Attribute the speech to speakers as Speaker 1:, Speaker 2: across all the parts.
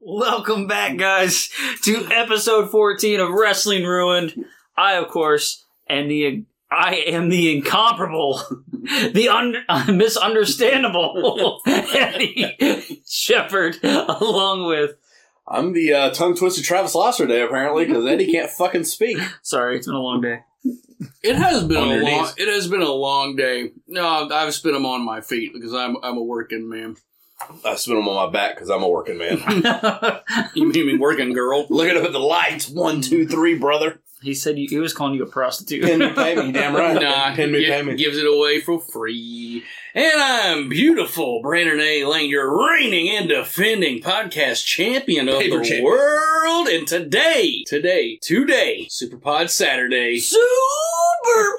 Speaker 1: Welcome back, guys, to episode 14 of Wrestling Ruined. I, of course, am the I am the incomparable, the un, misunderstandable Eddie Shepherd, along with
Speaker 2: I'm the uh, tongue twisted Travis Losser day apparently because Eddie can't fucking speak.
Speaker 1: Sorry, it's been a long day.
Speaker 3: It has been
Speaker 2: On
Speaker 3: a
Speaker 2: your
Speaker 3: long.
Speaker 2: knees.
Speaker 3: It has been a long day. No, I've- I've spent them on my feet because I'm I'm a working man.
Speaker 2: I spin him on my back because I'm a working man.
Speaker 3: You mean me working girl?
Speaker 2: Looking up at the lights, one, two, three, brother.
Speaker 1: he said you, he was calling you a prostitute.
Speaker 2: Pin me, pay me, damn right.
Speaker 3: Nah,
Speaker 2: pin me,
Speaker 3: gi-
Speaker 2: pay me.
Speaker 3: gives it away for free. And I'm beautiful, Brandon A. Lane, your reigning and defending podcast champion of
Speaker 2: Paper
Speaker 3: the
Speaker 2: champion.
Speaker 3: world. And today, today, today, Superpod Saturday.
Speaker 1: Super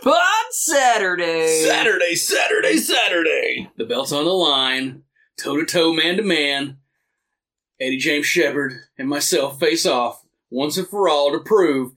Speaker 1: Pod Saturday.
Speaker 2: Saturday, Saturday, Saturday.
Speaker 3: The belt's on the line, toe to toe, man to man. Eddie James Shepard and myself face off once and for all to prove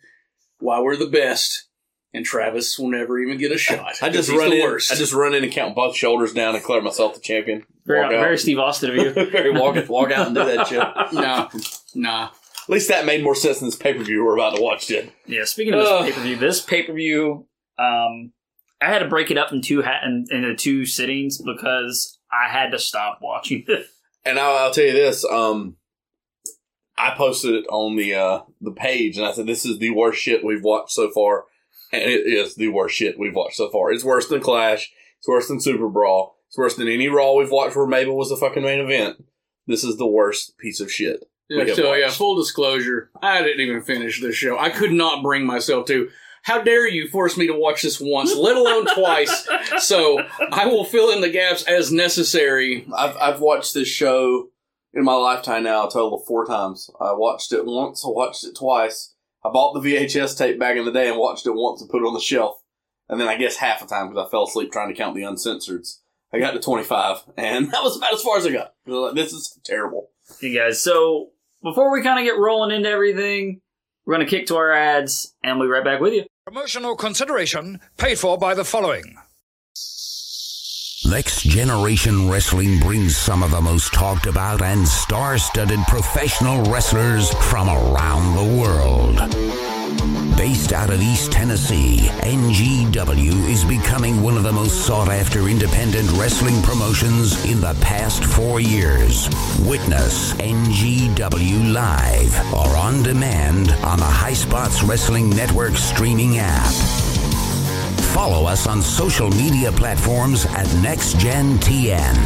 Speaker 3: why we're the best. And Travis will never even get a shot.
Speaker 2: I just
Speaker 3: He's
Speaker 2: run
Speaker 3: the
Speaker 2: in.
Speaker 3: worst.
Speaker 2: I just run in and count both shoulders down and declare myself the champion.
Speaker 1: Very,
Speaker 2: Walk out.
Speaker 1: very Steve Austin of you.
Speaker 2: Very walk, walk out and do that shit. At
Speaker 3: nah, nah.
Speaker 2: least that made more sense than this pay per view we're about to watch did.
Speaker 1: Yeah, speaking of this
Speaker 3: Ugh.
Speaker 1: pay per view, this pay per view, um, I had to break it up in two ha- in, into two sittings because I had to stop watching it.
Speaker 2: And I'll, I'll tell you this. Um, I posted it on the uh, the page, and I said this is the worst shit we've watched so far, and it is the worst shit we've watched so far. It's worse than Clash. It's worse than Super Brawl. It's worse than any Raw we've watched where Mabel was the fucking main event. This is the worst piece of shit.
Speaker 3: Yeah,
Speaker 2: We
Speaker 3: so
Speaker 2: have
Speaker 3: yeah,
Speaker 2: watched.
Speaker 3: full disclosure, I didn't even finish this show. I could not bring myself to. How dare you force me to watch this once, let alone twice? So I will fill in the gaps as necessary.
Speaker 2: I've I've watched this show in my lifetime now a total of four times. I watched it once. I watched it twice. I bought the VHS tape back in the day and watched it once and put it on the shelf. And then I guess half the time because I fell asleep trying to count the uncensoreds. I got to twenty five, and that was about as far as I got. I was like, This is terrible.
Speaker 1: you guys. So before we kind of get rolling into everything, we're gonna kick to our ads and we'll be right back with you.
Speaker 4: Promotional consideration paid for by the following.
Speaker 5: Next Generation Wrestling brings some of the most talked about and star studded professional wrestlers from around the world. Based out of East Tennessee, NGW is becoming one of the most sought after independent wrestling promotions in the past four years. Witness NGW Live or on demand on the High Spots Wrestling Network streaming app. Follow us on social media platforms at NextGenTN.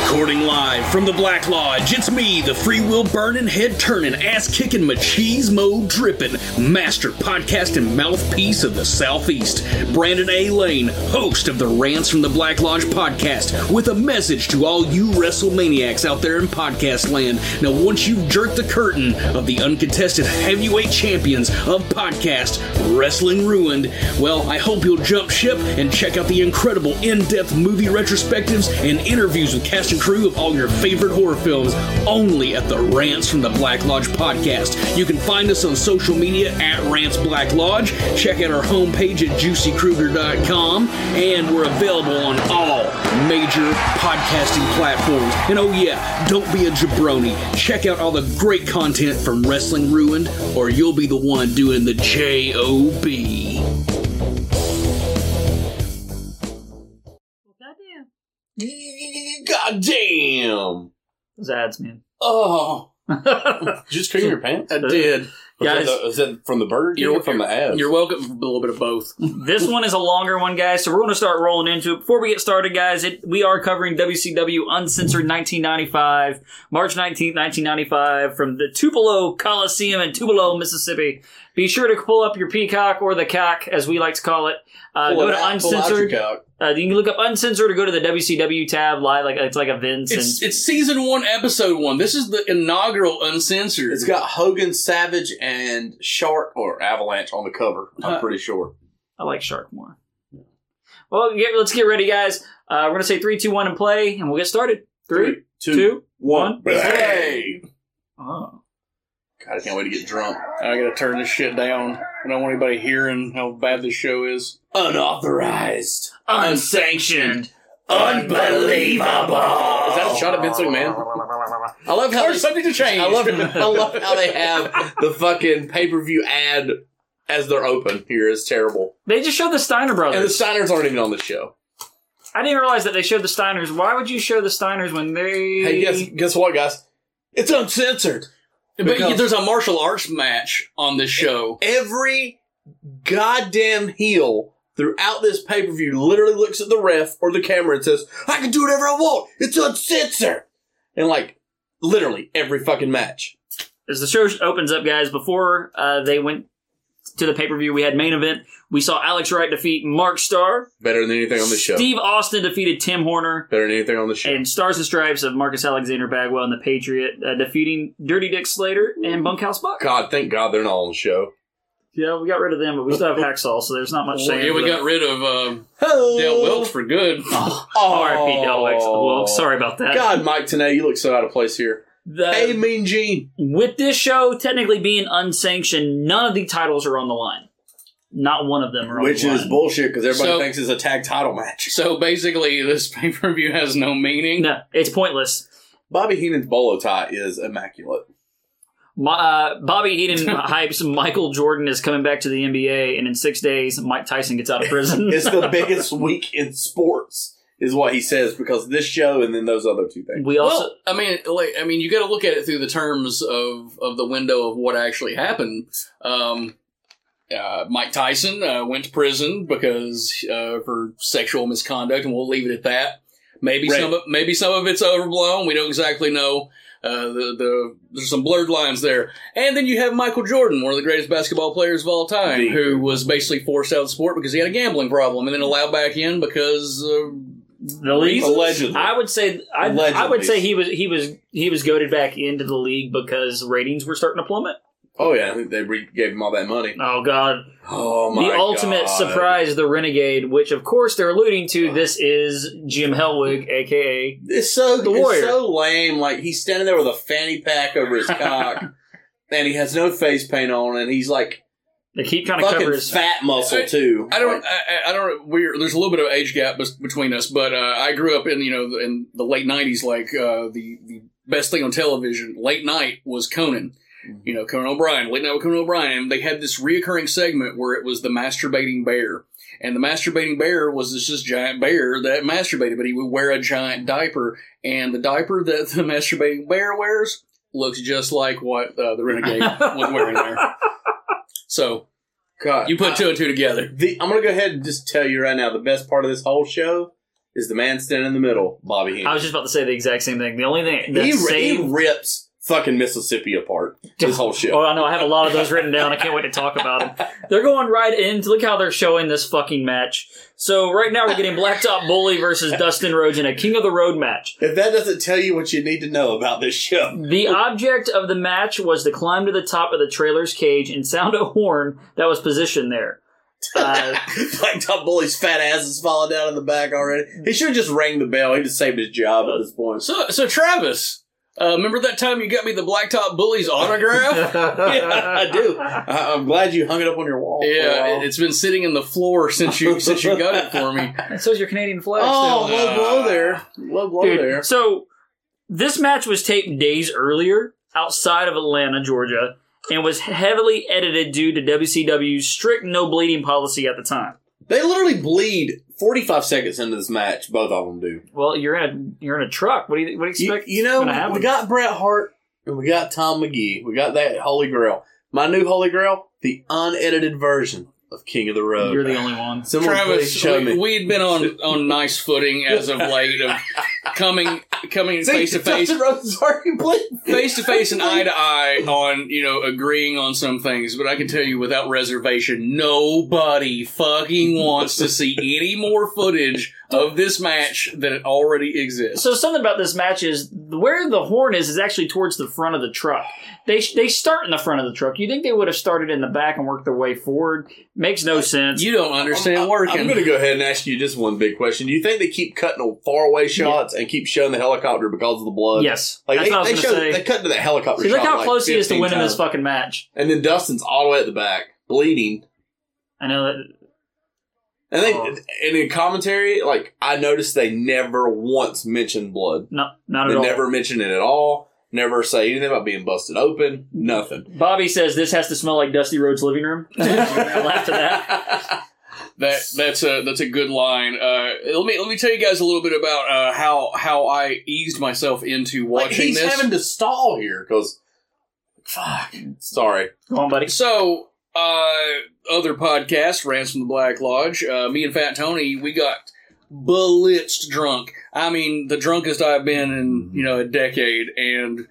Speaker 3: Recording live from the Black Lodge, it's me, the free will burning, head turning, ass kicking, machismo dripping, master podcast and mouthpiece of the Southeast, Brandon A. Lane, host of the Rants from the Black Lodge podcast, with a message to all you WrestleManiacs out there in podcast land. Now, once you've jerked the curtain of the uncontested heavyweight champions of podcast, Wrestling Ruined, well, I hope you'll jump ship and check out the incredible in depth movie retrospectives and interviews with cast and crew of all your favorite horror films only at the Rants from the Black Lodge podcast. You can find us on social media at Rants Black Lodge. Check out our homepage at juicycruger.com, and we're available on all major podcasting platforms. And oh, yeah, don't be a jabroni. Check out all the great content from Wrestling Ruined, or you'll be the one doing the J.O.B.
Speaker 1: Goddamn,
Speaker 2: God damn!
Speaker 1: those ads, man.
Speaker 2: Oh, just cream your pants.
Speaker 3: I did.
Speaker 2: Was that
Speaker 1: Guys.
Speaker 2: the- was that from the Burger King
Speaker 3: You're-
Speaker 2: or from the ads?
Speaker 3: You're welcome for a little bit of both.
Speaker 1: This one is a longer one, guys, so we're going to start rolling into it. Before we get started, guys, it, we are covering WCW Uncensored 1995, March 19th, 1995, from the Tupelo Coliseum in Tupelo, Mississippi. Be sure to pull up your peacock or the cock, as we like to call it. Uh,
Speaker 2: Pull
Speaker 1: go
Speaker 2: it
Speaker 1: to
Speaker 2: out, pull out your
Speaker 1: Uncensored.
Speaker 2: cock.
Speaker 1: Uh, you can look up Uncensored or go to the WCW tab live, like it's like a Vince.
Speaker 3: It's
Speaker 1: and,
Speaker 3: it's season one, episode one. This is the inaugural uncensored.
Speaker 2: It's got Hogan Savage and Shark or Avalanche on the cover. I'm
Speaker 6: Uh-huh.
Speaker 3: Uh,
Speaker 2: pretty sure.
Speaker 1: I like Shark more. Well, get, let's get ready, guys. Uh, we're going to say three, two, one, and play, and we'll get started. Three, two, one.
Speaker 2: Hey!
Speaker 1: Oh.
Speaker 2: God, I can't wait to get drunk.
Speaker 6: I gotta turn this shit down. I don't want anybody hearing how bad this show is.
Speaker 2: Unauthorized.
Speaker 1: Unsanctioned.
Speaker 2: Unbelievable.
Speaker 6: Is that a shot at Vince McMahon?
Speaker 2: I love how
Speaker 6: Our
Speaker 2: they-
Speaker 6: subject to change.
Speaker 2: I love I love how they have the fucking pay per view ad as they're open here is terrible.
Speaker 1: They just showed the Steiner brothers.
Speaker 2: And the Steiners aren't even on the show.
Speaker 1: I didn't realize that they showed the Steiners. Why would you show the Steiners when they?
Speaker 2: Hey, guess guess what, guys? It's uncensored.
Speaker 6: But
Speaker 2: Because-
Speaker 6: there's a martial arts match on this show.
Speaker 2: Every goddamn heel throughout this pay per view literally looks at the ref or the camera and says, "I can do whatever I want. It's uncensored." And like literally every fucking match.
Speaker 1: as the show opens up, guys, before uh, they went to the pay per view, we had main event. We saw Alex Wright defeat Mark Starr.
Speaker 2: Better than anything on the show.
Speaker 1: Steve Austin defeated Tim Horner.
Speaker 2: Better than anything on the show.
Speaker 1: And Stars and Stripes of Marcus Alexander Bagwell and the Patriot uh, defeating Dirty Dick Slater and Bunkhouse Buck.
Speaker 2: God, thank God they're not on the show.
Speaker 1: Yeah, we got rid of them, but we still have Hacksaw, so there's not much
Speaker 6: Well,
Speaker 1: saying.
Speaker 6: yeah, Oh, we
Speaker 1: for
Speaker 6: got
Speaker 1: them.
Speaker 6: rid of um, Dale Wilkes for good.
Speaker 1: R.I.P. Del Wix-
Speaker 6: Oh.
Speaker 1: Wilkes. Sorry about that.
Speaker 2: God, Mike Tanay, you look so out of place here.
Speaker 1: The-
Speaker 2: hey, Mean Gene.
Speaker 1: with this show technically being unsanctioned, none of the titles are on the line. Not one of them are on
Speaker 2: Which
Speaker 1: the line.
Speaker 2: is bullshit because everybody
Speaker 6: So-
Speaker 2: thinks it's a tag title match.
Speaker 6: So basically, this pay per view has no meaning.
Speaker 1: No, it's pointless.
Speaker 2: Bobby Heenan's bolo tie is immaculate.
Speaker 1: My, uh, Bobby Heenan hypes Michael Jordan is coming back to the NBA, and in six days, Mike Tyson gets out of prison.
Speaker 2: It's the biggest week in sports, is what he says, because this show and then those other two things.
Speaker 1: we also
Speaker 6: Well, I mean, like, I mean, you got to look at it through the terms of, of the window of what actually happened. Um, uh, Mike Tyson uh, went to prison because uh, for sexual misconduct, and we'll leave it at that. Maybe
Speaker 2: Right.
Speaker 6: some, of, maybe some of it's overblown. We don't exactly know. Uh, the, the there's some blurred lines there, and then you have Michael Jordan, one of the greatest basketball players of all time,
Speaker 2: The-
Speaker 6: who was basically forced out of the sport because he had a gambling problem, and then allowed back in because uh,
Speaker 1: the league.
Speaker 2: Allegedly.
Speaker 1: I would say I, I
Speaker 2: Allegedly.
Speaker 1: would say he was he was he was goaded back into the league because ratings were starting to plummet.
Speaker 2: oh, yeah, I think they re- gave him all that money.
Speaker 1: Oh God,
Speaker 2: Oh, my
Speaker 1: the ultimate
Speaker 2: God.
Speaker 1: surprise, the renegade, which of course they're alluding to. This is Jim Helwig, aka
Speaker 2: It's so,
Speaker 1: The
Speaker 2: it's
Speaker 1: Warrior.
Speaker 2: so lame. Like, he's standing there with a fanny pack over his cock, and he has no face paint on, and he's like
Speaker 1: they keep trying to cover
Speaker 2: fucking
Speaker 1: his.
Speaker 2: fat muscle, too.
Speaker 6: I don't. I, I- I don't. We're there's a little bit of age gap bes- between us, but uh, I grew up in you know in the late '90s. Like uh, the the best thing on television late night was Conan. You know Conan O'Brien, late night with Conan O'Brien. And They had this reoccurring segment where it was the masturbating bear, and the masturbating bear was this just giant bear that masturbated, but he would wear a giant diaper, and the diaper that the masturbating bear wears looks just like what uh, the renegade was wearing there. So
Speaker 2: God.
Speaker 6: you put two and two together.
Speaker 2: The, I'm gonna go ahead and just tell you right now. The best part of this whole show is the man standing in the middle, Bobby
Speaker 1: I
Speaker 2: Heenan.
Speaker 1: was just about to say the exact same thing. The only thing that
Speaker 2: He, he
Speaker 1: saved.
Speaker 2: rips fucking Mississippi apart. This whole
Speaker 1: Oh,
Speaker 2: show.
Speaker 1: I know. I have a lot of those written down. I can't wait to talk about them. They're going right into look how they're showing this fucking match. So right now we're getting Blacktop Bully versus Dustin Rhodes in a King of the Road match.
Speaker 2: If that doesn't tell you what you need to know about this show,
Speaker 1: The object of the match was to climb to the top of the trailer's cage and sound a horn that was positioned there. Uh,
Speaker 2: like Top Bully's fat ass is falling down in the back already. He should have just rang the bell. He just saved his job at this point.
Speaker 6: So, so Travis, uh, remember that time you got me the Blacktop Bullies autograph?
Speaker 2: yeah, I do. I, I'm glad you hung it up on your wall. for a
Speaker 6: yeah,
Speaker 2: while.
Speaker 6: it, it's been sitting in the floor since you since you got it for me.
Speaker 1: and so's your Canadian flag.
Speaker 2: oh,
Speaker 1: still.
Speaker 2: low blow there. Low blow
Speaker 1: Uh, Dude,
Speaker 2: there.
Speaker 1: So this match was taped days earlier outside of Atlanta, Georgia, and was heavily edited due to WCW's strict no bleeding policy at the time.
Speaker 2: They literally bleed 45 seconds into this match. Both of them do.
Speaker 1: Well, you're in a you're in a truck. What do you what do you
Speaker 2: You,
Speaker 1: expect?
Speaker 2: you know,
Speaker 1: gonna happen?
Speaker 2: we got Bret Hart and we got Tom McGee. We got that Holy Grail. My new Holy Grail, the unedited version of King of the Road.
Speaker 1: you're the only one.
Speaker 2: Someone please
Speaker 6: Travis,
Speaker 2: show
Speaker 6: we,
Speaker 2: me.
Speaker 6: we'd been on on nice footing as of late of coming coming face to face
Speaker 2: Dustin Rhodes is already bleeding.
Speaker 6: face to face and eye to eye on you know agreeing on some things but i can tell you without reservation nobody fucking wants to see any more footage of this match than it already exists.
Speaker 1: So something about this match is where the horn is is actually towards the front of the truck. They they start in the front of the truck. You think they would have started in the back and worked their way forward? Makes no sense.
Speaker 6: You don't understand working.
Speaker 7: I'm going to go ahead and ask you just one big question. Do you think they keep cutting faraway shots and keep showing the helicopter because of the blood?
Speaker 1: yes,
Speaker 7: Like
Speaker 1: that's
Speaker 7: they,
Speaker 1: what I was
Speaker 7: they,
Speaker 1: going
Speaker 7: show,
Speaker 1: to say.
Speaker 7: they cut to that helicopter
Speaker 1: See, look
Speaker 7: shot
Speaker 1: how
Speaker 7: like
Speaker 1: close he is to
Speaker 7: 15
Speaker 1: winning this
Speaker 7: times.
Speaker 1: fucking match.
Speaker 7: And then Dustin's all the way at the back, bleeding.
Speaker 1: I know that.
Speaker 7: And they,
Speaker 1: Oh.
Speaker 7: and in commentary, like I noticed they never once mentioned blood.
Speaker 1: No, not
Speaker 7: They
Speaker 1: at all.
Speaker 7: never mention it at all. Never say anything about being busted open. Nothing.
Speaker 1: Bobby says this has to smell like Dusty Rhodes' living room. I laughed at that.
Speaker 6: That that's a that's a good line. Uh, let me let me tell you guys a little bit about uh, how how I eased myself into
Speaker 7: Like,
Speaker 6: watching
Speaker 7: he's
Speaker 6: this.
Speaker 7: having to stall here because fuck. Sorry,
Speaker 1: Go on, buddy.
Speaker 6: So, uh, other podcast, Rants from the Black Lodge, uh, me and Fat Tony, we got blitzed drunk. I mean, the drunkest I've been in,
Speaker 7: Mm-hmm.
Speaker 6: you know, a decade. And,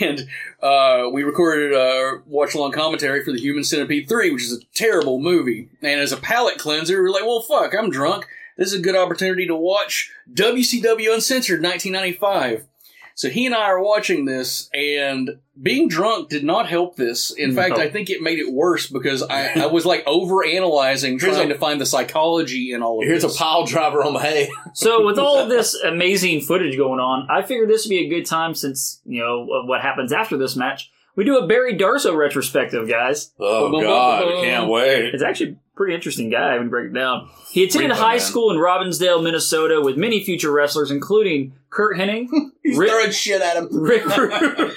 Speaker 6: and, uh, we recorded a watch along commentary for the Human Centipede 3, which is a terrible movie. And as a palate cleanser, we're like, well, fuck, I'm drunk. This is a good opportunity to watch WCW Uncensored 1995. So he and I are watching this, and being drunk did not help this. In fact, I think it made it worse because I, I was like over analyzing,
Speaker 7: Here's
Speaker 6: trying
Speaker 7: a-
Speaker 6: to find the psychology in all of
Speaker 7: here's a
Speaker 6: this.
Speaker 7: pile driver on the hay.
Speaker 1: So with all of this amazing footage going on, I figured this would be a good time since you know of what happens after this match. We do a Barry Darso retrospective, guys.
Speaker 7: Oh God, I can't wait.
Speaker 1: It's actually a pretty interesting guy when you break it down. He attended
Speaker 7: Pretty fun,
Speaker 1: high
Speaker 7: man.
Speaker 1: school in Robbinsdale, Minnesota, with many future wrestlers, including Kurt Hennig, Rick,
Speaker 7: Throwing shit at him.
Speaker 1: Rick Rude,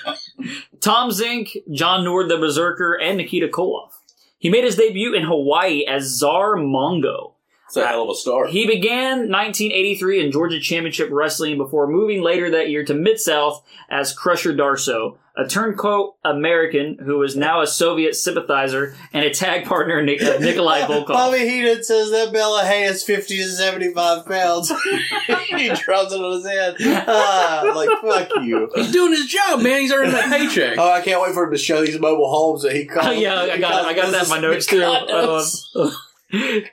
Speaker 1: Tom Zink, John Nord the Berserker, and Nikita Koloff. He made his debut in Hawaii as Czar Mongo.
Speaker 7: It's a hell of a start.
Speaker 1: He began 1983 in Georgia Championship Wrestling before moving later that year to Mid South as Crusher Darso, a turncoat American who is now a Soviet sympathizer and a tag partner Nik- of Nikolai Volkov.
Speaker 2: Heenan says that Bella Hay is 50 to 75 pounds. he drops it on his head. Ah, like, fuck you.
Speaker 6: He's doing his job, man. He's earning that paycheck.
Speaker 2: Oh, I can't wait for him to show these mobile homes that he calls.
Speaker 1: Oh, yeah, I got I got that in my notes too. Uh,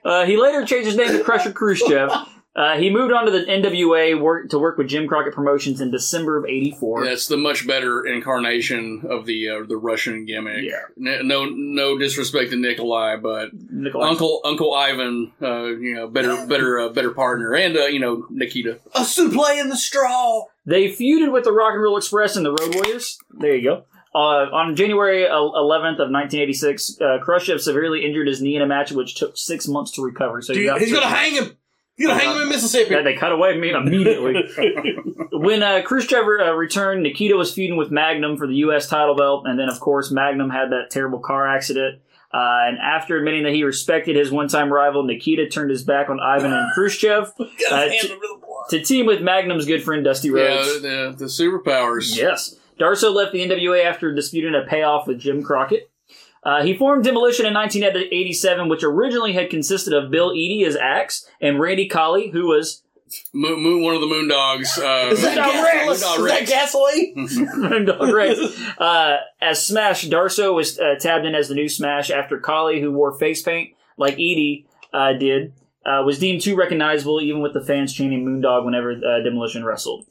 Speaker 1: uh, he later changed his name to Crusher Khrushchev. Uh, he moved on to the NWA work, to work with Jim Crockett Promotions in December of '84.
Speaker 6: That's the much better incarnation of the uh, the Russian gimmick.
Speaker 1: Yeah.
Speaker 6: N- No, no disrespect to Nikolai, but
Speaker 1: Nikolai.
Speaker 6: Uncle Uncle Ivan, uh, you know, better better uh, better partner, and uh, you know Nikita.
Speaker 2: A suplex in the straw.
Speaker 1: They feuded with the Rock and Roll Express and the Road Warriors. There you go. Uh, on January el- 11th of 1986, uh, Khrushchev severely injured his knee in a match which took six months to recover. So
Speaker 7: Dude,
Speaker 1: got-
Speaker 7: he's gonna hang him. He's gonna hang him in Mississippi.
Speaker 1: Yeah, they cut away me immediately. when uh, Khrushchev uh, returned, Nikita was feuding with Magnum for the U.S. title belt, and then, of course, Magnum had that terrible car accident. Uh, and after admitting that he respected his one-time rival, Nikita turned his back on Ivan and Khrushchev uh, to, to team with Magnum's good friend Dusty Rhodes.
Speaker 6: Yeah, the, the superpowers.
Speaker 1: Yes. Darso left the NWA after disputing a payoff with Jim Crockett. Uh, he formed Demolition in 1987, which originally had consisted of Bill Eadie as Axe and Randy Colley, who was
Speaker 6: Moon, moon, one of the moon dogs. Uh,
Speaker 2: Is
Speaker 6: Moon dog
Speaker 2: that
Speaker 6: Rex.
Speaker 2: gasoline?
Speaker 1: Dog Rex. Uh, as Smash, Darso was uh, tabbed in as the new Smash after Colley, who wore face paint like Edie uh, did, uh, was deemed too recognizable, even with the fans chanting Moondog whenever uh, Demolition wrestled.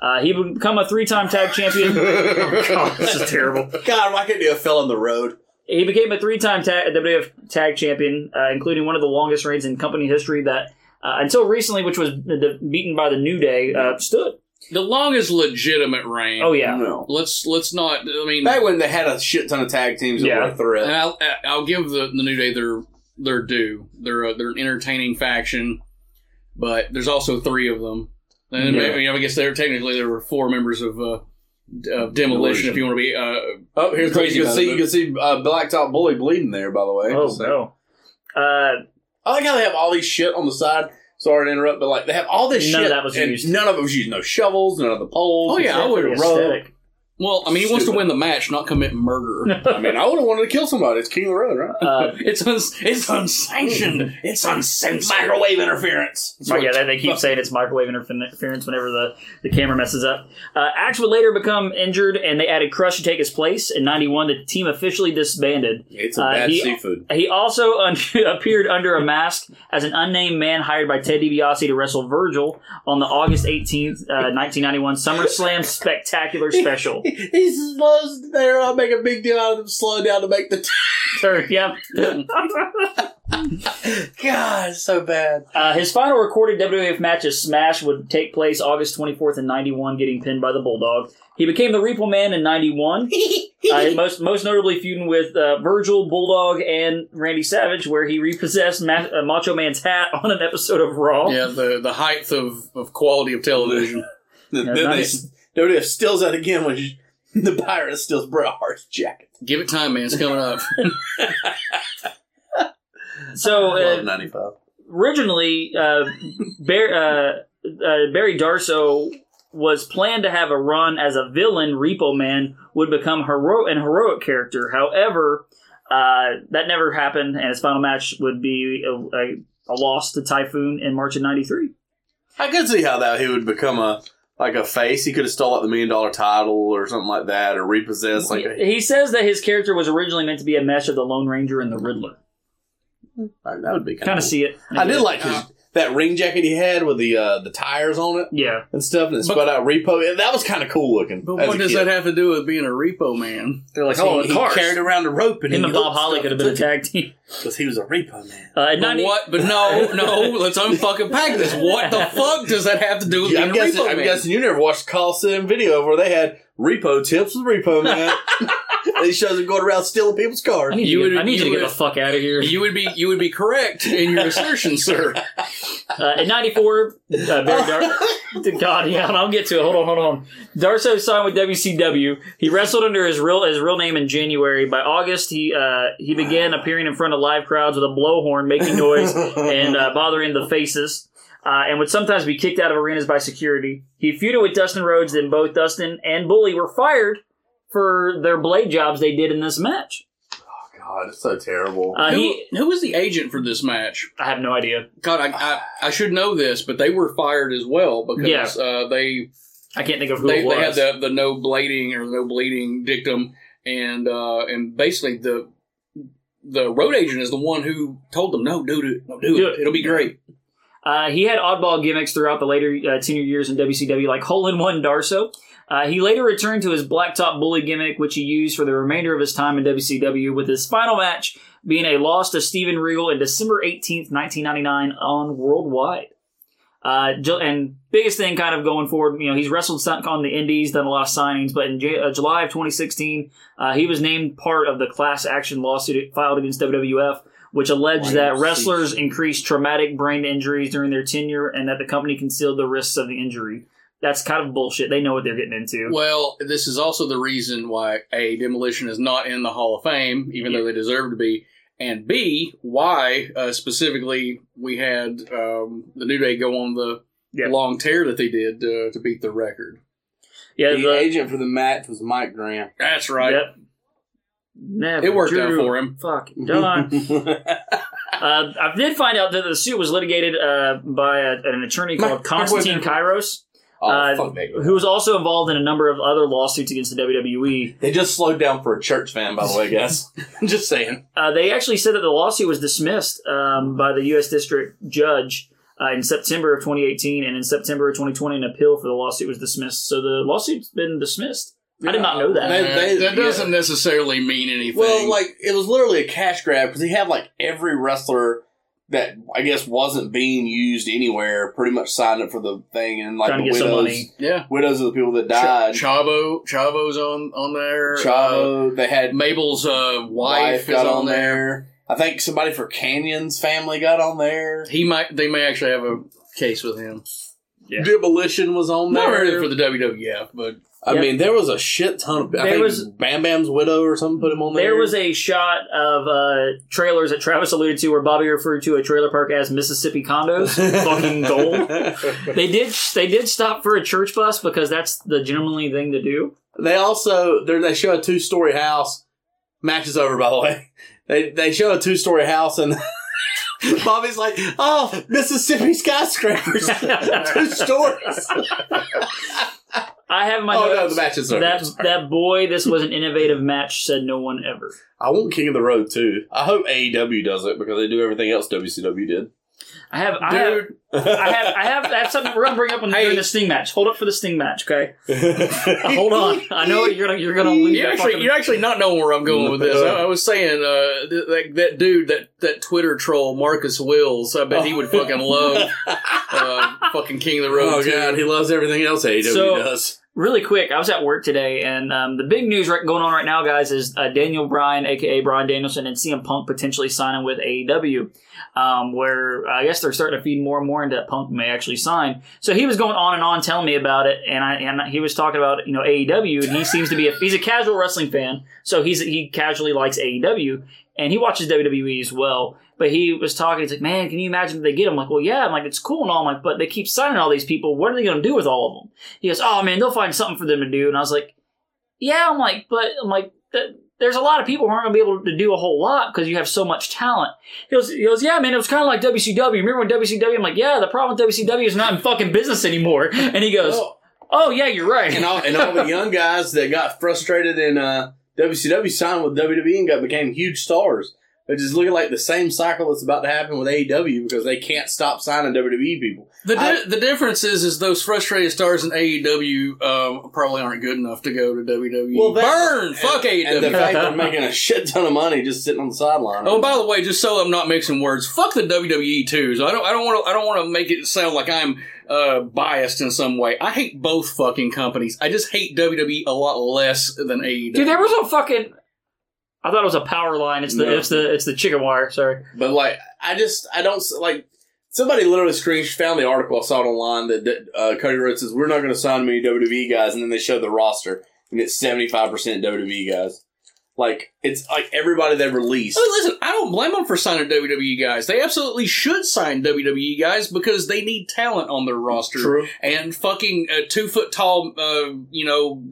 Speaker 1: Uh, he would become a three-time tag champion. oh, God, this is terrible.
Speaker 2: God, why couldn't you have fell on the road?
Speaker 1: He became a three-time tag, WWF Tag Champion, uh, including one of the longest reigns in company history that, uh, until recently, which was the, beaten by the New Day, uh, stood.
Speaker 6: The longest legitimate reign.
Speaker 1: Oh yeah,
Speaker 7: No.
Speaker 6: Let's let's not. I mean,
Speaker 7: Back when they had a shit ton of tag teams that
Speaker 1: Yeah.
Speaker 7: were a threat.
Speaker 6: And I'll, I'll give the, the New Day their their due. They're a, they're an entertaining faction, but there's also three of them. And
Speaker 7: Yeah.
Speaker 6: maybe- I guess they're technically there were four members of uh, d- of demolition. If you want to be, uh,
Speaker 7: Oh, here's what
Speaker 6: Crazy
Speaker 7: you can
Speaker 6: about
Speaker 7: see.
Speaker 6: it,
Speaker 7: You can see uh, Blacktop Bully bleeding there, by the way.
Speaker 1: oh
Speaker 7: So-
Speaker 1: no. Uh,
Speaker 7: I like how they have all these shit on the side. Sorry to interrupt, but like they have all this
Speaker 1: None of
Speaker 7: shit.
Speaker 1: that was
Speaker 7: and
Speaker 1: used.
Speaker 7: None of it was used. No shovels, none of the poles.
Speaker 6: Oh, yeah, I
Speaker 7: except for
Speaker 6: would
Speaker 7: the
Speaker 1: pretty
Speaker 7: rope.
Speaker 1: aesthetic.
Speaker 6: Well, I mean, he wants to
Speaker 7: Stupid.
Speaker 6: win the match, not commit murder.
Speaker 7: I mean, I would have wanted to kill somebody. It's King of the Road, right?
Speaker 1: Uh,
Speaker 6: it's uns- it's unsanctioned. It's uncensored. Microwave interference.
Speaker 1: Oh, yeah, they, they keep saying it's microwave interference whenever the, the camera messes up. Uh, Axe would later become injured, and they added Crush to take his place. In 91, the team officially disbanded.
Speaker 7: It's a
Speaker 1: Uh,
Speaker 7: bad
Speaker 1: he-
Speaker 7: seafood.
Speaker 1: He also un- appeared under a mask as an unnamed man hired by Ted DiBiase to wrestle Virgil on the August 18th, uh, 1991 SummerSlam Spectacular Special.
Speaker 2: He slows there. I make a big deal out of him slowing down to make the. T-
Speaker 1: Third, yep.
Speaker 2: God, it's so bad.
Speaker 1: Uh, his final recorded WWF match as Smash would take place August 24th in 91, getting pinned by the Bulldog. He became the Repo Man in 91, uh, most, most notably feuding with uh, Virgil, Bulldog, and Randy Savage, where he repossessed Ma- uh, Macho Man's hat on an episode of Raw.
Speaker 6: Yeah, the the height of, of quality of television.
Speaker 7: Then
Speaker 1: not
Speaker 7: they
Speaker 1: it.
Speaker 7: s-
Speaker 2: WWF steals that again when you, the pirate steals Bret Hart's jacket.
Speaker 6: Give it time, man. It's coming up.
Speaker 1: So
Speaker 7: Love
Speaker 1: uh,
Speaker 7: 95.
Speaker 1: originally, uh, Bar- uh, uh, Barry Darso was planned to have a run as a villain. Repo Man would become hero- an heroic character. However, uh, that never happened, and his final match would be a, a, a loss to Typhoon in March of '93.
Speaker 7: I could see how that he would become a like a face. He could have stole like the million dollar title or something like that, or repossessed like a,
Speaker 1: He, he says that his character was originally meant to be a mesh of the Lone Ranger and the Riddler.
Speaker 7: like, that would be
Speaker 1: Kind of see it.
Speaker 7: I did like his that ring jacket he had with the uh, the tires on it
Speaker 1: Yeah.
Speaker 7: and stuff, and it spun out repo. And that was kind of cool looking.
Speaker 6: But what does that have to do with being a repo man?
Speaker 7: They're like,
Speaker 1: Oh,
Speaker 7: oh,
Speaker 1: the
Speaker 7: he
Speaker 1: cars.
Speaker 7: carried around a rope and
Speaker 1: Him
Speaker 7: he
Speaker 1: and Bob
Speaker 7: hooked
Speaker 1: Holly could
Speaker 7: stuff
Speaker 1: have been a
Speaker 7: and took
Speaker 1: tag team.
Speaker 7: it because he was a repo man.
Speaker 1: Uh, in
Speaker 6: But
Speaker 1: 90
Speaker 6: what? But no, no. Let's unfucking pack this. What the fuck does that have to do with
Speaker 7: Yeah, I'm
Speaker 6: being a
Speaker 7: guessing.
Speaker 6: repo
Speaker 7: I'm
Speaker 6: man?
Speaker 7: guessing you never watched Coliseum video where they had repo tips with repo man. and he shows him going around stealing people's cars.
Speaker 1: I need,
Speaker 6: You
Speaker 1: you, to
Speaker 6: would-
Speaker 1: get, I need
Speaker 6: you
Speaker 1: you to get
Speaker 6: would-
Speaker 1: the fuck out of here.
Speaker 6: You would be you would be correct in your assertion, sir.
Speaker 1: Uh, in '94, uh, Barry Dar- God, yeah, I'll get to it. Hold on, hold on. Darso signed with WCW. He wrestled under his real his real name in January. By August, he uh, he began appearing in front of live crowds with a blowhorn, making noise and uh, bothering the faces. Uh, and would sometimes be kicked out of arenas by security. He feuded with Dustin Rhodes, and both Dustin and Bully were fired for their blade jobs they did in this match.
Speaker 7: God, it's so terrible.
Speaker 1: Uh,
Speaker 6: Who,
Speaker 1: he,
Speaker 6: who was the agent for this match?
Speaker 1: I have no idea.
Speaker 6: God, I, I I should know this, but they were fired as well because uh, they
Speaker 1: I can't think of who
Speaker 6: they,
Speaker 1: it
Speaker 6: they
Speaker 1: was.
Speaker 6: had the, the no blading or no bleeding dictum, and uh, and basically the the road agent is the one who told them no, do it, no, do,
Speaker 1: Do
Speaker 6: it.
Speaker 1: it.
Speaker 6: it'll be great.
Speaker 1: Uh, he had oddball gimmicks throughout the later uh, tenure years in WCW, like hole in one Darso. Uh, he later returned to his blacktop bully gimmick, which he used for the remainder of his time in WCW, with his final match being a loss to Steven Regal in December 18th, 1999, on Worldwide. Uh, Ju- and biggest thing kind of going forward, you know, he's wrestled some- on the Indies, done a lot of signings, but in J- uh, July of 2016, uh, he was named part of the class action lawsuit filed against WWF, which alleged that wrestlers increased traumatic brain injuries during their tenure and that the company concealed the risks of the injury. That's kind of bullshit. They know what they're getting into.
Speaker 6: Well, this is also the reason why a demolition is not in the Hall of Fame, even though they deserve to be. And B, why uh, specifically we had um, the New Day go on the
Speaker 1: Yeah.
Speaker 6: long tear that they did uh, to beat the record.
Speaker 1: Yeah,
Speaker 7: the
Speaker 1: the,
Speaker 7: agent for the match was Mike Graham.
Speaker 6: That's right.
Speaker 1: Yep. Never
Speaker 6: It worked out
Speaker 1: drew.
Speaker 6: for him.
Speaker 1: Fuck. Done. Uh, I did find out that the suit was litigated uh, by a, an attorney called Constantine Kairos,
Speaker 7: Oh,
Speaker 1: Uh,
Speaker 7: fuck that.
Speaker 1: who was also involved in a number of other lawsuits against the E. WWE.
Speaker 7: They just slowed down for a church fan, by the way, guys. just saying.
Speaker 1: Uh, they actually said that the lawsuit was dismissed um, by the U.S. District Judge uh, in September of 2018, and in September of 2020, an appeal for the lawsuit was dismissed. So the lawsuit's been dismissed. I did not know that.
Speaker 6: Uh,
Speaker 7: They- they-
Speaker 6: that
Speaker 7: yeah.
Speaker 6: doesn't necessarily mean anything.
Speaker 7: Well, like it was literally a cash grab because he had like every wrestler that I guess wasn't being used anywhere pretty much signed up for the thing and like
Speaker 1: Trying to
Speaker 7: the
Speaker 1: get some
Speaker 7: widows,
Speaker 1: money.
Speaker 6: yeah.
Speaker 7: widows of the people that
Speaker 6: Ch-
Speaker 7: died.
Speaker 6: Chavo, Chavo's on on there. Uh,
Speaker 7: Chavo, they had
Speaker 6: Mabel's uh, wife,
Speaker 7: wife
Speaker 6: is
Speaker 7: got
Speaker 6: on,
Speaker 7: on
Speaker 6: there.
Speaker 7: there. I think somebody for Canyon's family got on there.
Speaker 6: He might. They may actually have a case with him.
Speaker 1: Yeah.
Speaker 7: Demolition was on
Speaker 6: Not
Speaker 7: there.
Speaker 6: really for the WWF, but
Speaker 7: I
Speaker 1: Yeah.
Speaker 7: mean, there was a shit ton of. I
Speaker 1: There
Speaker 7: think
Speaker 1: was-
Speaker 7: Bam Bam's widow or something put him on there.
Speaker 1: There was a shot of uh, trailers that Travis alluded to where Bobby referred to a trailer park as Mississippi condos. Fucking gold. They did they did stop for a church bus because that's the generally thing to do.
Speaker 2: They also they they show a two story house. Match is over, by the way. They they show a two story house and. Bobby's like, oh, Mississippi skyscrapers, two stories.
Speaker 1: I have in my
Speaker 2: Oh, no,
Speaker 1: notes
Speaker 2: the match is over.
Speaker 1: that
Speaker 2: Sorry.
Speaker 1: that boy. This was an innovative match. Said no one ever.
Speaker 2: I want King of the Road too. I hope AEW does it because they do everything else WCW did.
Speaker 1: I have I have, I have I have I have something we're gonna bring up when
Speaker 6: Hey.
Speaker 1: during the Sting match. Hold up for the Sting match, okay? Hold on. I know you're gonna you're gonna leave.
Speaker 6: You're
Speaker 1: that
Speaker 6: actually,
Speaker 1: fucking-
Speaker 6: you're actually not knowing where I'm going with this. I, I was saying, uh, th- like that dude, that, that Twitter troll, Marcus Wills. I bet he
Speaker 7: Oh.
Speaker 6: would fucking love uh, fucking King of the Road.
Speaker 2: oh
Speaker 6: too.
Speaker 2: god, he loves everything else AEW
Speaker 1: So-
Speaker 2: does.
Speaker 1: really quick, I was at work today, and um, the big news right, going on right now, guys, is uh, Daniel Bryan, aka Bryan Danielson, and CM Punk potentially signing with AEW, um, where I guess they're starting to feed more and more into that Punk may actually sign. So he was going on and on telling me about it, and I and he was talking about you know AEW, and he seems to be a, he's a casual wrestling fan, so he's he casually likes AEW, and he watches WWE as well. But he was talking. He's like, "Man, can you imagine if they get him?" I'm like, "Well, yeah." I'm like, "It's cool and all." I'm like, "But they keep signing all these people. What are they going to do with all of them?" He goes, "Oh man, they'll find something for them to do." And I was like, "Yeah." I'm like, "But I'm like, th- there's a lot of people who aren't going to be able to do a whole lot because you have so much talent." He goes, "He goes, yeah, man. It was kind of like WCW. Remember when WCW?" I'm like, "Yeah." The problem with WCW is not in fucking business anymore. And he goes, "Oh, yeah, you're right."
Speaker 2: And all and all the young guys that got frustrated in uh, WCW signed with WWE and got became huge stars. It's just looking like the same cycle that's about to happen with AEW because they can't stop signing WWE people.
Speaker 6: The di-
Speaker 2: I-
Speaker 6: the difference is is those frustrated stars in AEW um, probably aren't good enough to go to WWE.
Speaker 2: Well, that-
Speaker 6: Burn, fuck
Speaker 2: And the
Speaker 6: AEW.
Speaker 2: fact they're making a shit ton of money just sitting on the sideline.
Speaker 6: E. Oh, by the way, just so I'm not mixing words, fuck the WWE too. So I don't, I don't want to, I don't want to make it sound like I'm uh, biased in some way. I hate both fucking companies. I just hate WWE a lot less than E AEW.
Speaker 1: Dude, there was a fucking. I thought it was a power line. It's the
Speaker 2: No.
Speaker 1: it's the it's the chicken wire. Sorry.
Speaker 2: But like, I just I don't like. Somebody literally screen found the article I saw it online that, that uh, Cody Rhodes says we're not going to sign many WWE guys, and then they showed the roster and it's seventy five percent WWE guys. Like it's like everybody they've released.
Speaker 6: I mean, Oh, listen, I don't blame them for signing WWE guys. They absolutely should sign WWE guys because they need talent on their roster.
Speaker 2: True.
Speaker 6: And fucking uh, two foot tall, uh, you know,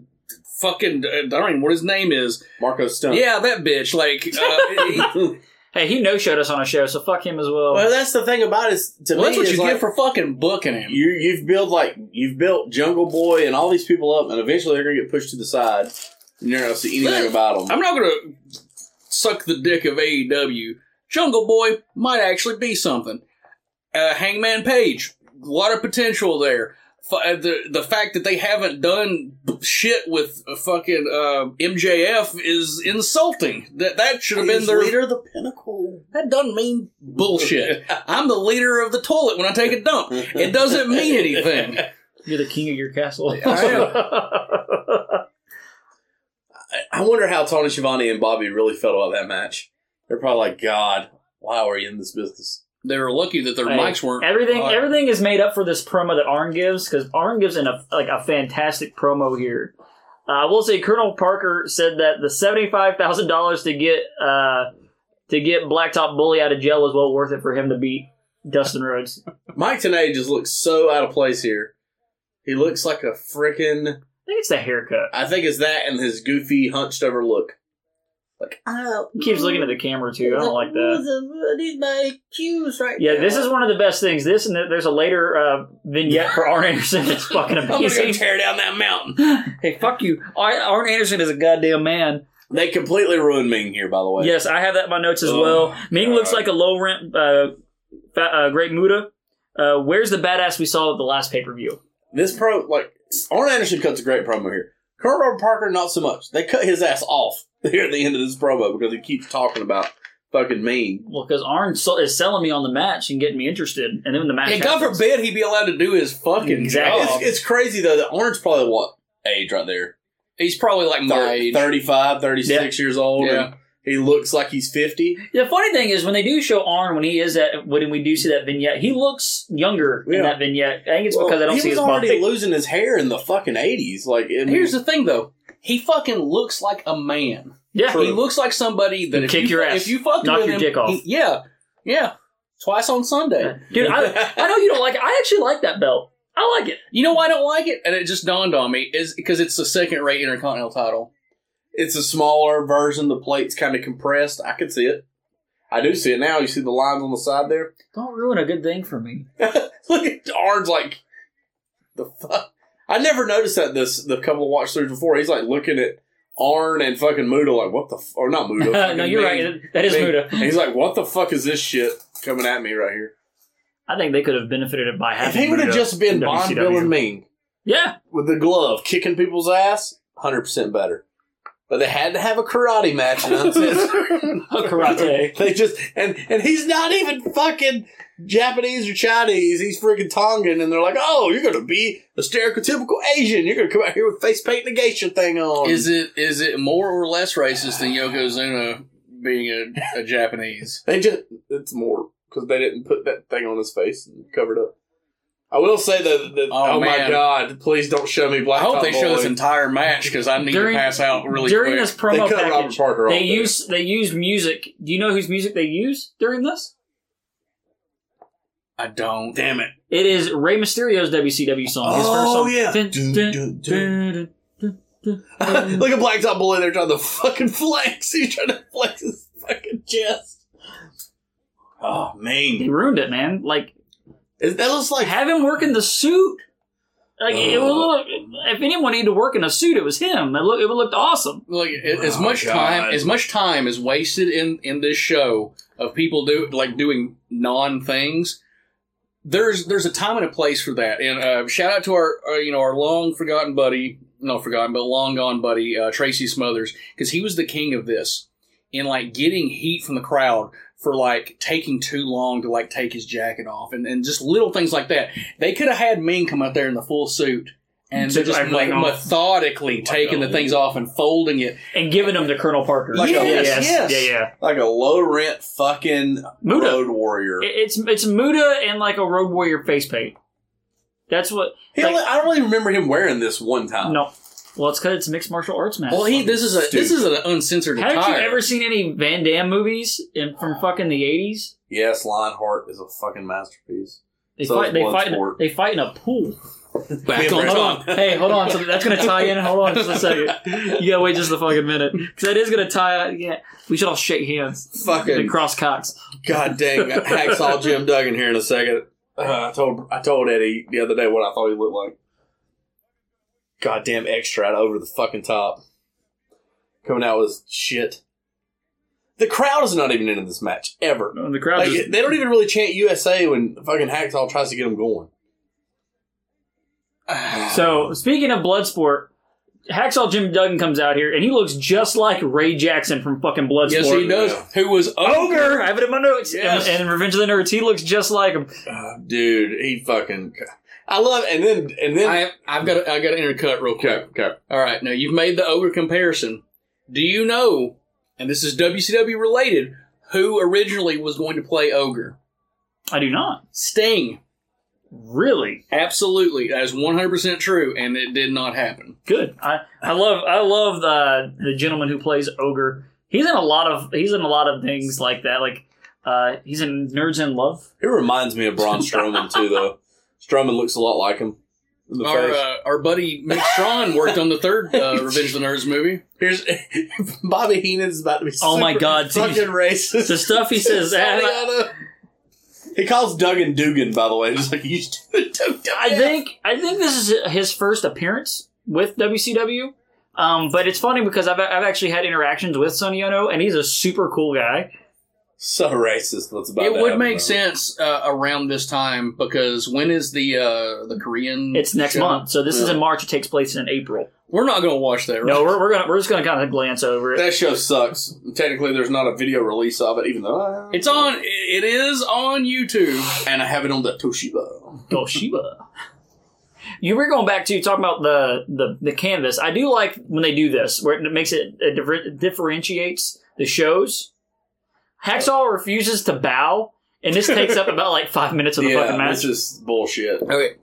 Speaker 6: fucking, uh, I don't even know what his name is.
Speaker 2: Marco Stone.
Speaker 6: Yeah, that bitch. Like, uh, he-
Speaker 1: Hey, he no showed us on a show, so fuck him as well.
Speaker 2: Well, that's the thing about it. is, To
Speaker 6: well,
Speaker 2: me,
Speaker 6: that's what
Speaker 2: is
Speaker 6: you
Speaker 2: like,
Speaker 6: get for fucking booking him.
Speaker 2: you. You've built like you've built Jungle Boy and all these people up, and eventually they're going to get pushed to the side. And you're not going to see anything about them.
Speaker 6: I'm not going to suck the dick of AEW. Jungle Boy might actually be something. Uh, Hangman Page, a lot of potential there. F- uh, the the fact that they haven't done shit with uh, fucking uh, MJF is insulting. That that should have been
Speaker 2: He's
Speaker 6: their
Speaker 2: leader of the pinnacle.
Speaker 6: that doesn't mean bullshit. I'm the leader of the toilet when I take a dump. It doesn't mean anything.
Speaker 1: You're the king of your castle.
Speaker 2: I wonder how Tony Schiavone and Bobby really felt about that match. They're probably like, God, why are we in this business?
Speaker 6: They were lucky that their
Speaker 1: Hey,
Speaker 6: mics weren't
Speaker 1: Everything
Speaker 6: on.
Speaker 1: everything is made up for this promo that Arn gives because Arn gives in a like a fantastic promo here. Uh, I will say Colonel Parker said that the seventy five thousand dollars to get uh, to get Blacktop Bully out of jail was well worth it for him to beat Dustin Rhodes. I
Speaker 2: Mike Tanay just looks so out of place here. He looks like a freaking.
Speaker 1: think it's the haircut.
Speaker 2: I think it's that and his goofy, hunched over look. Like, oh,
Speaker 1: He keeps looking at the camera too. I don't like that.
Speaker 2: I need my cues right
Speaker 1: Yeah, this is one of the best things. This and there- there's a later uh, vignette for Arn Anderson. It's fucking
Speaker 2: I'm gonna go
Speaker 1: amazing.
Speaker 2: tear down that mountain.
Speaker 1: hey, fuck you. Ar- Arn Anderson is a goddamn man.
Speaker 2: They completely ruined Ming here, by the way.
Speaker 1: Yes, I have that in my notes as
Speaker 2: Oh,
Speaker 1: well. Ming
Speaker 2: God.
Speaker 1: looks like a low rent, uh, fa- uh, great Muda. Uh, where's the badass we saw at the last pay per view?
Speaker 2: This pro, like, Arn Anderson cuts a great promo here. Kurt Robert Parker, not so much. They cut his ass off here at the end of this promo because he keeps talking about fucking mean.
Speaker 1: Well, because Arn so- is selling me on the match and getting me interested, and then when the match.
Speaker 6: And God
Speaker 1: happens-
Speaker 6: forbid he be allowed to do his fucking
Speaker 1: Exactly.
Speaker 6: job.
Speaker 2: It's, it's crazy, though, that Arn's probably what age right there?
Speaker 6: He's probably like my
Speaker 2: Thir-
Speaker 6: age.
Speaker 2: 35, 36 years old.
Speaker 6: Yeah.
Speaker 2: And he looks like he's 50.
Speaker 1: The funny thing is, when they do show Arn, when he is at, when we do see that vignette, he looks younger
Speaker 2: Yeah.
Speaker 1: in that vignette. I think it's because I don't
Speaker 2: he
Speaker 1: see
Speaker 2: was
Speaker 1: his
Speaker 2: already
Speaker 1: body.
Speaker 2: losing his hair in the fucking 80s. Like, I mean,
Speaker 6: Here's the thing, though. He fucking looks like a man.
Speaker 1: Yeah,
Speaker 6: He looks like somebody that if
Speaker 1: Kick
Speaker 6: you,
Speaker 1: your
Speaker 6: fu-
Speaker 1: ass.
Speaker 6: If you fuck
Speaker 1: Knock
Speaker 6: with
Speaker 1: your
Speaker 6: him,
Speaker 1: dick off.
Speaker 6: he- yeah, yeah. Twice on Sunday.
Speaker 1: Dude, I, I know you don't like it. I actually like that belt. I like it.
Speaker 6: You know why I don't like it? And it just dawned on me is because it's a second rate Intercontinental title.
Speaker 2: It's a smaller version. The plate's kind of compressed. I can see it. I do see it now. You see the lines on the side there.
Speaker 1: Don't ruin a good thing for me.
Speaker 2: Look at Arn's like the fuck. I never noticed that this the couple of watch throughs before. He's like looking at Arn and fucking Muda like what the f-? or not Muda.
Speaker 1: Uh, no,
Speaker 2: fucking
Speaker 1: you're
Speaker 2: Ming.
Speaker 1: right. That is
Speaker 2: Ming.
Speaker 1: Muda.
Speaker 2: And he's like, what the fuck is this shit coming at me right here?
Speaker 1: I think they could have benefited by
Speaker 2: If
Speaker 1: having.
Speaker 2: he would have
Speaker 1: Muda
Speaker 2: just been
Speaker 1: in
Speaker 2: Bond
Speaker 1: WCW.
Speaker 2: villain Ming
Speaker 1: yeah,
Speaker 2: with the glove kicking people's ass, hundred percent better. But they had to have a karate match. And
Speaker 1: karate.
Speaker 2: They just and and he's not even fucking Japanese or Chinese. He's freaking Tongan, and they're like, "Oh, you're gonna be a stereotypical Asian. You're gonna come out here with face paint and a geisha thing on."
Speaker 6: Is it is it more or less racist than Yokozuna being a, a Japanese?
Speaker 2: They just it's more because they didn't put that thing on his face and covered up. I will say that. that
Speaker 6: Oh,
Speaker 2: oh my
Speaker 6: man.
Speaker 2: god! Please don't show me black.
Speaker 6: I hope
Speaker 2: Top
Speaker 6: they show
Speaker 2: Boy.
Speaker 6: this entire match because I need
Speaker 1: During-
Speaker 6: to pass out really
Speaker 1: during
Speaker 6: quick.
Speaker 1: this promo
Speaker 2: They cut Robert
Speaker 1: package,
Speaker 2: Parker off
Speaker 1: they
Speaker 2: there.
Speaker 1: use they use music. Do you know whose music they use during this?
Speaker 6: I don't.
Speaker 2: Damn it!
Speaker 1: It is Rey Mysterio's WCW song. His first
Speaker 2: Oh,
Speaker 1: song.
Speaker 2: yeah.
Speaker 1: Dun,
Speaker 2: Dun,
Speaker 1: dun,
Speaker 2: dun,
Speaker 1: dun, dun.
Speaker 2: Look at Black Top Boy there trying to fucking flex. He's trying to flex his fucking chest. Oh
Speaker 1: They
Speaker 2: man,
Speaker 1: ruined it, man. Like
Speaker 2: Is- that looks like Oh.
Speaker 1: have him work in the suit. Like it would look. If anyone needed to work in a suit, it was him. It looked. It looked awesome.
Speaker 6: Like a- as
Speaker 2: Oh,
Speaker 6: much
Speaker 2: God.
Speaker 6: time as much time is wasted in in this show of people do like doing non things. There's there's a time and a place for that. And uh, shout out to our uh, you know our long forgotten buddy, not forgotten but long gone buddy uh, Tracy Smothers because he was the king of this in like getting heat from the crowd for like taking too long to like take his jacket off and, and just little things like that. They could have had Ming come out there in the full suit. And
Speaker 1: Took
Speaker 6: they're just
Speaker 1: everything
Speaker 6: like
Speaker 1: off.
Speaker 2: Oh
Speaker 6: methodically taking the things off and folding it
Speaker 1: And giving him to Colonel Parker.
Speaker 2: Like a-
Speaker 1: yeah,
Speaker 2: Yes, yes.
Speaker 1: yeah, yeah.
Speaker 2: like a low rent fucking
Speaker 1: Muda.
Speaker 2: road warrior.
Speaker 1: It- It's it's Muda and like a Road Warrior face paint. That's what.
Speaker 2: He
Speaker 1: like-
Speaker 2: only, I don't really remember him wearing this one time.
Speaker 1: no. Well, it's because it's mixed martial arts match.
Speaker 6: Well, he this is a this is an uncensored
Speaker 1: Haven't
Speaker 6: attire.
Speaker 1: you ever seen any Van Damme movies in, from fucking the eighties?
Speaker 2: Yes, Lionheart is a fucking masterpiece.
Speaker 1: They
Speaker 2: So
Speaker 1: fight. They
Speaker 2: it's
Speaker 1: fight.
Speaker 2: Bloodsport.
Speaker 1: They fight in a pool.
Speaker 6: Back on
Speaker 1: Hold
Speaker 6: top.
Speaker 1: on. Hey, hold on. So that's gonna tie in. Hold on just a second. You gotta wait just a fucking minute because that is gonna tie. Yeah, we should all shake hands and
Speaker 2: Fucking
Speaker 1: cross cocks.
Speaker 2: god dang hacksaw Jim Duggan here in a second. Uh, I told I told Eddie the other day what I thought he looked like. Goddamn extra out over the fucking top, coming out with shit. The crowd is not even into this match ever.
Speaker 1: And the crowd
Speaker 2: Like,
Speaker 1: just
Speaker 2: they don't even really chant USA when fucking Hacksaw tries to get them going.
Speaker 1: So speaking of Bloodsport, Hacksaw Jim Duggan comes out here and he looks just like Ray Jackson from fucking Bloodsport.
Speaker 6: Yes, he does. Who was
Speaker 1: Ogre, I have it in my notes.
Speaker 6: Yes.
Speaker 1: And, and Revenge of the Nerds, he looks just like him.
Speaker 2: Dude, he fucking. I love, and then and then.
Speaker 6: I, I've got I got to intercut real quick.
Speaker 2: okay, okay.
Speaker 6: All right, now you've made the ogre comparison. Do you know? And this is WCW related. Who originally was going to play ogre?
Speaker 1: I do not
Speaker 6: Sting.
Speaker 1: really
Speaker 6: Absolutely, that is one hundred percent true, and it did not happen.
Speaker 1: good. I, I love I love the the gentleman who plays Ogre. He's in a lot of he's in a lot of things like that. Like uh, he's in Nerds in Love.
Speaker 2: It reminds me of Braun Strowman too, though. Strowman looks a lot like him. in the
Speaker 6: Our
Speaker 2: face.
Speaker 6: uh, our buddy Mick Strawn worked on the third uh, Revenge of the Nerds movie.
Speaker 2: Here's Bobby Heenan's about to be.
Speaker 1: Oh my
Speaker 2: super
Speaker 1: God,
Speaker 2: fucking
Speaker 1: dude.
Speaker 2: racist.
Speaker 1: The stuff he says.
Speaker 2: Sorry,
Speaker 1: I-
Speaker 2: I know. he calls Duggan Dugan, by the way, just like you stupid
Speaker 1: I think I think this is his first appearance with WCW. Um, but it's funny because I've, I've actually had interactions with Sonny Ono, and he's a super cool guy.
Speaker 2: So racist. What's about
Speaker 6: It
Speaker 2: to
Speaker 6: would
Speaker 2: happen,
Speaker 6: make
Speaker 2: though.
Speaker 6: sense uh, around this time because when is the uh, the Korean?
Speaker 1: It's next
Speaker 6: show?
Speaker 1: month, so this is
Speaker 2: Yeah.
Speaker 1: in March. It takes place in April.
Speaker 6: We're not going to watch that, right?
Speaker 1: No, we're, we're gonna we're just gonna kind of glance over it.
Speaker 2: That show sucks. Technically, there's not a video release of it, even though uh,
Speaker 6: it's on. It is on YouTube.
Speaker 2: and I have it on the Toshiba.
Speaker 1: Toshiba. Oh, You were going back to talking about the, the the canvas. I do like when they do this, where it makes it, it differ- differentiates the shows. Hacksaw refuses to bow, and this takes up about like five minutes of the fucking
Speaker 2: Yeah,
Speaker 1: match.
Speaker 2: it's just bullshit.
Speaker 6: Okay,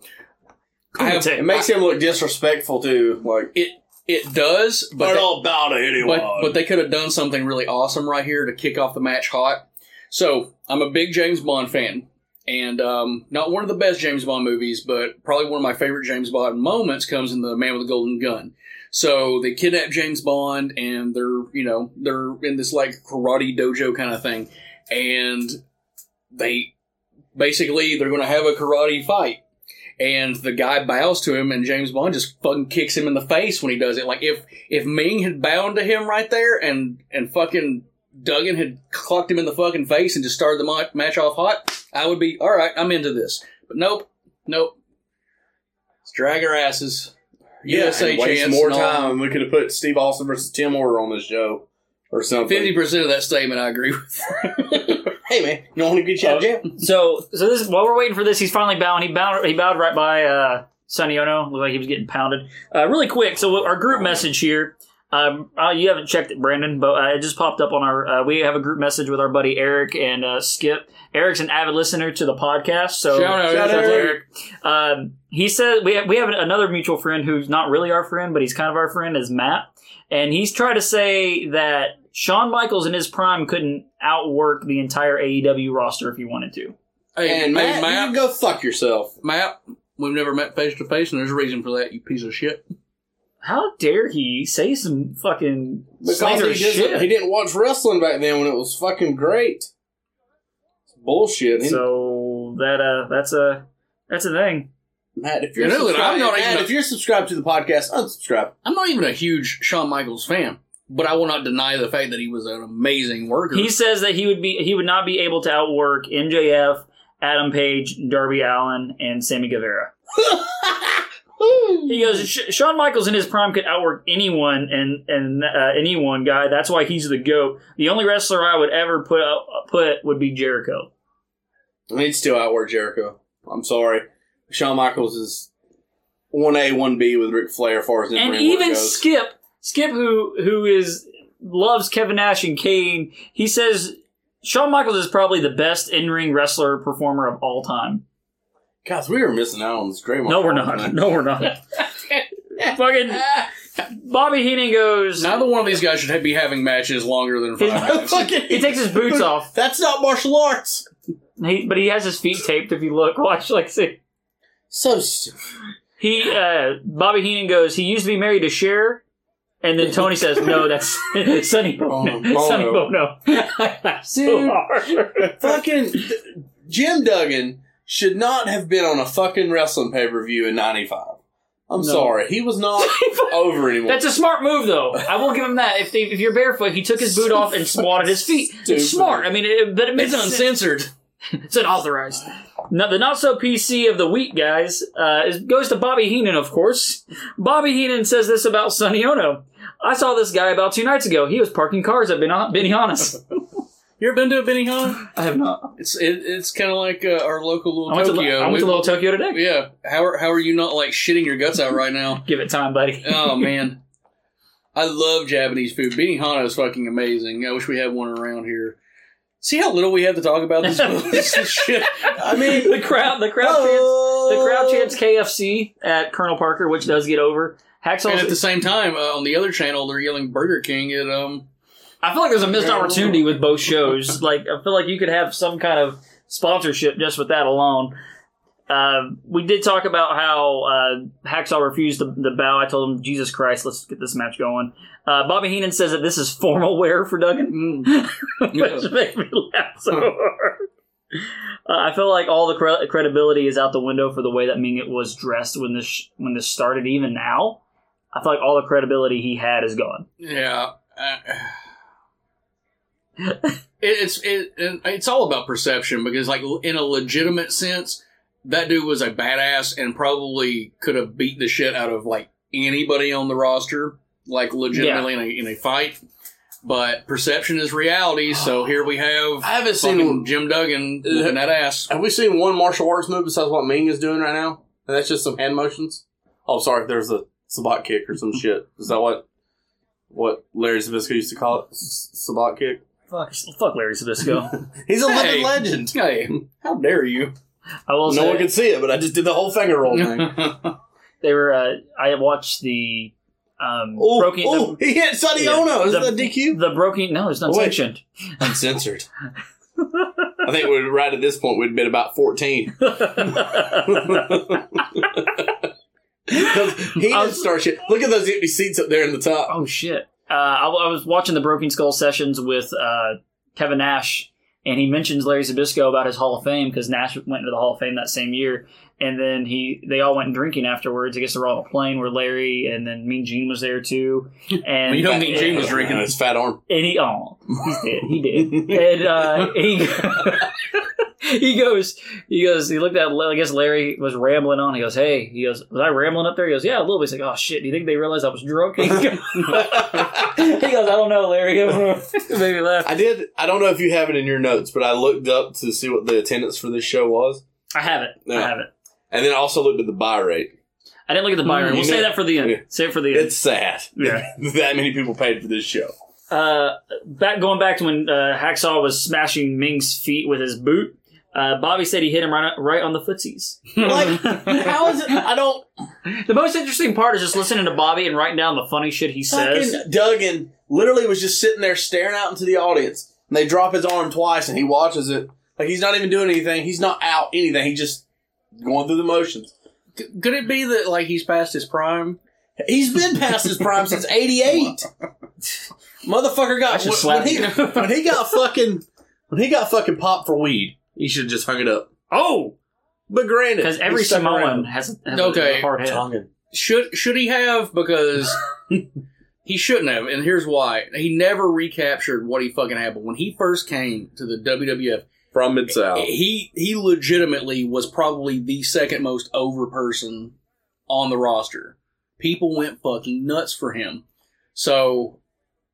Speaker 6: I have-
Speaker 1: Take.
Speaker 2: It makes him look disrespectful too. Like
Speaker 6: it it does, but
Speaker 2: they're
Speaker 6: they,
Speaker 2: all about it anyway.
Speaker 6: but but they could have done something really awesome right here to kick off the match hot. So I'm a big James Bond fan, And um, not one of the best James Bond movies, but probably one of my favorite James Bond moments comes in The Man with the Golden Gun. So they kidnap James Bond, and they're you know they're in this like karate dojo kind of thing, and they basically they're going to have a karate fight. And the guy bows to him, and James Bond just fucking kicks him in the face when he does it. Like if if Ming had bowed to him right there, and and fucking Duggan had clocked him in the fucking face and just started the ma- match off hot, I would be all right. I'm into this. But nope, nope. Let's drag our asses. USA
Speaker 7: and waste
Speaker 6: chance.
Speaker 7: more
Speaker 6: and all.
Speaker 7: time. We could have put Steve Austin versus Tim Orr on this show or something.
Speaker 6: Fifty percent of that statement I agree with.
Speaker 2: Hey man, you want to get you out of jail?
Speaker 1: So, so this while we're waiting for this, he's finally bowing. He bowed. He bowed right by uh, Sonny Ono. Looked like he was getting pounded. Uh, really quick. So our group message here. Um, uh, you haven't checked it, Brandon, but uh, it just popped up on our. Uh, we have a group message with our buddy Eric and uh, Skip. Eric's an avid listener to the podcast, so
Speaker 6: Shout out,
Speaker 7: Shout out, Eric.
Speaker 1: um, he said we have, we have another mutual friend who's not really our friend, but he's kind of our friend is Matt, and he's trying to say that Shawn Michaels in his prime couldn't outwork the entire AEW roster if he wanted to.
Speaker 6: Hey,
Speaker 2: And
Speaker 6: hey,
Speaker 2: Matt, you
Speaker 6: Matt,
Speaker 2: can go fuck yourself.
Speaker 6: Matt, we've never met face to face, and there's a reason for that. You piece of shit.
Speaker 1: How dare he say some fucking
Speaker 7: Because
Speaker 1: slander
Speaker 7: he, doesn't, he
Speaker 1: shit?
Speaker 7: didn't watch wrestling back then when it was fucking great. It's bullshit. And
Speaker 1: So that uh, that's a that's a thing.
Speaker 7: Matt, if you're,
Speaker 6: You know that
Speaker 7: subscribed,
Speaker 6: I'm not
Speaker 7: Matt,
Speaker 6: even-
Speaker 7: if you're subscribed to the podcast, unsubscribe.
Speaker 6: I'm not even a huge Shawn Michaels fan, but I will not deny the fact that he was an amazing worker.
Speaker 1: He says that he would be he would not be able to outwork MJF, Adam Page, Darby Allen, and Sammy Guevara. he goes, "Sh- Shawn Michaels in his prime could outwork anyone and and uh, any one guy. That's why he's the goat. The only wrestler I would ever put up, put would be Jericho.
Speaker 7: He'd still outwork Jericho. I'm sorry. Shawn Michaels is 1A, 1B with Ric Flair as far as in
Speaker 1: and
Speaker 7: ring work
Speaker 1: even
Speaker 7: goes.
Speaker 1: Skip, Skip, who who is loves Kevin Nash and Kane, he says Shawn Michaels is probably the best in ring wrestler performer of all time.
Speaker 7: Guys, we are missing out on this great
Speaker 1: No, we're not. No, we're not. Fucking Bobby Heenan goes.
Speaker 6: Neither one of these guys should be having matches longer than five minutes.
Speaker 1: He takes his boots off,
Speaker 2: That's not martial arts.
Speaker 1: he, but he has his feet taped. If you look, watch, like, see.
Speaker 2: So stupid.
Speaker 1: He uh, Bobby Heenan goes. He used to be married to Cher, and then Tony says, "No, that's Sonny Bono."
Speaker 7: Bono.
Speaker 1: Sonny Bono. I laughed so
Speaker 2: Dude.
Speaker 1: hard.
Speaker 7: fucking Jim Duggan should not have been on a fucking wrestling pay per view in '95. I'm sorry, he was not over anymore.
Speaker 1: That's a smart move, though. I will give him that. If, they, if you're barefoot, he took his boot off and swatted his feet.
Speaker 7: Stupid.
Speaker 1: It's smart. I mean, it, but it makes
Speaker 6: It's
Speaker 1: sense.
Speaker 6: uncensored.
Speaker 1: It's unauthorized. Now, the not so PC of the week, guys, uh, is, goes to Bobby Heenan, of course. Bobby Heenan says this about Sonny Ono. I saw this guy about two nights ago. He was parking cars at ben- Benihana's.
Speaker 6: You ever been to a Benihana?
Speaker 1: I have not.
Speaker 6: It's it, it's kind of like uh, our local little
Speaker 1: I went, to,
Speaker 6: Tokyo.
Speaker 1: I went to
Speaker 6: We-
Speaker 1: Little Tokyo today.
Speaker 6: yeah. How are how are you not like shitting your guts out right now?
Speaker 1: Give it time, buddy.
Speaker 6: Oh man, I love Japanese food. Benihana is fucking amazing. I wish we had one around here. See how little we have to talk about this, this shit.
Speaker 2: I mean,
Speaker 1: the crowd, the crowd
Speaker 6: Oh.
Speaker 1: chants, the crowd chants KFC at Colonel Parker, which does get over.
Speaker 6: And at the
Speaker 1: Hacksaw.
Speaker 6: same time, uh, on the other channel, they're yelling Burger King at um.
Speaker 1: I feel like there's a missed opportunity with both shows. Like I feel like you could have some kind of sponsorship just with that alone. Uh, we did talk about how uh, Hacksaw refused the, the bow. I told him, Jesus Christ, let's get this match going. Uh, Bobby Heenan says that this is formal wear for Duggan,
Speaker 6: mm,
Speaker 1: which made me laugh so hard. Uh, I feel like all the cre- credibility is out the window for the way that Mingit was dressed when this when this started. Even now, I feel like all the credibility he had is gone.
Speaker 6: Yeah. Uh, it, it's it, it- it's all about perception because like in a legitimate sense, that dude was a badass and probably could have beat the shit out of like anybody on the roster, like legitimately in, a, in a fight. But perception is reality, so here we have
Speaker 7: I haven't
Speaker 6: fucking
Speaker 7: seen. Uh,
Speaker 6: Jim Duggan whooping that ass.
Speaker 7: Have we seen one martial arts move besides what Ming is doing right now? And that's just some hand motions. Oh, sorry, there's a sabat kick or some shit. Is that what what Larry Zabisco used to call it? S- Sabat kick.
Speaker 1: Fuck, fuck Larry Sabisco.
Speaker 2: he's a
Speaker 6: Hey.
Speaker 2: living legend.
Speaker 6: Hey, how dare you?
Speaker 1: I will
Speaker 7: No
Speaker 1: say,
Speaker 7: one could see it, but I just did the whole finger roll thing.
Speaker 1: they were. Uh, I watched the um,
Speaker 7: Oh,
Speaker 1: broken.
Speaker 7: oh, he hit Sonny
Speaker 1: Yeah.
Speaker 7: Ono. Is
Speaker 1: The-
Speaker 7: that DQ?
Speaker 1: The, the broken. No, it's not
Speaker 7: Oh, wait.
Speaker 1: sanctioned.
Speaker 7: Uncensored. I think we right at this point we'd been about fourteen. he did start shit. Look at those empty seats up there in the top.
Speaker 1: Oh shit! Uh, I, I was watching the Broken Skull sessions with uh, Kevin Nash, and he mentions Larry Zabisco about his Hall of Fame because Nash went into the Hall of Fame that same year, and then he they all went drinking afterwards. I guess they were all on a plane where Larry and then Mean Gene was there too, and
Speaker 6: You don't mean Gene was drinking
Speaker 7: Drinking his fat arm.
Speaker 1: and he oh he's dead he did and uh, he he goes he goes he looked at I guess Larry was rambling on he goes hey he goes was I rambling up there he goes yeah a little bit he's like oh shit do you think they realized I was drunk he goes I don't know Larry maybe left
Speaker 7: I did. I don't know if you have it in your notes, but I looked up to see what the attendance for this show was,
Speaker 1: I have it I
Speaker 7: Yeah.
Speaker 1: have it
Speaker 7: and then I also looked at the buy rate.
Speaker 1: I didn't look at the Byron
Speaker 7: Mm,
Speaker 1: we'll
Speaker 7: you
Speaker 1: say
Speaker 7: know-
Speaker 1: that for the end
Speaker 7: yeah.
Speaker 1: say it for the end
Speaker 7: It's sad
Speaker 1: Yeah.
Speaker 7: that many people paid for this show.
Speaker 1: uh, back going back to when uh, Hacksaw was smashing Ming's feet with his boot uh, Bobby said he hit him right, right on the footsies
Speaker 2: Like, how is it? I don't
Speaker 1: The most interesting part is just listening to Bobby and writing down the funny shit he says.
Speaker 2: fucking Duggan. Literally, was just sitting there staring out into the audience, and they drop his arm twice, and he watches it. Like he's not even doing anything. He's not out anything. He's just going through the motions.
Speaker 6: Could it be that like he's past his prime?
Speaker 2: He's been past his prime since '88. Motherfucker
Speaker 1: I
Speaker 2: got
Speaker 1: should
Speaker 2: when,
Speaker 1: slap
Speaker 2: he,
Speaker 1: you.
Speaker 2: when he got fucking when he got fucking popped for weed. He should have just hung it up.
Speaker 1: Oh,
Speaker 2: But granted,
Speaker 1: because every
Speaker 2: he stuck
Speaker 1: Samoan
Speaker 2: around.
Speaker 1: has, has
Speaker 6: Okay.
Speaker 1: a hard head.
Speaker 2: Tongan.
Speaker 6: Should should he have? Because he shouldn't have, and here's why. He never recaptured what he fucking had. But when he first came to the WWF,
Speaker 7: From Mid South.
Speaker 6: he he legitimately was probably the second most over person on the roster. People went fucking nuts for him. So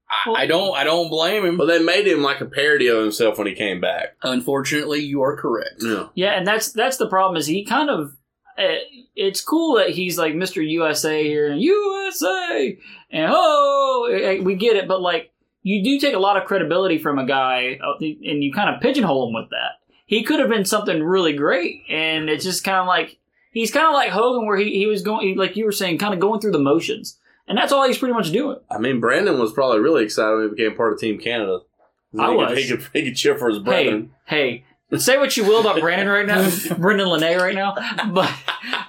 Speaker 6: I, I don't I don't blame him.
Speaker 7: Well, they made him like a parody of himself when he came back.
Speaker 6: Unfortunately, you are correct.
Speaker 7: Yeah.
Speaker 1: Yeah, and that's that's the problem. Is he kind of? Uh, it's cool that he's like Mr. USA here and USA and oh, eh, we get it. But like, you do take a lot of credibility from a guy, uh, and you kind of pigeonhole him with that. He could have been something really great, and it's just kind of like he's kind of like Hogan, where he, he was going, like you were saying, kind of going through the motions, and that's all he's pretty much doing.
Speaker 7: I mean, Brandon was probably really excited when he became part of Team Canada.
Speaker 1: I
Speaker 7: he
Speaker 1: was.
Speaker 7: Could, he, could, he could cheer for his brother.
Speaker 1: hey, hey, say what you will about Brandon right now, Brendan Lene right now, but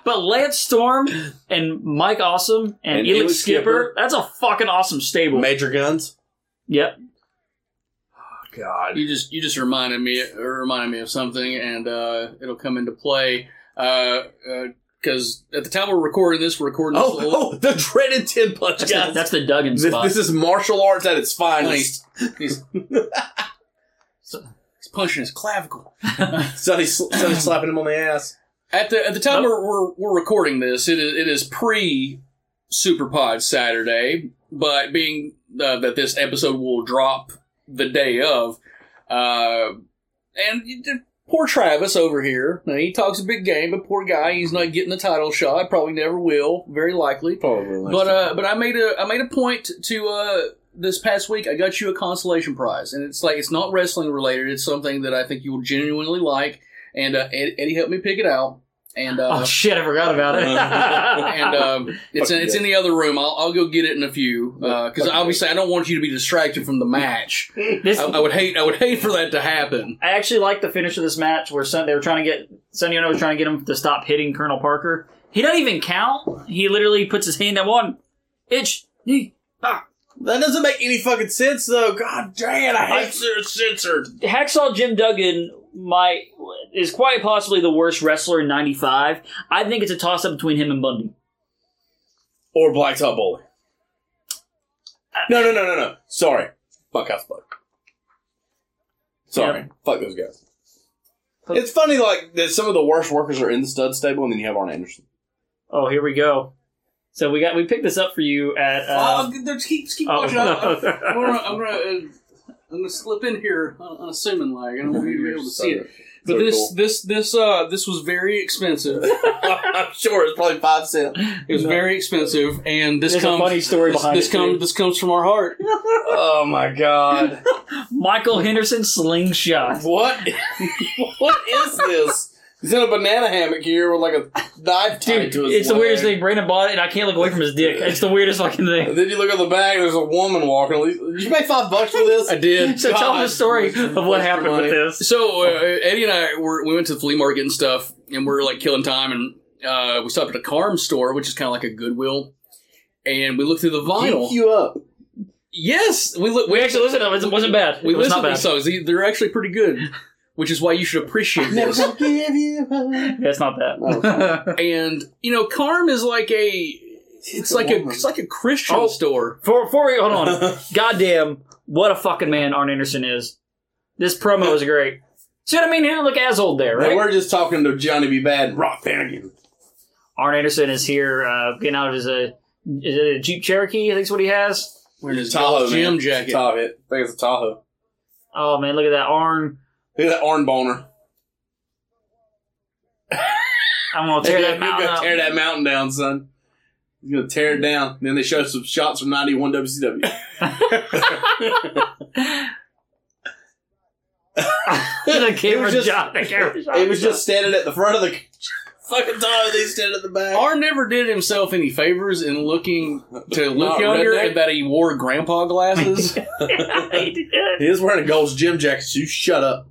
Speaker 1: but Lance Storm and Mike Awesome and,
Speaker 7: And
Speaker 1: Elix
Speaker 7: Elix
Speaker 1: Skipper,
Speaker 7: Skipper.
Speaker 1: that's a fucking awesome stable.
Speaker 7: Major Guns.
Speaker 1: yep.
Speaker 7: God.
Speaker 6: You just you just reminded me uh, reminded me of something, and uh, it'll come into play because uh 'cause at the time we're recording this, we're recording this. little-
Speaker 7: Oh, oh, the dreaded ten punch
Speaker 1: That's,
Speaker 7: guys.
Speaker 1: the, that's the Duggan
Speaker 7: this,
Speaker 1: spot.
Speaker 7: this is martial arts at its finest.
Speaker 6: He's, he's punching his clavicle.
Speaker 7: Sonny, sl- Sonny slapping him on the ass.
Speaker 6: At the at the time we're, we're we're recording this, it is it is pre Superpod Saturday, but being uh, that this episode will drop the day of, uh, and you did- poor Travis over here, now, he talks a big game, but poor guy, he's not getting the title shot. Probably never will, very likely.
Speaker 7: Probably.
Speaker 6: But uh, but I made a I made a point to uh, this past week. I got you a consolation prize, and it's like it's not wrestling related. It's something that I think you will genuinely like. And uh, Ed, Eddie helped me pick it out, and uh,
Speaker 1: oh shit, I forgot about it.
Speaker 6: and um, it's
Speaker 7: Fuck
Speaker 6: it's
Speaker 7: yeah.
Speaker 6: in the other room. I'll, I'll go get it in a few because
Speaker 7: Fuck yeah.
Speaker 6: obviously I don't want you to be distracted from the match.
Speaker 1: this,
Speaker 6: I, I would hate I would hate for that to happen.
Speaker 1: I actually like the finish of this match where Sun, they were trying to get Sonny Ono was trying to get him to stop hitting Colonel Parker. He doesn't even count. He literally puts his hand at one. Itch. knee, ah.
Speaker 2: That doesn't make any fucking sense, though. God damn, I hate censored.
Speaker 1: Hacksaw Jim Duggan might is quite possibly the worst wrestler in '95. I think it's a toss up between him and Bundy.
Speaker 7: or Blacktop Bully. No, no, no, no, no. Sorry. Fuck House Bug. Sorry.
Speaker 1: Yeah.
Speaker 7: Fuck those guys.
Speaker 1: Fuck-
Speaker 7: It's funny, like, that some of the worst workers are in the stud stable, and then you have Arn Anderson.
Speaker 1: Oh, here we go. So we got we picked this up for you at. Uh,
Speaker 6: oh, there's- keep keep
Speaker 1: oh,
Speaker 6: watching. I'm, I'm gonna I'm gonna, uh, I'm gonna slip in here on, on a Simon lag. I don't want you to be able to see it. But
Speaker 7: So
Speaker 6: this
Speaker 7: cool.
Speaker 6: this this uh this was very expensive.
Speaker 7: I'm sure it's probably five cents.
Speaker 6: It was very expensive, and this
Speaker 1: There's a
Speaker 6: comes
Speaker 1: funny story
Speaker 6: this,
Speaker 1: behind
Speaker 6: this
Speaker 1: it,
Speaker 6: comes
Speaker 1: too.
Speaker 6: this comes from our heart.
Speaker 7: Oh my god.
Speaker 1: Michael Henderson slingshot.
Speaker 7: What? what is this?
Speaker 2: He's in a banana hammock here with like a knife tied
Speaker 1: Dude,
Speaker 2: to his
Speaker 1: it's the
Speaker 2: leg.
Speaker 1: weirdest thing. Brandon bought it, and I can't look away from his dick. It's the weirdest fucking thing.
Speaker 2: And then you look at the bag. There's a woman walking. At least- Did you pay five bucks for this?
Speaker 6: I did.
Speaker 1: So tell
Speaker 6: God.
Speaker 1: them the story of what happened with this.
Speaker 6: So uh, Eddie and I were, we went to the flea market and stuff, and we are like killing time, and uh, we stopped at a Carm store, which is kind of like a Goodwill, and we looked through the vinyl.
Speaker 2: Geek you up.
Speaker 6: Yes, we look.
Speaker 1: We actually listened to it. It wasn't bad.
Speaker 6: We
Speaker 1: it was
Speaker 6: listened
Speaker 1: not
Speaker 6: to
Speaker 1: bad.
Speaker 6: these songs. They- They're actually pretty good, which is why you should appreciate
Speaker 2: Never
Speaker 6: this.
Speaker 2: gonna give you up.
Speaker 1: Yeah, it's not bad.
Speaker 6: And you know, Carm is like a. It's like a it's like a Christian
Speaker 1: Oh.
Speaker 6: store.
Speaker 1: For for we hold on. Goddamn, what a fucking man Arn Anderson is. This promo is great. See what I mean? He didn't look as old there,
Speaker 2: Now,
Speaker 1: right?
Speaker 2: we're just talking to Johnny B. Bad, and Rock Finnegan.
Speaker 1: Arn Anderson is here, uh, getting out of his uh, is it a Jeep Cherokee, I think's what he has.
Speaker 6: Wearing his
Speaker 2: Tahoe
Speaker 6: gym
Speaker 2: man.
Speaker 6: jacket.
Speaker 2: Tahoe. I think it's a Tahoe.
Speaker 1: Oh man, look at that Arn.
Speaker 2: Look at that orange boner.
Speaker 1: I'm gonna tear
Speaker 2: Tear
Speaker 1: that
Speaker 2: You're
Speaker 1: mountain
Speaker 2: gonna
Speaker 1: up.
Speaker 2: tear that mountain down, son. He's gonna tear it down. Then they show some shots from '91 WCW.
Speaker 1: the
Speaker 2: It
Speaker 1: camera
Speaker 2: was just-
Speaker 1: shot. The camera shot.
Speaker 2: It was just standing at the front of the fucking Tahoe. They standing at the back.
Speaker 6: Arn never did himself any favors in looking to
Speaker 2: Not
Speaker 6: look younger,
Speaker 2: redneck.
Speaker 6: and that he wore grandpa glasses.
Speaker 1: I
Speaker 2: He is wearing a Gold's Gym jacket. So you shut up.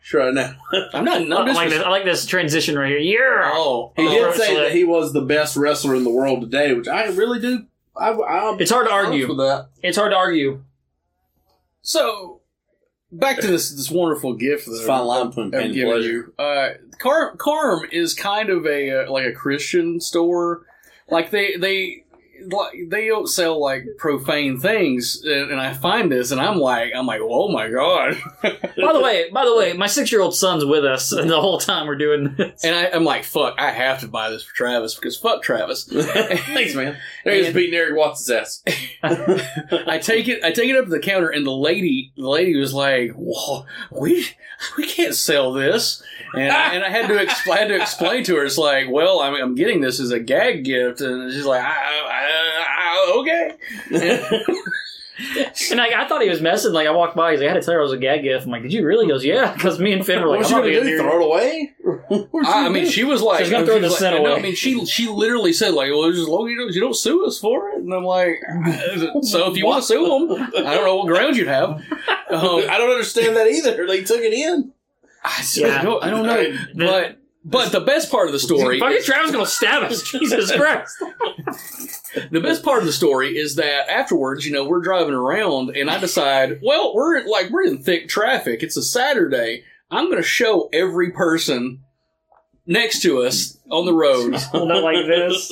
Speaker 2: Sure right now.
Speaker 6: I'm not. I'm just-
Speaker 1: like this. I like this transition right here. Yeah.
Speaker 6: Oh,
Speaker 2: He
Speaker 1: Oh,
Speaker 2: did
Speaker 1: right,
Speaker 2: say
Speaker 1: so-
Speaker 2: that he was the best wrestler in the world today, which I really do. I, I'm
Speaker 1: It's hard to
Speaker 2: honest
Speaker 1: argue.
Speaker 2: with that.
Speaker 1: It's hard to argue.
Speaker 6: So back to this this wonderful gift that
Speaker 2: It's a fine line between pain
Speaker 6: I'm
Speaker 2: and
Speaker 6: giving
Speaker 2: pleasure.
Speaker 6: you. Uh, Car- Carm is kind of a uh, like a Christian store. Like they they like they don't sell like profane things, and, and I find this, and I'm like I'm like oh my god,
Speaker 1: By the way, by the way, my six year old son's with us the whole time we're doing this.
Speaker 6: and I, I'm like fuck, I have to buy this for Travis because fuck Travis.
Speaker 2: Thanks, man. There he is beating Eric Watson's ass.
Speaker 6: I take it. I take it up to the counter, and the lady, the lady was like, "Whoa, we we can't sell this." And I, and I had to expl- I had to explain to her. It's like, well, I'm, I'm getting this as a gag gift, and she's like, I, I, I, "Okay."
Speaker 1: And like, I thought he was messing. Like, I walked by, he's like, I had to tell her it was a gag gift. I'm like, did you really? He goes, yeah, because me and Finn were
Speaker 2: What
Speaker 1: like,
Speaker 2: was
Speaker 1: I'm
Speaker 2: you
Speaker 1: not
Speaker 2: gonna
Speaker 1: being
Speaker 2: do?
Speaker 1: here.
Speaker 2: Throw it away?
Speaker 6: I, I mean, she was like,
Speaker 1: She's gonna throw
Speaker 6: she was
Speaker 1: the scent
Speaker 6: like- no,
Speaker 1: away.
Speaker 6: I mean, she she literally said like, "Well, as long as you don't, you don't sue us for it," and I'm like, "So if you want to sue them, I don't know what ground you'd have." Um,
Speaker 2: I don't understand that either. They took it in.
Speaker 6: I,
Speaker 1: Yeah.
Speaker 6: don't, I don't know, but but the best part of the story
Speaker 1: Fucking Travis gonna stab us. Jesus Christ.
Speaker 6: The best part of the story is that afterwards, you know, we're driving around and I decide, well, we're like we're in thick traffic. It's a Saturday. I'm going to show every person next to us on the road.
Speaker 1: Hold up like this.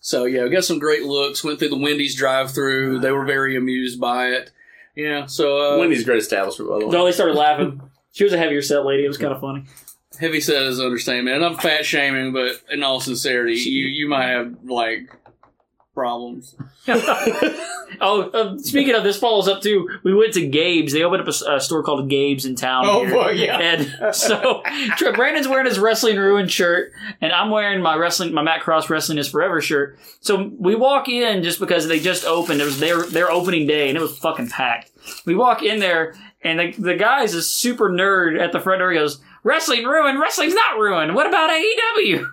Speaker 6: so yeah, we got some great looks. Went through the Wendy's drive-through. They were very amused by it. Yeah. So uh,
Speaker 7: Wendy's great establishment, by the way.
Speaker 1: No, they started laughing. She was a heavier set lady. It was kind of funny.
Speaker 6: heavy set is an understatement. And I'm fat shaming, but in all sincerity, you you might have like problems.
Speaker 1: Oh, uh, speaking of, this follows up too. We went to Gabe's. They opened up a s- a, store called Gabe's in town.
Speaker 6: Oh,
Speaker 1: here.
Speaker 6: boy, yeah.
Speaker 1: And so, Tra- Brandon's wearing his wrestling ruined shirt, and I'm wearing my wrestling, my Matt Cross wrestling is forever shirt. So we walk in just because they just opened. It was their their opening day, and it was fucking packed. We walk in there, and the the guy's a super nerd at the front door. He goes, "Wrestling ruined. Wrestling's not ruined. What about E AEW?"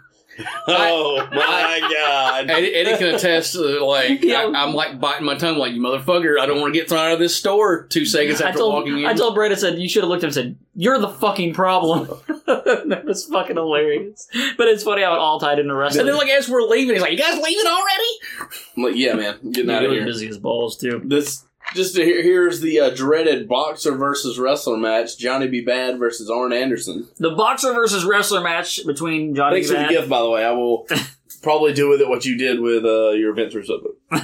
Speaker 7: Oh my god!
Speaker 6: Eddie, Eddie can attest to like
Speaker 1: Yeah.
Speaker 6: I, am like biting my tongue like you motherfucker. I don't want to get thrown out of this store two seconds
Speaker 1: I
Speaker 6: after
Speaker 1: told
Speaker 6: walking in.
Speaker 1: I told Brandon said you should have looked at him and said you're the fucking problem. that was fucking hilarious. But it's funny how it all tied into wrestling.
Speaker 6: and then like as we're leaving, he's like, "You guys leaving already?"
Speaker 2: I'm like, yeah, man, I'm getting
Speaker 1: You're
Speaker 2: out of
Speaker 1: really
Speaker 2: here.
Speaker 1: busy as balls too.
Speaker 2: This just to hear, here's the uh, dreaded boxer versus wrestler match: Johnny B. Bad versus Arn Anderson.
Speaker 1: The boxer versus wrestler match between Johnny
Speaker 2: Thanks for the
Speaker 1: Bad,
Speaker 2: gift, by the way. I will probably do with it what you did with uh, your adventures of it.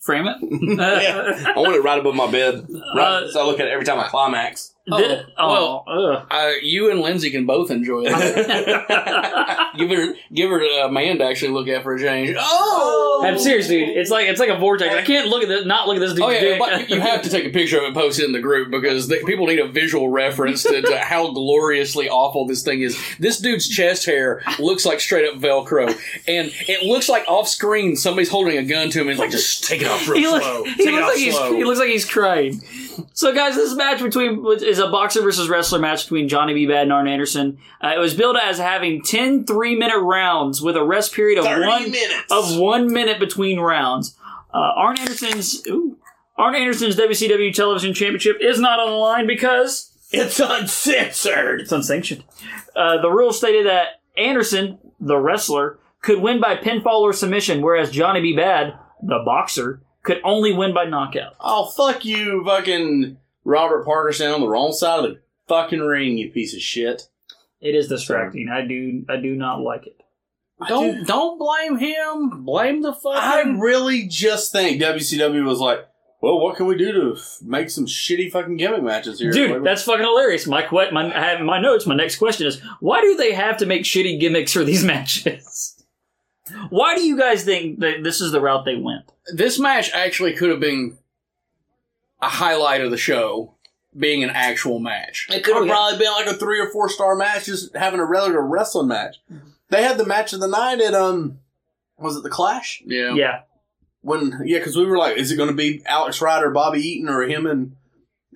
Speaker 1: frame it.
Speaker 2: Yeah, I want it right above my bed. Right,
Speaker 1: Uh,
Speaker 2: so I look at it every time I climax.
Speaker 1: Th- oh,
Speaker 6: well-
Speaker 1: ugh.
Speaker 6: Uh, you and Lindsay can both enjoy it. give her, give her a man to actually look at for a change. Oh,
Speaker 1: I'm serious, dude. It's like it's like a vortex. I can't look at this, not look at this dude's
Speaker 6: Oh yeah,
Speaker 1: dick.
Speaker 6: but you have to take a picture of it and post it in the group because they, people need a visual reference to, to how gloriously awful this thing is. This dude's chest hair looks like straight up Velcro, and it looks like off screen somebody's holding a gun to him and he's like, just take it off real
Speaker 1: he, look,
Speaker 6: slow.
Speaker 1: he
Speaker 6: Take it
Speaker 1: looks
Speaker 6: off
Speaker 1: like he's
Speaker 6: slow.
Speaker 1: he looks like he's crying. So, guys, this match between is a boxer versus wrestler match between Johnny B. Bad and Arn Anderson. Uh, it was billed as having 10 three minute rounds with a rest period of
Speaker 2: 30
Speaker 1: one
Speaker 2: minutes.
Speaker 1: of one minute between rounds. Uh, Arn Anderson's ooh, Arn Anderson's WCW Television Championship is not on the line because
Speaker 2: It's uncensored.
Speaker 1: it's unsanctioned. Uh, the rule stated that Anderson, the wrestler, could win by pinfall or submission, whereas Johnny B. Bad, the boxer, could only win by knockout.
Speaker 2: Oh, fuck you, fucking Robert Parkerson on the wrong side of the fucking ring, you piece of shit.
Speaker 1: It is distracting. I do I do not like it.
Speaker 6: Don't don't blame him. Blame the
Speaker 2: I
Speaker 6: fucking.
Speaker 2: really just think WCW was like, well, what can we do to f- make some shitty fucking gimmick matches here?
Speaker 1: Dude, that's fucking hilarious. My que- my I have my notes, my next question is, why do they have to make shitty gimmicks for these matches? Why do you guys think that this is the route they went?
Speaker 6: This match actually could have been a highlight of the show, being an actual match.
Speaker 2: It could have probably been like a three or four star match, just having a regular wrestling match. They had the match of the night at um, was it the Clash?
Speaker 6: Yeah.
Speaker 1: Yeah.
Speaker 2: When yeah, because we were like, is it going to be Alex Ryder, Bobby Eaton, or him and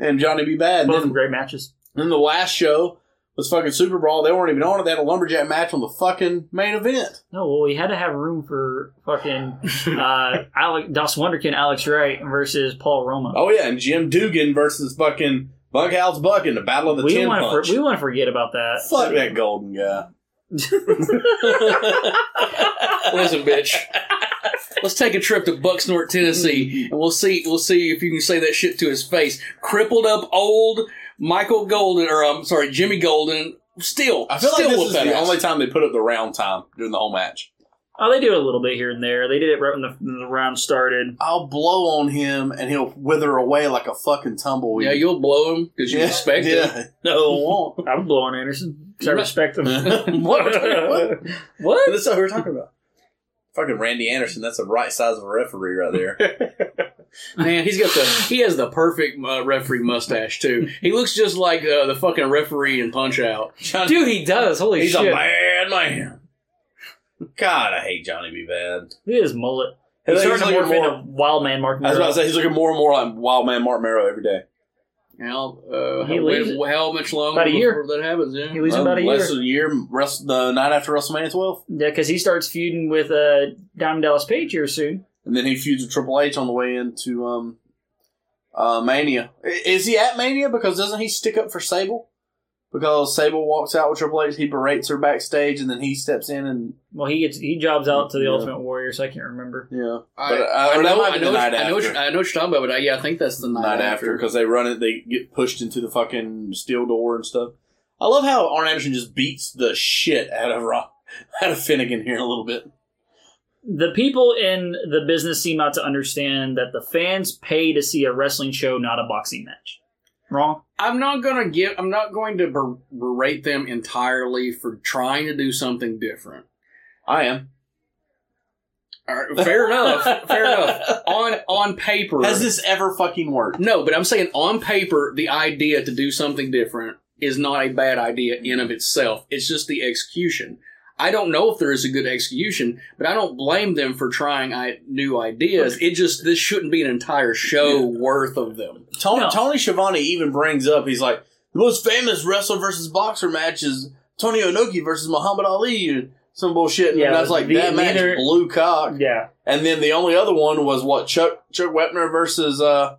Speaker 2: and Johnny B. Bad? And
Speaker 1: Both of
Speaker 2: then,
Speaker 1: them great matches.
Speaker 2: then the last show was fucking Super Brawl. They weren't even on it. They had a lumberjack match on the fucking main event.
Speaker 1: No, well, we had to have room for fucking uh, Alec, Das Wonderkin, Alex Wright versus Paul Roma.
Speaker 7: Oh yeah,
Speaker 2: And Jim Dugan versus fucking Bunkhouse Buck in the Battle of the
Speaker 1: we
Speaker 2: Tin
Speaker 1: don't want
Speaker 2: Punch.
Speaker 1: to we want to forget about that.
Speaker 2: Fuck that golden guy.
Speaker 6: Listen, bitch. Let's take a trip to Bucksnort, Tennessee, and we'll see. We'll see if you can say that shit to his face. Crippled up, old Michael Golden, or I'm sorry, Jimmy Golden. Still,
Speaker 2: I feel
Speaker 6: still
Speaker 2: like this
Speaker 6: whoop
Speaker 2: is
Speaker 6: that
Speaker 2: the
Speaker 6: ass.
Speaker 2: only time they put up the round time during the whole match.
Speaker 1: Oh, they do it a little bit here and there. They did it right when the, when the round started.
Speaker 2: I'll blow on him and he'll wither away like a fucking tumbleweed.
Speaker 6: Yeah, you'll blow him because you
Speaker 2: Yeah,
Speaker 6: respect
Speaker 2: yeah.
Speaker 6: him.
Speaker 2: No, I won't.
Speaker 1: I would blow on Anderson because I respect him.
Speaker 2: What?
Speaker 1: what?
Speaker 2: That's what we were talking about. Fucking Randy Anderson, that's the right size of a referee right there.
Speaker 6: Man, he's got the he has the perfect uh, referee mustache too. He looks just like uh, the fucking referee in Punch Out.
Speaker 1: Dude, he does. Holy
Speaker 2: He's a
Speaker 1: shit.
Speaker 2: bad man. God, I hate Johnny B. Bad.
Speaker 1: Look at his mullet.
Speaker 2: He's
Speaker 1: He's starting to
Speaker 2: looking
Speaker 1: morph
Speaker 2: more-
Speaker 1: into Wild Man Mark.
Speaker 2: I was about to
Speaker 1: Merrill.
Speaker 2: say, he's looking more and more like Wild Man Mark Merrow every day.
Speaker 6: How uh,
Speaker 1: He
Speaker 6: how,
Speaker 1: leaves
Speaker 6: wait- how much longer
Speaker 1: About a year.
Speaker 6: before that happens? Yeah,
Speaker 1: He leaves about a year.
Speaker 2: Less than a year, rest, the night after WrestleMania 12.
Speaker 1: Yeah, because he starts feuding with uh, Diamond Dallas Page here soon.
Speaker 2: And then he feuds with Triple H on the way into um, uh, Mania. I- Is he at Mania? Because doesn't he stick up for Sable? Because Sable walks out with Triple H, he berates her backstage, and then he steps in and,
Speaker 1: Well, he gets he jobs out to the
Speaker 2: Yeah.
Speaker 1: Ultimate Warrior, so I can't remember.
Speaker 2: you know.
Speaker 6: I,
Speaker 2: but, uh,
Speaker 6: I
Speaker 2: or that
Speaker 6: know,
Speaker 2: might be
Speaker 6: I
Speaker 2: the
Speaker 6: know, what-
Speaker 2: night
Speaker 6: I know, what
Speaker 2: after.
Speaker 6: you- I know what you're talking about, but I, yeah, I think that's the night,
Speaker 2: night after because they run it. They get pushed into the fucking steel door and stuff. I love how Arn Anderson just beats the shit out of Rock, out of Finnegan here in a little bit.
Speaker 1: the people in the business seem not to understand that the fans pay to see a wrestling show, not a boxing match. Wrong?
Speaker 6: I'm not gonna give. I'm not going to ber- berate them entirely for trying to do something different.
Speaker 2: I am.
Speaker 6: All right, fair enough. Fair enough. On on paper,
Speaker 2: Has this ever fucking worked?
Speaker 6: No, but I'm saying on paper, the idea to do something different is not a bad idea in of itself. It's just the execution. I don't know if there is a good execution, but I don't blame them for trying I- new ideas. It just this shouldn't be an entire show worth of them.
Speaker 2: Tony
Speaker 1: No.
Speaker 2: Tony Schiavone even brings up. He's like the most famous wrestler versus boxer match is Tony Onoki versus Muhammad Ali and some bullshit. And
Speaker 1: Yeah,
Speaker 2: I was
Speaker 1: but
Speaker 2: like
Speaker 1: the-
Speaker 2: that match
Speaker 1: neither-
Speaker 2: blew cock.
Speaker 1: Yeah.
Speaker 2: And then the only other one was what Chuck Chuck Wepner versus uh,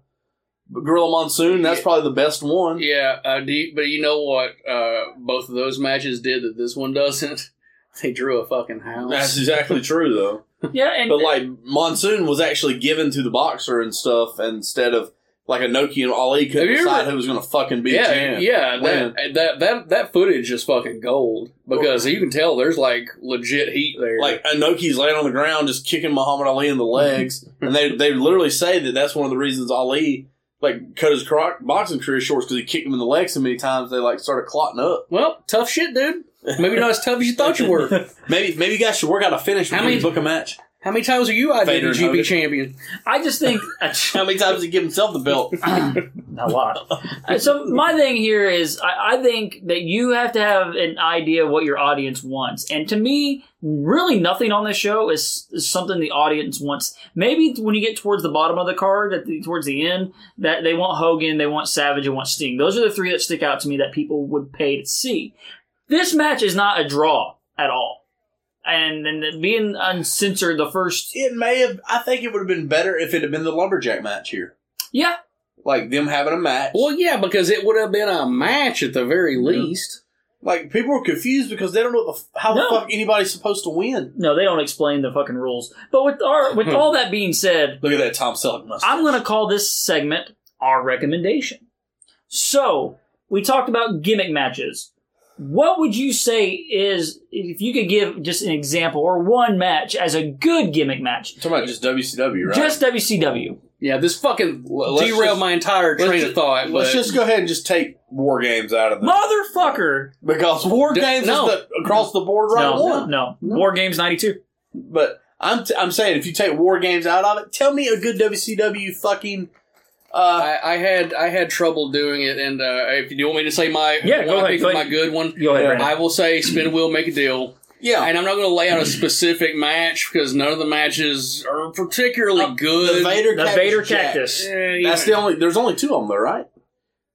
Speaker 2: Gorilla Monsoon. That's probably the best one.
Speaker 6: Yeah, uh, do you- but you know what? Uh, both of those matches did that this one doesn't. They drew a fucking house.
Speaker 2: That's exactly true though.
Speaker 1: Yeah, and
Speaker 2: But like Monsoon was actually given to the boxer and stuff instead of like Anoki and Ali
Speaker 6: Have
Speaker 2: couldn't
Speaker 6: you ever-
Speaker 2: decide who was going to fucking be
Speaker 6: yeah,
Speaker 2: champ. Win.
Speaker 6: yeah, that, that that that footage is fucking gold because you can tell there's like legit heat there.
Speaker 2: Like Anoki's laying on the ground just kicking Muhammad Ali in the legs, and they they literally say that that's one of the reasons Ali like cut his cro- boxing career short because he kicked him in the legs so many times they like started clotting up.
Speaker 6: Well, tough shit, dude. Maybe not as tough as you thought you were.
Speaker 2: Maybe maybe you guys should work out a finish
Speaker 6: How
Speaker 2: before you
Speaker 6: many-
Speaker 2: book a match.
Speaker 6: How many times are you
Speaker 2: Vader
Speaker 6: IWGP
Speaker 2: Hogan.
Speaker 6: champion?
Speaker 1: I just think
Speaker 2: How many times did he give himself the belt? a lot.
Speaker 1: Uh, So my thing here is, I, I think that you have to have an idea of what your audience wants, and to me, really nothing on this show is, is something the audience wants. Maybe when you get towards the bottom of the card, at the, towards the end, that they want Hogan, they want Savage, and want Sting. Those are the three that stick out to me that people would pay to see. This match is not a draw at all, and and being uncensored the first,
Speaker 2: It may have. I think it would have been better if it had been the lumberjack match here,
Speaker 1: yeah,
Speaker 2: like them having a match.
Speaker 6: Well, yeah, because it would have been a match at the very least.
Speaker 2: Like people were confused because they don't know what the, f- how
Speaker 1: No.
Speaker 2: the fuck anybody's supposed to win.
Speaker 1: no, they don't explain the fucking rules. But with our
Speaker 2: Hmm.
Speaker 1: with all that being said.
Speaker 2: Look at that Tom Selleck mustache.
Speaker 1: I'm going to call this segment our recommendation. So, we talked about gimmick matches. What would you say is, if you could give just an example or one match as a good gimmick match?
Speaker 2: talking about just WCW, right?
Speaker 1: Just WCW.
Speaker 6: Yeah, this fucking
Speaker 2: let's
Speaker 6: derailed
Speaker 2: just-
Speaker 6: my entire
Speaker 2: let's
Speaker 6: train
Speaker 2: ju-
Speaker 6: of thought.
Speaker 2: Let's
Speaker 6: but-
Speaker 2: just go ahead and just take war games out of them
Speaker 1: Motherfucker!
Speaker 2: because war
Speaker 6: D-
Speaker 2: games
Speaker 6: no.
Speaker 2: is the across the board right
Speaker 1: No, no,
Speaker 2: one.
Speaker 1: no. War Games 92.
Speaker 2: But I'm t- I'm saying if you take war games out of it, tell me a good WCW fucking. Uh,
Speaker 6: I, I had I had trouble doing it, and uh, if you want me to say my
Speaker 1: Yeah, go
Speaker 6: one
Speaker 1: ahead,
Speaker 6: I picked
Speaker 1: go
Speaker 6: was my
Speaker 1: ahead.
Speaker 6: good one,
Speaker 1: Go ahead, Brandon.
Speaker 6: I will say spin a wheel, make a deal,
Speaker 2: yeah,
Speaker 6: and I'm not going to lay out a specific match because none of the matches are particularly
Speaker 2: Uh, the
Speaker 6: good.
Speaker 2: Vader
Speaker 1: The
Speaker 2: Cactus
Speaker 1: Vader
Speaker 2: Jack.
Speaker 1: Cactus.
Speaker 6: Eh, you
Speaker 2: That's
Speaker 6: know,
Speaker 2: the only. There's only two of them though, right?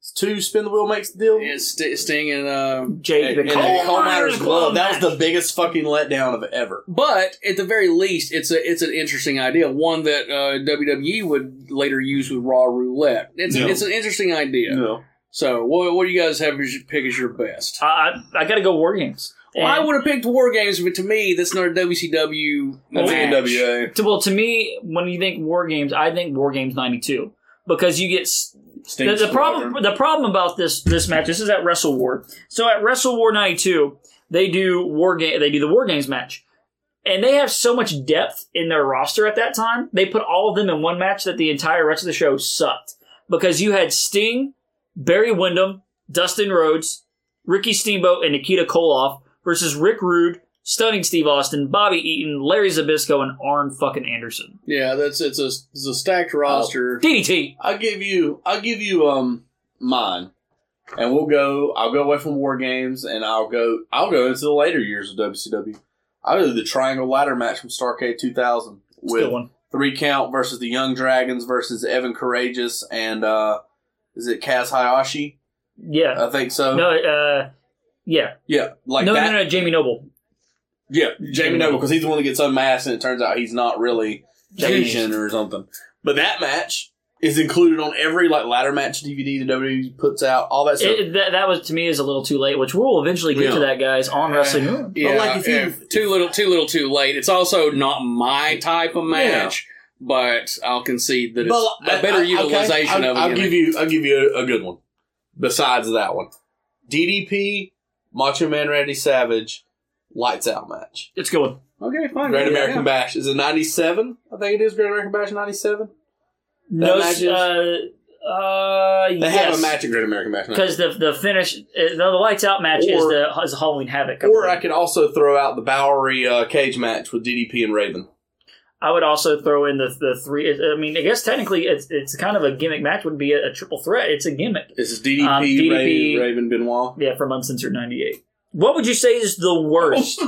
Speaker 2: It's two spin the wheel makes the deal.
Speaker 6: it's St- Sting and uh,
Speaker 1: Jake the
Speaker 2: and
Speaker 1: Coal, Miner's Glove.
Speaker 2: That was
Speaker 1: match.
Speaker 2: the biggest fucking letdown of ever.
Speaker 6: But at the very least, it's a it's an interesting idea, one that uh, WWE would later use with Raw Roulette. It's
Speaker 2: Yeah.
Speaker 6: it's an interesting idea.
Speaker 2: No.
Speaker 6: So, what, what do you guys have as your pick as your best?
Speaker 1: I, I, I got to go War Games.
Speaker 6: Well, I
Speaker 1: And-
Speaker 6: would have picked War Games, but to me, that's not a WCW
Speaker 2: That's
Speaker 6: match.
Speaker 2: NWA.
Speaker 1: To- well, to me, when you think War Games, I think War Games '92 because you get s- the, the problem. The problem about this this match. This is at Wrestle War. So at Wrestle War '92, they do War Game. They do the War Games match, and they have so much depth in their roster at that time. They put all of them in one match that the entire rest of the show sucked because you had Sting, Barry Windham, Dustin Rhodes, Ricky Steamboat, and Nikita Koloff versus Rick Rude. Stunning Steve Austin, Bobby Eaton, Larry Zabisco, and Arn fucking Anderson.
Speaker 6: Yeah, that's it's a it's a stacked roster.
Speaker 1: DDT.
Speaker 2: I'll give you. I'll give you um mine, and we'll go. I'll go away from war games, and I'll go. I'll go into the later years of WCW. I'll do the triangle ladder match from Starcade 2000 with
Speaker 1: Good one.
Speaker 2: three count versus the Young Dragons versus Evan Courageous and uh is it Kaz Hayashi?
Speaker 1: Yeah.
Speaker 2: I think so.
Speaker 1: no. Uh. Yeah.
Speaker 2: Yeah, like
Speaker 1: no, no.
Speaker 2: that.
Speaker 1: No. No. Jamie Noble.
Speaker 2: Yeah, Jamie Noble because he's the one that gets unmasked, and it turns out he's not really
Speaker 1: Japanese.
Speaker 2: Asian or something. But that match is included on every like ladder match DVD that WWE puts out. All that stuff.
Speaker 1: It- that, that was to me is a little too late, which we'll eventually get to
Speaker 2: Yeah.
Speaker 1: that, guys, on Wrestling Noon.
Speaker 6: Yeah,
Speaker 2: like, if you-
Speaker 6: eh, too little, too little, too late. It's also not my type of match, but I'll concede that it's a better utilization
Speaker 2: uh, I'll,
Speaker 6: of it.
Speaker 2: I'll give you. I'll give you a, a good one. Besides that one, DDP, Macho Man Randy Savage, lights out match.
Speaker 1: It's good. one.
Speaker 6: okay, fine.
Speaker 2: Great
Speaker 6: yeah,
Speaker 2: American
Speaker 6: yeah.
Speaker 2: Bash is it '97? I think it is Great American Bash '97.
Speaker 1: No.
Speaker 2: match
Speaker 1: s-
Speaker 2: is-
Speaker 1: Uh. uh
Speaker 2: They have a
Speaker 1: yes.
Speaker 2: match at Great American Bash.
Speaker 1: Because the the finish, uh, the, the lights out match is
Speaker 2: Or-
Speaker 1: the is Halloween Havoc.
Speaker 2: Or I could also throw out the Bowery uh, cage match with DDP and Raven.
Speaker 1: I would also throw in the the three. I mean, I guess technically it's it's kind of a gimmick match. Would be a, a triple threat. It's a gimmick.
Speaker 2: This is DDP,
Speaker 1: Um, DDP.
Speaker 2: Raven, Raven Benoit.
Speaker 1: Yeah, from Uncensored '98. What would you say is the worst?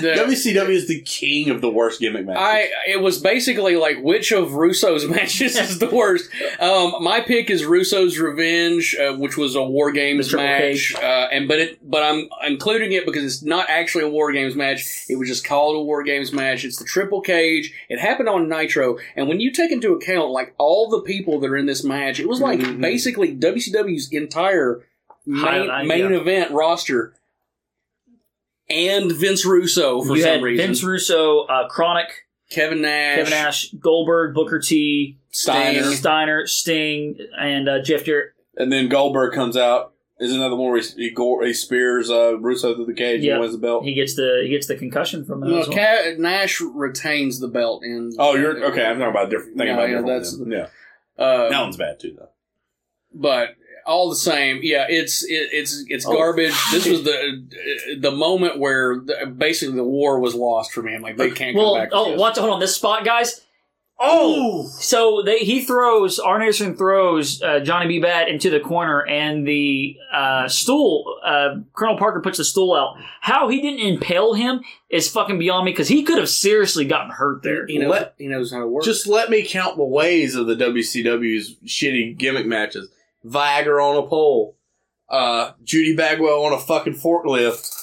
Speaker 6: The-
Speaker 2: WCW is the king of the worst gimmick matches.
Speaker 6: I it was basically like which of Russo's matches is the worst. Um, my pick is Russo's Revenge, uh, which was a War Games
Speaker 1: The Triple
Speaker 6: match, uh, and but it but I'm including it because it's not actually a War Games match. It was just called a War Games match. It's the Triple Cage. It happened on Nitro, and when you take into account like all the people that are in this match, it was like
Speaker 1: Mm-hmm.
Speaker 6: basically WCW's entire main,
Speaker 1: Highlight,
Speaker 6: main
Speaker 1: yeah.
Speaker 6: event roster. And Vince Russo for
Speaker 1: you
Speaker 6: some
Speaker 1: had
Speaker 6: reason,
Speaker 1: Vince Russo, uh, Chronic,
Speaker 6: Kevin Nash,
Speaker 1: Kevin Nash, Goldberg, Booker T,
Speaker 6: Steiner.
Speaker 1: Steiner, Sting, and uh, Jeff Jarrett.
Speaker 2: and then Goldberg comes out. Is another one where he, he, gore, he spears uh, Russo through the cage
Speaker 1: Yeah.
Speaker 2: and wins the belt.
Speaker 1: He gets the he gets the concussion from that.
Speaker 6: No,
Speaker 1: as well.
Speaker 6: Ca- Nash retains the belt in.
Speaker 2: oh, you're okay. I'm talking about a different. Thinking
Speaker 6: Yeah,
Speaker 2: about a
Speaker 6: yeah,
Speaker 2: different one then.
Speaker 6: that's-
Speaker 2: yeah.
Speaker 6: Uh,
Speaker 2: That one's bad too, though.
Speaker 6: but all the same, yeah, it's it, it's it's
Speaker 2: Oh.
Speaker 6: garbage. This was the the moment where the, basically the war was lost for me. I'm like, they can't
Speaker 1: Well,
Speaker 6: go back.
Speaker 1: oh,
Speaker 6: to this.
Speaker 1: watch. Hold on, this spot, guys. Oh, so they, he throws Arn Anderson throws uh, Johnny B. Bat into the corner, and the uh, stool. Uh, Colonel Parker puts the stool out. How he didn't impale him is fucking beyond me because he could have seriously gotten hurt there.
Speaker 6: He knows,
Speaker 8: Let-
Speaker 6: he knows how to work.
Speaker 2: Just let me count the ways of the WCW's shitty gimmick matches. Viagra on a pole, uh, Judy Bagwell on a fucking forklift.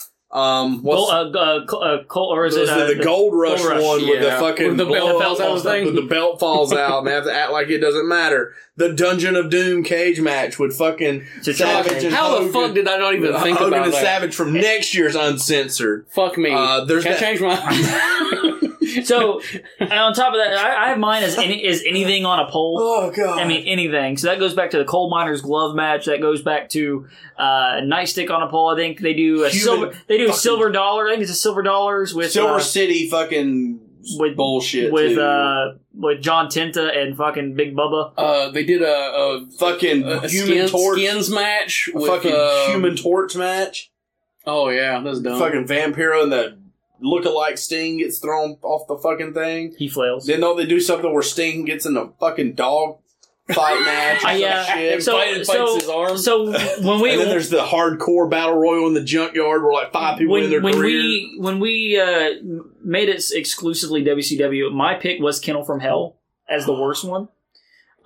Speaker 1: Gold,
Speaker 2: Um, what's
Speaker 1: uh, uh, Col- uh, Col- or is
Speaker 2: was
Speaker 1: it uh,
Speaker 2: the, Gold Rush
Speaker 1: Rush,
Speaker 2: one with the
Speaker 6: yeah.
Speaker 2: fucking
Speaker 6: With the belt
Speaker 2: blow
Speaker 6: falls
Speaker 2: up
Speaker 6: out
Speaker 2: on-
Speaker 6: thing.
Speaker 2: The belt falls out and they have to act like it doesn't matter. The Dungeon of Doom cage match with fucking Savage and
Speaker 6: how the
Speaker 2: Hogan.
Speaker 6: fuck did I not even think
Speaker 2: Hogan
Speaker 6: about
Speaker 2: and
Speaker 6: that?
Speaker 2: Savage from next year's Uncensored.
Speaker 6: Fuck me.
Speaker 2: Uh, there's
Speaker 6: Can I
Speaker 2: that-
Speaker 6: change my?
Speaker 1: So, and on top of that, I, I have mine as any, is anything on a pole.
Speaker 2: Oh god!
Speaker 1: I mean anything. So that goes back to the coal miner's glove match. That goes back to uh, nightstick on a pole. I think they do a
Speaker 2: Human
Speaker 1: silver. They do a
Speaker 2: fucking-
Speaker 1: silver dollar. I think it's a silver dollars with
Speaker 2: Silver
Speaker 1: uh,
Speaker 2: City fucking
Speaker 1: with-
Speaker 2: bullshit
Speaker 1: with
Speaker 2: too.
Speaker 1: uh, with John Tinta and fucking Big Bubba.
Speaker 6: uh, they did a, a,
Speaker 2: fucking
Speaker 6: a,
Speaker 1: Uh,
Speaker 2: human
Speaker 6: a skins,
Speaker 2: torch,
Speaker 6: skins match
Speaker 2: a
Speaker 6: with
Speaker 2: fucking
Speaker 1: um,
Speaker 6: uh,
Speaker 2: human torch match.
Speaker 6: Oh yeah, that's dumb.
Speaker 2: Fucking Vampiro and the lookalike Sting gets thrown off the fucking thing.
Speaker 1: He flails.
Speaker 2: Then don't they do something where Sting gets in a fucking dog fight match? Or
Speaker 1: Uh,
Speaker 2: some
Speaker 1: yeah.
Speaker 2: shit?
Speaker 1: So-
Speaker 6: Fight- bites
Speaker 1: so-
Speaker 6: his arm.
Speaker 1: So when we
Speaker 2: and then there's the hardcore battle royal in the junkyard where like five people in
Speaker 1: when,
Speaker 2: their
Speaker 1: when
Speaker 2: career.
Speaker 1: we when we uh, made it exclusively WCW, my pick was Kennel from Hell as the worst one.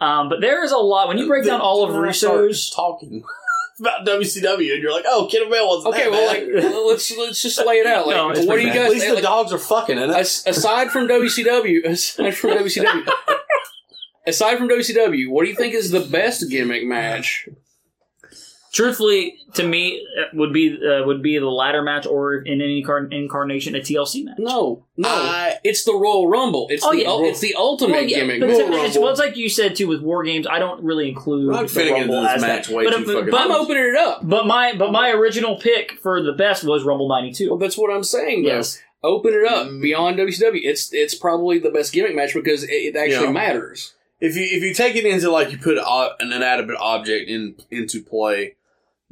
Speaker 1: Um, but there is a lot when you break down all of
Speaker 2: When I start
Speaker 1: Russo's.
Speaker 2: talking about WCW, and you're like, oh, Kid Bell was
Speaker 6: okay, well, like let's let's just lay it out. Like,
Speaker 1: No, it's
Speaker 6: what do
Speaker 1: pretty
Speaker 6: you
Speaker 1: bad.
Speaker 2: at
Speaker 6: guys?
Speaker 2: least the
Speaker 6: Like,
Speaker 2: dogs are fucking in it.
Speaker 6: as- aside from WCW, aside from WCW, aside from WCW, what do you think is the best gimmick match?
Speaker 1: Truthfully, to me, uh, would be uh, would be the ladder match or in any incar- incarnation a TLC match.
Speaker 6: No, no,
Speaker 2: I-
Speaker 6: it's the Royal Rumble. It's
Speaker 1: Oh,
Speaker 6: the
Speaker 1: yeah.
Speaker 6: ul- it's the ultimate
Speaker 1: Well, yeah,
Speaker 6: gimmick.
Speaker 1: but
Speaker 6: match.
Speaker 1: it's, it's, well, it's like you said too with war games. I don't really include
Speaker 2: We're not
Speaker 1: the
Speaker 2: fitting into
Speaker 1: Rumble
Speaker 2: this
Speaker 1: as
Speaker 2: match
Speaker 1: that.
Speaker 2: way
Speaker 1: but,
Speaker 2: too
Speaker 1: but-
Speaker 2: fucking
Speaker 1: but-
Speaker 6: I'm opening it up.
Speaker 1: but my but my original pick for the best was Rumble '92.
Speaker 6: Well, that's what I'm saying. though.
Speaker 1: Yes.
Speaker 6: open it up
Speaker 1: Mm.
Speaker 6: beyond WCW. It's it's probably the best gimmick match because it, it actually
Speaker 2: Yeah.
Speaker 6: matters.
Speaker 2: if you if you take it into like you put o- an inanimate object in into play,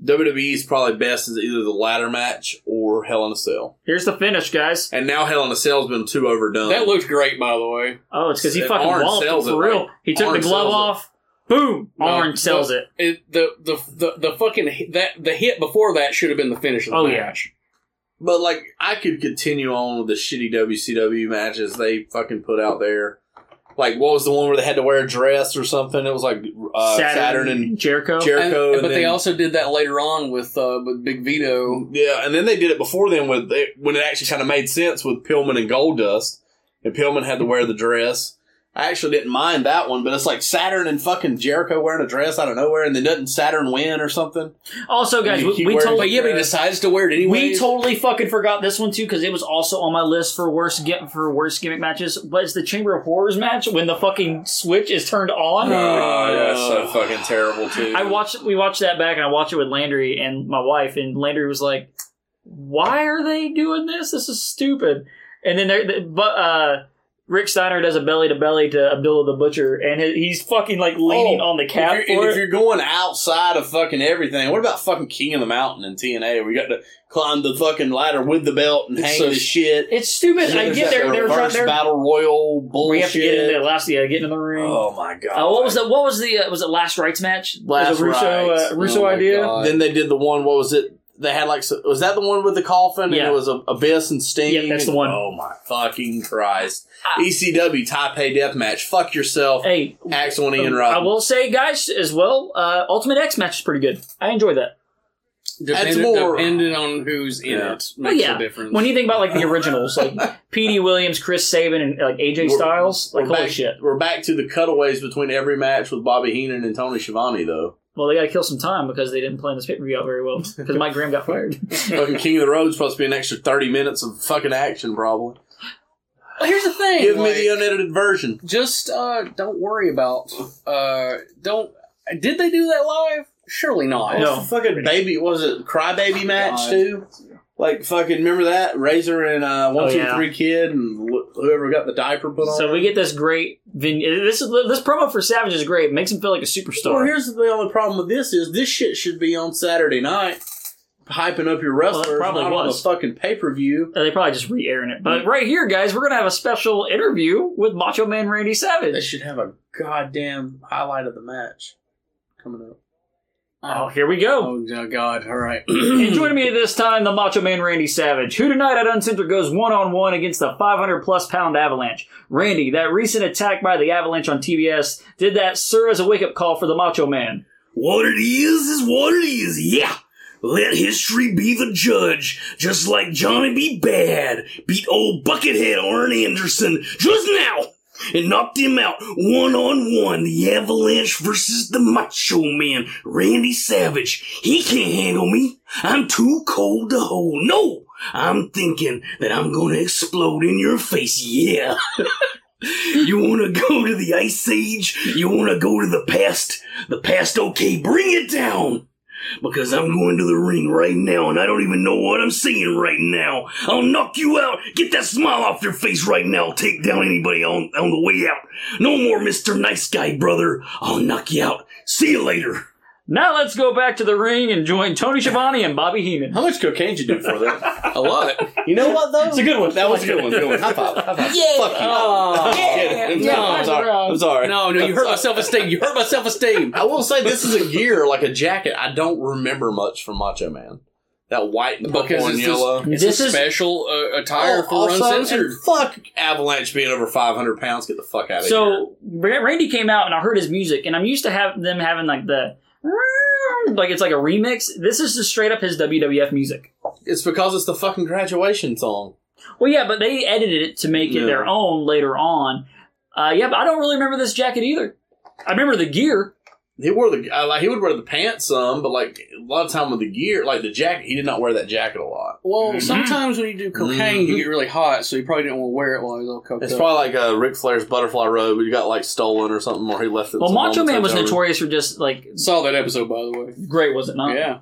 Speaker 2: WWE's probably best is either the ladder match or Hell in a Cell.
Speaker 1: Here's the finish, guys.
Speaker 2: And now Hell in a Cell's been too overdone.
Speaker 6: That looked great, by the way.
Speaker 1: Oh, it's because he
Speaker 2: That
Speaker 1: fucking
Speaker 2: Arn
Speaker 1: walloped him
Speaker 2: sells it,
Speaker 1: for real.
Speaker 2: right?
Speaker 1: He took
Speaker 2: Arn
Speaker 1: the glove
Speaker 2: sells it.
Speaker 1: off. Boom! Arn sells
Speaker 6: Um, the,
Speaker 1: it.
Speaker 6: the, the the the fucking hit- that the hit before that should have been the finish of the
Speaker 1: Oh, yeah.
Speaker 6: match.
Speaker 2: but like I could continue on with the shitty WCW matches they fucking put out there. Like what was the one where they had to wear a dress or something? It was like uh, Saturn, and
Speaker 1: Jericho.
Speaker 6: And-
Speaker 2: Jericho, and
Speaker 6: but they
Speaker 2: then-
Speaker 6: also did that later on with uh, with Big Vito.
Speaker 2: Yeah, and then they did it before then with it, when it actually kind of made sense with Pillman and Goldust, and Pillman had to wear the dress. I actually didn't mind that one, but it's like Saturn and fucking Jericho wearing a dress out of nowhere, and then doesn't Saturn win or something?
Speaker 1: also, guys,
Speaker 2: You
Speaker 1: we,
Speaker 2: keep
Speaker 1: we
Speaker 2: wearing-
Speaker 6: But
Speaker 1: totally
Speaker 6: yeah, but he decides to wear it anyway.
Speaker 1: we totally fucking forgot this one too because it was also on my list for worst get for worst gimmick matches. Was the Chamber of Horrors match when the fucking switch is turned on?
Speaker 2: Oh, yeah, that's so fucking terrible too.
Speaker 1: I watched we watched that back and I watched it with Landry and my wife and Landry was like, "Why are they doing this? This is stupid." And then there, but uh, Rick Steiner does a belly to belly to Abdullah the Butcher and he- he's fucking like leaning
Speaker 2: Oh,
Speaker 1: on the
Speaker 2: If you're,
Speaker 1: cap
Speaker 2: and
Speaker 1: for
Speaker 2: if
Speaker 1: it.
Speaker 2: you're going outside of fucking everything, what about fucking King of the Mountain and TNA? We got to climb the fucking ladder with the belt and hang
Speaker 6: so
Speaker 2: the shit.
Speaker 1: It's stupid. I
Speaker 2: There's
Speaker 1: get
Speaker 2: that
Speaker 1: there. They were trying.
Speaker 2: reverse
Speaker 1: There,
Speaker 2: battle royal bullshit.
Speaker 1: we have to get in there last. Yeah, get in the ring.
Speaker 2: Oh my god!
Speaker 1: Uh, what was the what was the uh, was it last rights match?
Speaker 2: Last
Speaker 1: was a Russo
Speaker 2: Rights. Oh
Speaker 1: uh, Russo idea.
Speaker 2: Then they did the one. What was it? They had like so- was that the one with the coffin?
Speaker 1: Yeah.
Speaker 2: And it was a, Abyss and Sting.
Speaker 1: Yeah, that's the one. Ah.
Speaker 2: Oh my fucking Christ! ECW Taipei Deathmatch. Fuck yourself.
Speaker 1: Hey, um,
Speaker 2: Axel and Ian
Speaker 1: I
Speaker 2: Rotten.
Speaker 1: will say, guys, as well. Uh, Ultimate X match is pretty good. I enjoy that.
Speaker 6: Depending,
Speaker 2: That's more-
Speaker 6: depending on who's in
Speaker 2: Yeah.
Speaker 6: it makes
Speaker 1: Well, yeah.
Speaker 6: a difference.
Speaker 1: When you think about like the originals, like P.D. Williams, Chris Sabin, and like AJ
Speaker 2: We're-
Speaker 1: Styles, like
Speaker 2: we're
Speaker 1: holy
Speaker 2: back,
Speaker 1: shit.
Speaker 2: We're back to the cutaways between every match with Bobby Heenan and Tony Schiavone, though.
Speaker 1: Well, they got to kill some time because they didn't plan this pay per view out very well because Mike Graham got fired.
Speaker 2: fucking King of the Road's supposed to be an extra thirty minutes of fucking action, probably.
Speaker 6: Well, here's the thing.
Speaker 2: Give me
Speaker 6: like-
Speaker 2: the unedited version.
Speaker 6: just uh don't worry about uh don't did they do that live surely not
Speaker 1: No.
Speaker 2: What's the fucking Oh, baby. What was it crybaby match too? Like fucking remember that Razor and uh, one
Speaker 1: Oh,
Speaker 2: two three
Speaker 1: yeah.
Speaker 2: kid and wh- whoever got the diaper put on.
Speaker 1: so we get this great vin- This is this promo for Savage is great. It makes him feel like a
Speaker 2: well,
Speaker 1: superstar.
Speaker 2: here's the only problem with this is this shit should be on Saturday night
Speaker 9: hyping up your
Speaker 1: that
Speaker 9: wrestlers
Speaker 1: probably
Speaker 9: not
Speaker 1: was.
Speaker 9: on the fucking pay per view.
Speaker 1: Uh, They probably just re-airing it.
Speaker 9: Mm.
Speaker 1: But right here, guys, we're gonna have a special interview with Macho Man Randy
Speaker 9: They
Speaker 1: Savage.
Speaker 9: should have a goddamn highlight of the match coming up.
Speaker 1: Oh, here we go.
Speaker 6: Oh, oh God! All right.
Speaker 1: and joining me this time, the Macho Man Randy Savage, who tonight at Uncensored goes one on one against the 500 plus pound Avalanche. Randy, that recent attack by the Avalanche on TBS did that, sir, as a wake up call for the Macho Man.
Speaker 10: What it is is what it is, yeah. Let history be the judge, just like Johnny B. Bad beat old Buckethead Arn Anderson just now and knocked him out one on one. The Avalanche versus the Macho Man, Randy Savage. He can't handle me. I'm too cold to hold. No, I'm thinking that I'm gonna explode in your face, yeah. You want to go to the Ice Age? You want to go to the past? The past, okay, bring it down! Because I'm going to the ring right now and I don't even know what I'm saying right now. I'll knock you out. Get that smile off your face right now. Take down anybody on, on the way out. No more Mr. Nice Guy, brother. I'll knock you out. See you later.
Speaker 1: Now let's go back to the ring and join Tony Schiavone and Bobby Heenan.
Speaker 9: How much cocaine did you do for that?
Speaker 6: a lot.
Speaker 9: you know what though? It's a
Speaker 1: good one.
Speaker 9: That was a good one. Good one. High five. High five. Yeah. Fuck you.
Speaker 2: Oh. Yeah, I'm, sorry. I'm sorry. I'm sorry.
Speaker 6: No, no, you hurt my self esteem. You hurt my self esteem.
Speaker 2: I will say this is a gear like a jacket. I don't remember much from Macho Man. That white, and purple,
Speaker 6: Because
Speaker 2: and
Speaker 6: it's
Speaker 2: yellow.
Speaker 6: It's
Speaker 9: This
Speaker 6: a
Speaker 9: is-
Speaker 6: special uh, attire for uncensored.
Speaker 2: and fuck Avalanche being over 500 pounds. Get the fuck out of here.
Speaker 1: So Ra- Randy came out and I heard his music, and I'm used to have them having like the like it's like a remix. This is just straight up his WWF music.
Speaker 2: It's because it's the fucking graduation song.
Speaker 1: Well, yeah, but they edited it to make it their own later on. Uh, yeah, but I don't really remember this jacket either. I remember the gear.
Speaker 2: He wore the uh, like he would wear the pants some, but like a lot of time with the gear, like the jacket, he did not wear that jacket a lot.
Speaker 6: Well, sometimes when you do cocaine, you get really hot, so you probably didn't want to wear it while I was all coked
Speaker 2: It's
Speaker 6: up.
Speaker 2: probably like uh, Ric Flair's butterfly robe. He got like stolen or something, or he left it.
Speaker 1: Well,
Speaker 2: some
Speaker 1: Macho
Speaker 2: moment
Speaker 1: Man was
Speaker 2: over.
Speaker 1: notorious for just like
Speaker 6: Saw that episode, by the way.
Speaker 1: great, was it not?
Speaker 6: Yeah.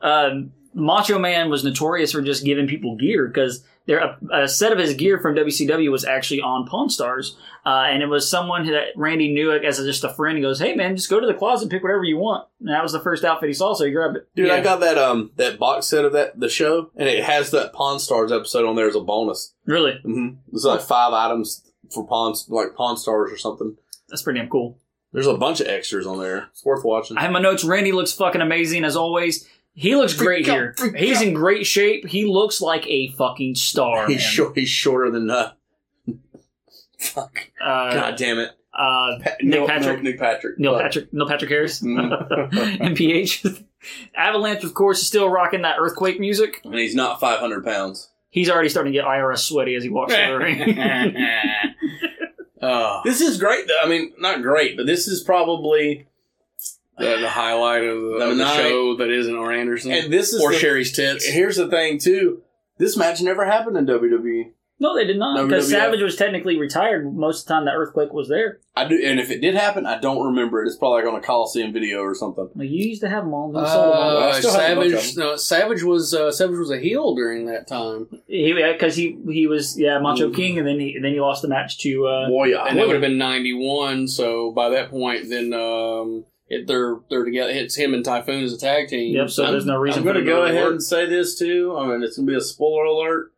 Speaker 1: Um, Macho Man was notorious for just giving people gear because there a, a set of his gear from WCW was actually on Pawn Stars, uh, and it was someone that Randy knew as just a friend. He goes, "Hey man, just go to the closet, and pick whatever you want." And that was the first outfit he saw, so he grabbed it.
Speaker 2: Dude, I
Speaker 6: Yeah.
Speaker 2: got that um that box set of that the show, and it has that Pawn Stars episode on there as a bonus.
Speaker 1: Really,
Speaker 2: Mm-hmm. There's like five items for Pawn like Pawn Stars or something.
Speaker 1: that's pretty damn cool.
Speaker 2: There's a bunch of extras on there. It's worth watching.
Speaker 1: I have my notes. Randy looks fucking amazing as always. He looks great here. He's in great shape. He looks like a fucking star.
Speaker 2: he's
Speaker 1: man.
Speaker 2: short. He's shorter than uh, fuck.
Speaker 1: Uh,
Speaker 2: God damn it,
Speaker 1: Uh,
Speaker 2: Pa-
Speaker 1: Nick
Speaker 2: Neil-
Speaker 1: Patrick.
Speaker 2: Neil Patrick.
Speaker 1: Neil
Speaker 2: Fuck.
Speaker 1: Patrick, Neil Patrick Harris,
Speaker 2: Mm.
Speaker 1: MPH. Avalanche, of course, is still rocking that earthquake music.
Speaker 2: And he's not 500 pounds.
Speaker 1: He's already starting to get IRS sweaty as he walks
Speaker 2: Eh.
Speaker 1: through the ring.
Speaker 6: Oh,
Speaker 2: This is great, though. I mean, not great, but this is probably.
Speaker 6: the, the highlight of the,
Speaker 2: The
Speaker 6: uh, of the
Speaker 2: night.
Speaker 6: show that isn't Or Anderson.
Speaker 2: And this is
Speaker 6: or
Speaker 2: the-
Speaker 6: Sherry's tits.
Speaker 2: Here's the thing, too.
Speaker 9: This match never happened in
Speaker 2: E.
Speaker 9: WWE.
Speaker 1: no, they did not, because
Speaker 2: WWF.
Speaker 1: Savage was technically retired most of the time that earthquake was there.
Speaker 2: I do, and if it did happen, I don't remember it. It's probably like on a Coliseum video or something.
Speaker 1: Like, you used to have them all. You sold them all.
Speaker 6: Uh,
Speaker 2: still have a bunch of
Speaker 6: Savage, no, Savage was uh, Savage was a heel during that time,
Speaker 1: Because he, he was yeah Macho
Speaker 2: Mm.
Speaker 1: King, and then he and then he lost the match to uh,
Speaker 2: Ah, Boy,
Speaker 6: and that would have been ninety one. So by that point, then um, it, they're they're together. It's him and Typhoon as a tag team.
Speaker 1: yep. So there's no reason
Speaker 2: I'm
Speaker 1: for
Speaker 2: going to
Speaker 1: them
Speaker 2: go
Speaker 1: to
Speaker 2: ahead
Speaker 1: work.
Speaker 2: and say this, too. I mean, it's going to be a spoiler alert,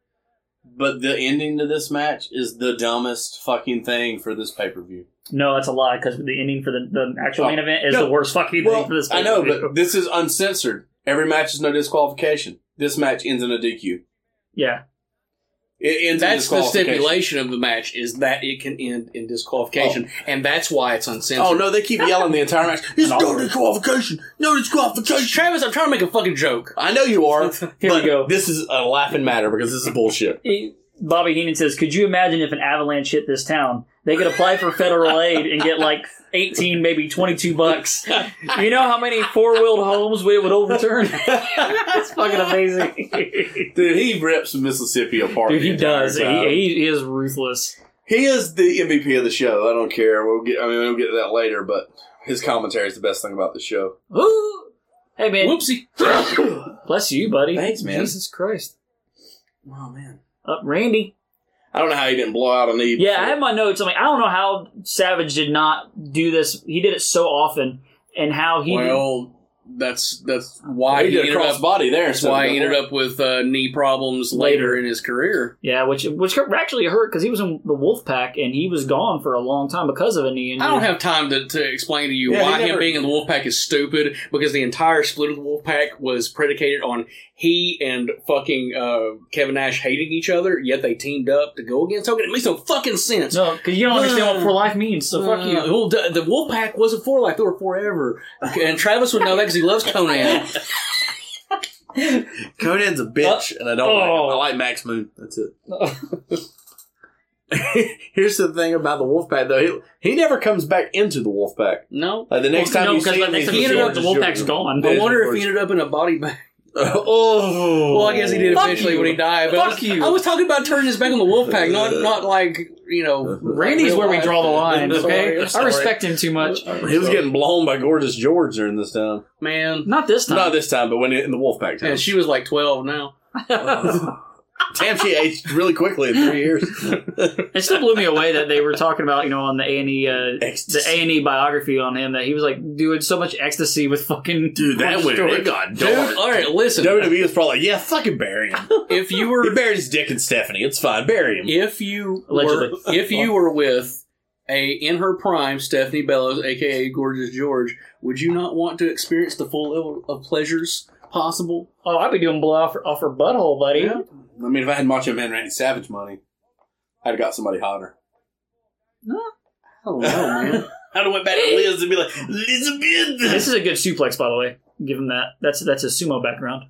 Speaker 2: but the ending to this match is the dumbest fucking thing for this pay per view.
Speaker 1: No, that's a lie because the ending for the, the actual
Speaker 2: Oh,
Speaker 1: main event is
Speaker 2: no.
Speaker 1: the worst fucking thing
Speaker 2: Well,
Speaker 1: for this.
Speaker 2: I know,
Speaker 1: pay-per-view.
Speaker 2: but this is uncensored. Every match is no disqualification. This match ends in a DQ.
Speaker 1: yeah,
Speaker 2: It ends
Speaker 6: That's
Speaker 2: in
Speaker 6: the
Speaker 2: disqualification.
Speaker 6: stipulation of the match is that it can end in disqualification, and that's why it's uncensored.
Speaker 2: Oh no, they keep yelling the entire match. It's no disqualification. Oh, No disqualification.
Speaker 6: Travis, I'm trying to make a fucking joke.
Speaker 2: I know you are.
Speaker 1: we
Speaker 2: but
Speaker 1: go.
Speaker 2: This is a laughing matter because this is bullshit.
Speaker 1: He- Bobby Heenan says, "Could you imagine if an avalanche hit this town? They could apply for federal aid and get like eighteen, maybe twenty-two bucks. You know how many four-wheeled homes we would overturn? That's fucking amazing,
Speaker 2: Dude, he rips Mississippi apart.
Speaker 1: dude. He
Speaker 2: the entire
Speaker 1: does. He,
Speaker 2: time.
Speaker 1: he, he is ruthless.
Speaker 2: He is the MVP of the show. I don't care. We'll get. I mean, we'll get to that later. But his commentary is the best thing about the show.
Speaker 1: Ooh. Hey man,
Speaker 6: Whoopsie.
Speaker 1: bless you, buddy.
Speaker 2: Thanks, man.
Speaker 1: Jesus Christ,
Speaker 2: Oh man,
Speaker 1: uh, Randy."
Speaker 2: I don't know how he didn't blow out an E.
Speaker 1: Yeah, I have my notes. I mean, I don't know
Speaker 2: Mm-hmm.
Speaker 1: how Savage did not do this. He did it so often, and how he
Speaker 6: Well, that's that's why
Speaker 7: he
Speaker 6: he
Speaker 7: did a
Speaker 6: ended up
Speaker 7: crossbody there.
Speaker 6: that's
Speaker 7: instead of
Speaker 6: why
Speaker 7: the
Speaker 6: he ended
Speaker 7: horn.
Speaker 6: up with uh, knee problems later in his career.
Speaker 1: Yeah, which which actually hurt because he was in the Wolf Pack and he was gone for a long time because of a knee injury.
Speaker 6: I don't have time to, to explain to you
Speaker 7: Yeah, he
Speaker 6: why him
Speaker 7: never-
Speaker 6: being in the Wolfpack is stupid because the entire split of the Wolfpack was predicated on he and fucking uh, Kevin Nash hating each other, yet they teamed up to go against Hogan. It makes no fucking sense.
Speaker 1: no, because you don't understand what for life means. So fuck
Speaker 6: Uh,
Speaker 1: you.
Speaker 6: well, the, the Wolfpack wasn't for life; they were forever. And Travis would know that because he loves Conan.
Speaker 2: Conan's a bitch, and I don't.
Speaker 1: Oh.
Speaker 2: Like him. I like Max Moon. That's it. Here's the thing about the Wolfpack, though. He, he never comes back into the Wolfpack.
Speaker 6: No,
Speaker 2: Like the next
Speaker 1: Well,
Speaker 2: time
Speaker 1: no,
Speaker 2: you
Speaker 1: because
Speaker 2: see
Speaker 1: by
Speaker 2: him,
Speaker 1: the next
Speaker 2: he's
Speaker 1: time you see
Speaker 2: George
Speaker 1: him, the Wolfpack's
Speaker 2: Jordan.
Speaker 1: gone.
Speaker 6: I
Speaker 2: Yeah.
Speaker 6: wonder if he ended up in a body bag.
Speaker 2: oh,
Speaker 6: Well, I guess he did
Speaker 1: Fuck
Speaker 6: eventually
Speaker 1: you.
Speaker 6: when he died. But I was-
Speaker 1: Fuck you.
Speaker 6: I was talking about turning his back on the Wolfpack, not not like you know.
Speaker 1: Randy's
Speaker 6: real
Speaker 1: where we
Speaker 6: life.
Speaker 1: draw the line.
Speaker 6: I'm sorry,
Speaker 1: Okay,
Speaker 6: I'm
Speaker 1: I
Speaker 6: sorry.
Speaker 1: respect him too much.
Speaker 2: He was getting blown by gorgeous George during this time.
Speaker 6: man.
Speaker 1: Not this time.
Speaker 2: Not this time, but when in the Wolfpack time.
Speaker 6: And she was like twelve now.
Speaker 2: Damn, she aged really quickly in three years.
Speaker 1: It still blew me away that they were talking about you know on the A and E uh, the A and E biography on him that he was like doing so much ecstasy with fucking
Speaker 2: Dude, that went. It got
Speaker 6: Dude,
Speaker 2: dark.
Speaker 6: all right, listen.
Speaker 2: WWE E was probably like, yeah, fucking bury him.
Speaker 6: If you
Speaker 2: He
Speaker 6: were,
Speaker 2: buried his dick and Stephanie. It's fine. Bury him.
Speaker 6: if you were,
Speaker 1: Allegedly.
Speaker 6: if you were with a in her prime Stephanie Bellows, aka Gorgeous George, would you not want to experience the full level of pleasures possible?
Speaker 1: oh I'd be doing blow off her, off her butthole buddy
Speaker 7: I mean, if I had Macho Man Randy Savage money, I'd have got somebody hotter.
Speaker 6: I don't know, man.
Speaker 2: I'd have went back to Liz and be like, Elizabeth.
Speaker 1: this is a good suplex by the way give him that that's that's a sumo background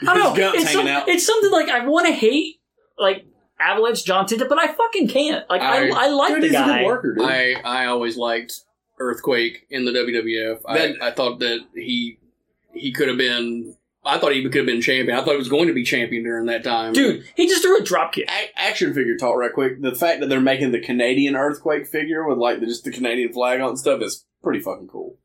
Speaker 1: I don't
Speaker 7: His
Speaker 1: know
Speaker 7: guts
Speaker 1: it's, some-
Speaker 7: hanging out.
Speaker 1: it's something like I want to hate like Avalanche John Tinta but I fucking can't like I, I,
Speaker 6: I-
Speaker 1: like
Speaker 7: Dude,
Speaker 1: the
Speaker 7: he's a
Speaker 1: guy
Speaker 7: good worker, dude.
Speaker 6: I I always liked Earthquake in the WWF.
Speaker 7: That-
Speaker 6: I, I thought that he he could have been. I thought he could have been champion. I thought he was going to be champion during that time.
Speaker 1: dude he just threw a drop kick
Speaker 7: A- action figure talk right quick. The fact that they're making the Canadian earthquake figure with like the, just the Canadian flag on and stuff is pretty fucking cool.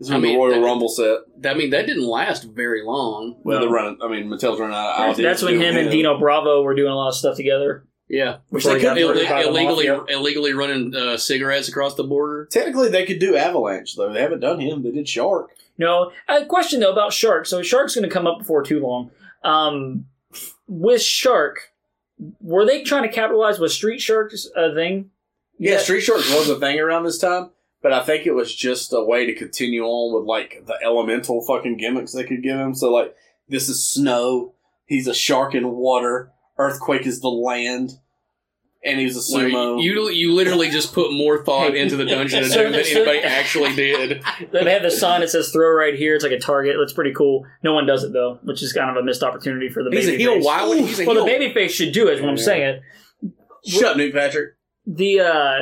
Speaker 7: This is
Speaker 6: I
Speaker 7: from the
Speaker 6: mean,
Speaker 7: Royal
Speaker 6: that-
Speaker 7: Rumble set.
Speaker 6: I mean that didn't last very long.
Speaker 7: Well,
Speaker 1: No.
Speaker 7: they're running. I mean, Mattel's running out of
Speaker 1: that's,
Speaker 7: ideas
Speaker 1: that's
Speaker 7: to
Speaker 1: when
Speaker 7: do
Speaker 1: him
Speaker 7: with
Speaker 1: and Dino Bravo were doing a lot of stuff together
Speaker 6: Yeah,
Speaker 1: which
Speaker 7: Before
Speaker 1: they
Speaker 7: he got
Speaker 1: could
Speaker 6: Ill-
Speaker 7: murdered
Speaker 1: by the
Speaker 6: illegally
Speaker 1: mafia.
Speaker 6: illegally running uh, cigarettes across the border.
Speaker 7: Technically, they could do Avalanche though. They haven't done him. They did Shark.
Speaker 1: No. A question though about Shark. So Shark's going to come up before too long. Um, with Shark, were they trying to capitalize with Street Shark's uh, thing?
Speaker 7: Yeah,
Speaker 1: Yeah.
Speaker 7: Street Sharks was a thing around this time, but I think it was just a way to continue on with like the elemental fucking gimmicks they could give him. So like, this is snow. He's a shark in water. Earthquake is the land, and he's a
Speaker 6: Like,
Speaker 7: sumo.
Speaker 6: you you literally just put more thought into the Dungeon of
Speaker 1: So-
Speaker 6: Doom than
Speaker 1: so-
Speaker 6: anybody actually did.
Speaker 1: They have the sign that says "Throw right here." It's like a target. That's pretty cool. No one does it though, which is kind of a missed opportunity for the
Speaker 6: He's a
Speaker 1: baby
Speaker 6: heel. Why would he's a
Speaker 1: Well, the
Speaker 6: heel?
Speaker 1: babyface should do it. Is what I'm saying.
Speaker 7: Shut up, Nick Patrick.
Speaker 1: the uh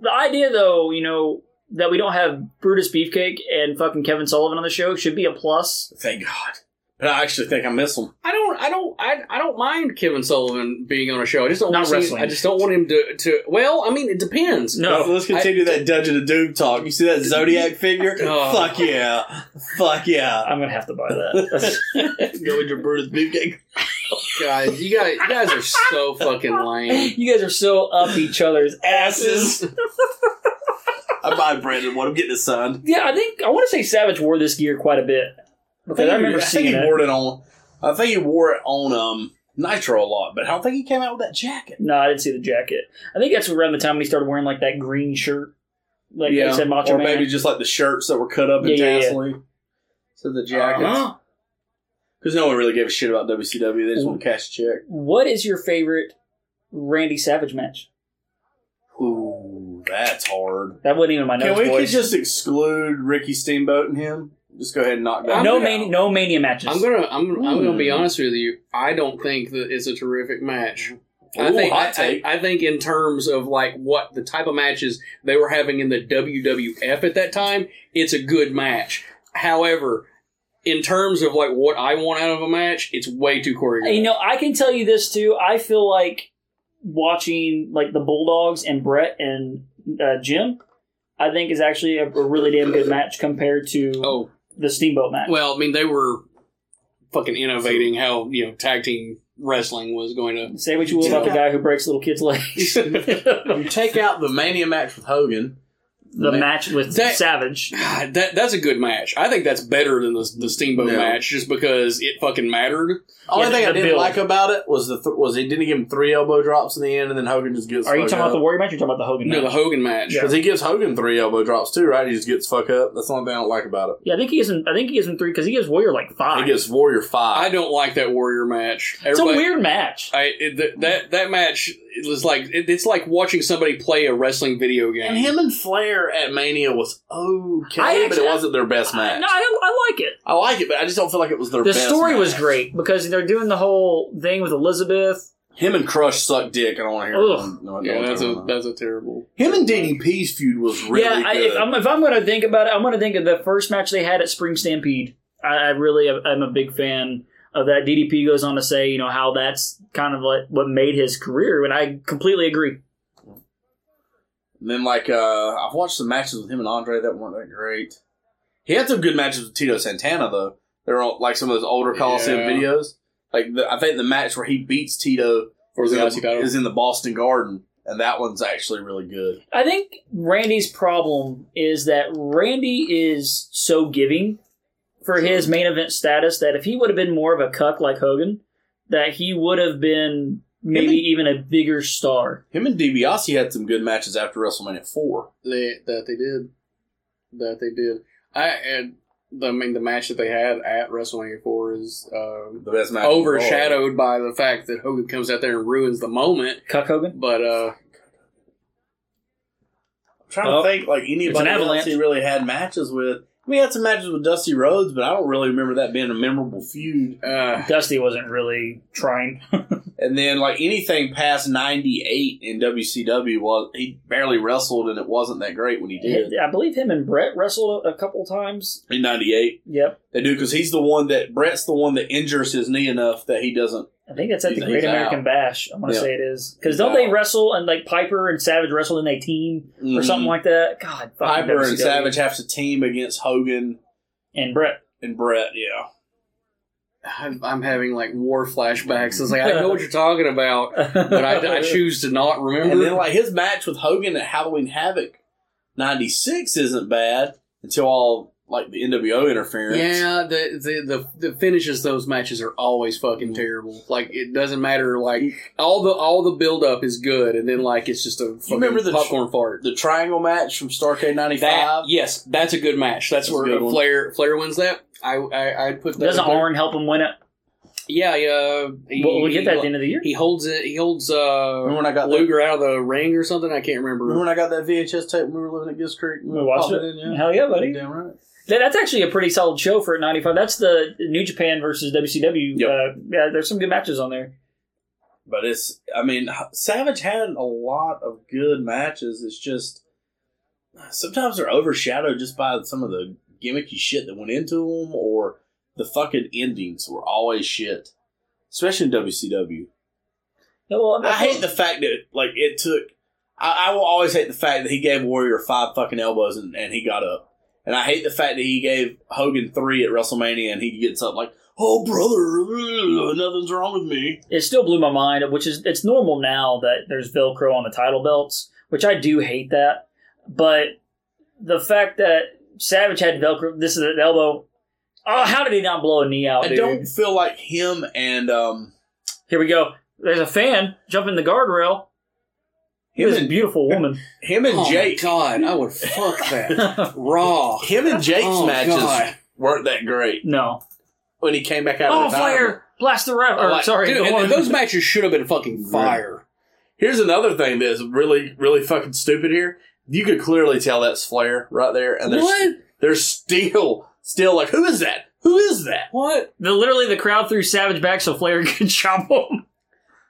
Speaker 1: the idea though you know that we don't have brutus beefcake and fucking kevin sullivan on the show should be a plus
Speaker 7: Thank God. But I actually think I miss him.
Speaker 6: I don't, I don't, I, I don't mind Kevin Sullivan being on a show. I just don't
Speaker 1: Not
Speaker 6: want to see-
Speaker 1: wrestling.
Speaker 6: I just don't want him to, to. Well, I mean, it depends.
Speaker 1: no
Speaker 7: let's continue that Dungeon of Doom talk. You see that Zodiac figure?
Speaker 6: Oh.
Speaker 7: Fuck yeah. Fuck yeah.
Speaker 1: i'm gonna have to buy that
Speaker 7: Go with your Brutus Beefcake.
Speaker 6: God, you guys, you guys are so fucking lame.
Speaker 1: you guys are so up each other's asses
Speaker 7: I buy Brandon one. I'm getting his son.
Speaker 1: yeah i think i want to say savage wore this gear quite a bit because i, remember
Speaker 7: I think
Speaker 1: seeing
Speaker 7: he
Speaker 1: it
Speaker 7: wore it on. I think he wore it on um, Nitro a lot, but I don't think he came out with that jacket.
Speaker 1: no i didn't see the jacket i think that's around the time when he started wearing like that green shirt like they said macho
Speaker 7: or
Speaker 1: man
Speaker 7: maybe just like the shirts that were cut up and
Speaker 1: Yeah, yeah, yeah.
Speaker 7: tasseling. So the jackets.
Speaker 6: Uh-huh.
Speaker 7: Because no one really gave a shit about WCW. They just want to cash a check.
Speaker 1: what is your favorite randy savage match
Speaker 7: Ooh, that's hard.
Speaker 1: that wasn't even my
Speaker 7: Can
Speaker 1: notes
Speaker 7: we could
Speaker 1: boys.
Speaker 7: just exclude Ricky Steamboat and him? Just go ahead and knock that.
Speaker 1: no,
Speaker 7: out.
Speaker 1: mania, no mania matches
Speaker 6: I'm gonna, I'm, I'm gonna
Speaker 1: Hmm.
Speaker 6: be honest with you. I don't think that it's a terrific match. I
Speaker 7: Ooh,
Speaker 6: think,
Speaker 7: hot
Speaker 6: I,
Speaker 7: take.
Speaker 6: I, I think in terms of like what the type of matches they were having in the WWF at that time, it's a good match. However, in terms of like what I want out of a match, it's way too choreographed.
Speaker 1: You know, I can tell you this too. I feel like watching like the Bulldogs and Brett and uh, Jim. I think is actually a, a really damn good match compared to
Speaker 6: oh,
Speaker 1: the Steamboat match.
Speaker 6: Well, I mean, they were fucking innovating how you know tag team wrestling was going to.
Speaker 1: Say what you will about the guy who breaks little kids' legs.
Speaker 7: You take out the Mania match with Hogan,
Speaker 1: the match with
Speaker 6: That-
Speaker 1: Savage.
Speaker 6: God, that that's a good match. I think that's better than the, the Steamboat
Speaker 2: Yeah.
Speaker 6: match, just because it fucking mattered.
Speaker 2: Only
Speaker 1: Yeah,
Speaker 2: thing I
Speaker 1: the
Speaker 2: didn't
Speaker 1: build.
Speaker 2: like about it was the th- was he didn't give him three elbow drops in the end, and then Hogan just gets.
Speaker 1: Are you
Speaker 2: fucked
Speaker 1: talking about the
Speaker 2: up.
Speaker 1: Warrior match? Or you talking about the Hogan
Speaker 6: No, the
Speaker 1: match?
Speaker 6: Hogan match.
Speaker 1: Yeah.
Speaker 2: Because he gives Hogan three elbow drops too, right? He just gets fuck up. That's the only thing I don't like about it.
Speaker 1: yeah, I think he gives him. I think he gives him three because he gives Warrior like five.
Speaker 2: He gets Warrior five.
Speaker 6: I don't like that Warrior match.
Speaker 1: it's a
Speaker 6: Everybody-
Speaker 1: weird match.
Speaker 6: I it, th- that that match it was like it, it's like watching somebody play a wrestling video game.
Speaker 2: and him and Flair at Mania was okay,
Speaker 1: I
Speaker 2: but
Speaker 1: actually-
Speaker 2: it wasn't their best match.
Speaker 1: No, I, I like it.
Speaker 2: I like it, but I just don't feel like it was their.
Speaker 1: The
Speaker 2: best
Speaker 1: story was
Speaker 2: match.
Speaker 1: great because they're doing the whole thing with Elizabeth.
Speaker 2: Him and Crush sucked dick. I don't want to hear.
Speaker 1: Ugh.
Speaker 2: it. No, I don't
Speaker 6: yeah,
Speaker 2: wanna
Speaker 6: that's
Speaker 2: hear
Speaker 6: a
Speaker 2: it.
Speaker 6: that's a terrible.
Speaker 2: Him and DDP's feud was really
Speaker 1: yeah, I,
Speaker 2: good.
Speaker 1: if, I'm, if I'm going to think about it, I'm going to think of the first match they had at Spring Stampede. I, I really am I'm a big fan of that. DDP goes on to say, you know, how that's kind of what, what made his career, and I completely agree.
Speaker 2: And then like uh I've watched some matches with him and Andre that weren't that great. He had some good matches with Tito Santana though. They're all, like some of those older Coliseum
Speaker 6: Yeah.
Speaker 2: videos. Like the, I think the match where he beats Tito
Speaker 6: For the
Speaker 2: is,
Speaker 6: IC
Speaker 2: in,
Speaker 6: title.
Speaker 2: is in the Boston Garden, and that one's actually really good.
Speaker 1: I think Randy's problem is that Randy is so giving for his main event status that if he would have been more of a cuck like Hogan, that he would have been maybe even a bigger star.
Speaker 2: Him and DiBiase had some good matches after WrestleMania four.
Speaker 6: They, that they did, that they did. I and the, I mean the match that they had at WrestleMania Four is um,
Speaker 2: The best match of all.
Speaker 6: overshadowed by the fact that Hogan comes out there and ruins the moment.
Speaker 1: Cuck Hogan?
Speaker 6: But uh,
Speaker 2: I'm trying
Speaker 1: Oh.
Speaker 2: to think like
Speaker 1: an
Speaker 2: anybody
Speaker 1: avalanche.
Speaker 2: else he really had matches with. We had some matches with Dusty Rhodes, but I don't really remember that being a memorable feud.
Speaker 6: uh,
Speaker 1: Dusty wasn't really trying.
Speaker 2: And then like anything past ninety eight in WCW was he barely wrestled and it wasn't that great when he did
Speaker 1: I believe him and Brett wrestled a couple times.
Speaker 2: in ninety eight.
Speaker 1: Yep.
Speaker 2: They do because he's the one that Brett's the one that injures his knee enough that he doesn't.
Speaker 1: I think that's at the
Speaker 2: He's-
Speaker 1: Great
Speaker 2: he's
Speaker 1: American
Speaker 2: out.
Speaker 1: Bash. I want to
Speaker 2: Yeah.
Speaker 1: say it is. Because
Speaker 2: He's
Speaker 1: don't they
Speaker 2: out. Mm-hmm.
Speaker 1: wrestle and like Piper and Savage wrestled in a team or something like that? God, fucking
Speaker 2: mm, Piper
Speaker 1: WCW.
Speaker 2: and Savage have to team against Hogan
Speaker 1: E and Brett.
Speaker 2: and Brett. Yeah,
Speaker 6: I'm, I'm having like war flashbacks. It's like I know what you're talking about, but I, I choose to not remember.
Speaker 2: and then like his match with Hogan at Halloween Havoc ninety six isn't bad until all like the NWO interference.
Speaker 6: Yeah, the, the the the finishes those matches are always fucking terrible. Like it doesn't matter. Like all the all the build up is good, and then like it's just a fucking
Speaker 2: remember the-
Speaker 6: popcorn fart.
Speaker 2: the triangle match from Starcade ninety
Speaker 6: That
Speaker 2: five.
Speaker 6: yes, that's a good match.
Speaker 2: That's
Speaker 6: That's,
Speaker 2: a
Speaker 6: where
Speaker 2: good one.
Speaker 6: Flair Flair wins that. I I I'd put that.
Speaker 1: Doesn't
Speaker 6: up there.
Speaker 1: Arn help him win it?
Speaker 6: Yeah, yeah. He,
Speaker 1: Well, we
Speaker 6: he-
Speaker 1: get that at the end of the year.
Speaker 6: He holds it. He holds
Speaker 2: Remember
Speaker 6: uh
Speaker 2: when I got that,
Speaker 6: Luger out of the ring or something. I can't remember.
Speaker 2: remember when I got that VHS tape when we were living at Gis Creek?
Speaker 1: We watched
Speaker 2: Popped
Speaker 1: it.
Speaker 2: in, yeah.
Speaker 1: Hell yeah, buddy.
Speaker 2: Damn right.
Speaker 1: That- That's actually a pretty solid show for at 95. That's the New Japan versus WCW.
Speaker 2: Yep.
Speaker 1: Uh, yeah, there's some good matches on there.
Speaker 2: But it's, I mean, Savage had a lot of good matches. It's just sometimes they're overshadowed just by some of the gimmicky shit that went into them, or the fucking endings were always shit, especially in WCW.
Speaker 1: Yeah, well,
Speaker 2: I hate the fact that like it took. I, I will always hate the fact that he gave Warrior five fucking elbows and, and he got up, and I hate the fact that he gave Hogan three at WrestleMania and he gets up like, "Oh brother, nothing's wrong with me."
Speaker 1: it still blew my mind, which is it's normal now that there's Velcro on the title belts, which I do hate that. But the fact that Savage had Velcro, this is an elbow. Oh, how did he not blow a knee out,
Speaker 2: I
Speaker 1: dude?
Speaker 2: don't feel like him and um
Speaker 1: Here we go. There's a fan jumping the guardrail. He
Speaker 2: Him
Speaker 1: was a
Speaker 2: and-
Speaker 1: beautiful woman.
Speaker 2: him and
Speaker 6: Oh my
Speaker 2: Jake
Speaker 6: God, I would fuck that raw.
Speaker 2: him and Jake's
Speaker 6: Oh,
Speaker 2: matches
Speaker 6: God.
Speaker 2: weren't that great
Speaker 1: no.
Speaker 2: when he came back out
Speaker 1: Oh,
Speaker 2: of retirement.
Speaker 1: Flair! Blast the ref. Or,
Speaker 6: Like,
Speaker 1: sorry,
Speaker 6: Oh, dude,
Speaker 1: the
Speaker 6: and
Speaker 1: woman.
Speaker 6: those matches should have been fucking fire.
Speaker 2: Here's another thing that's really really fucking stupid here. You could clearly tell that's Flair right there and there's
Speaker 6: What?
Speaker 2: there's still still like who is that? Who is that?
Speaker 6: What?
Speaker 1: The- literally, the crowd threw Savage back so Flair could chop him.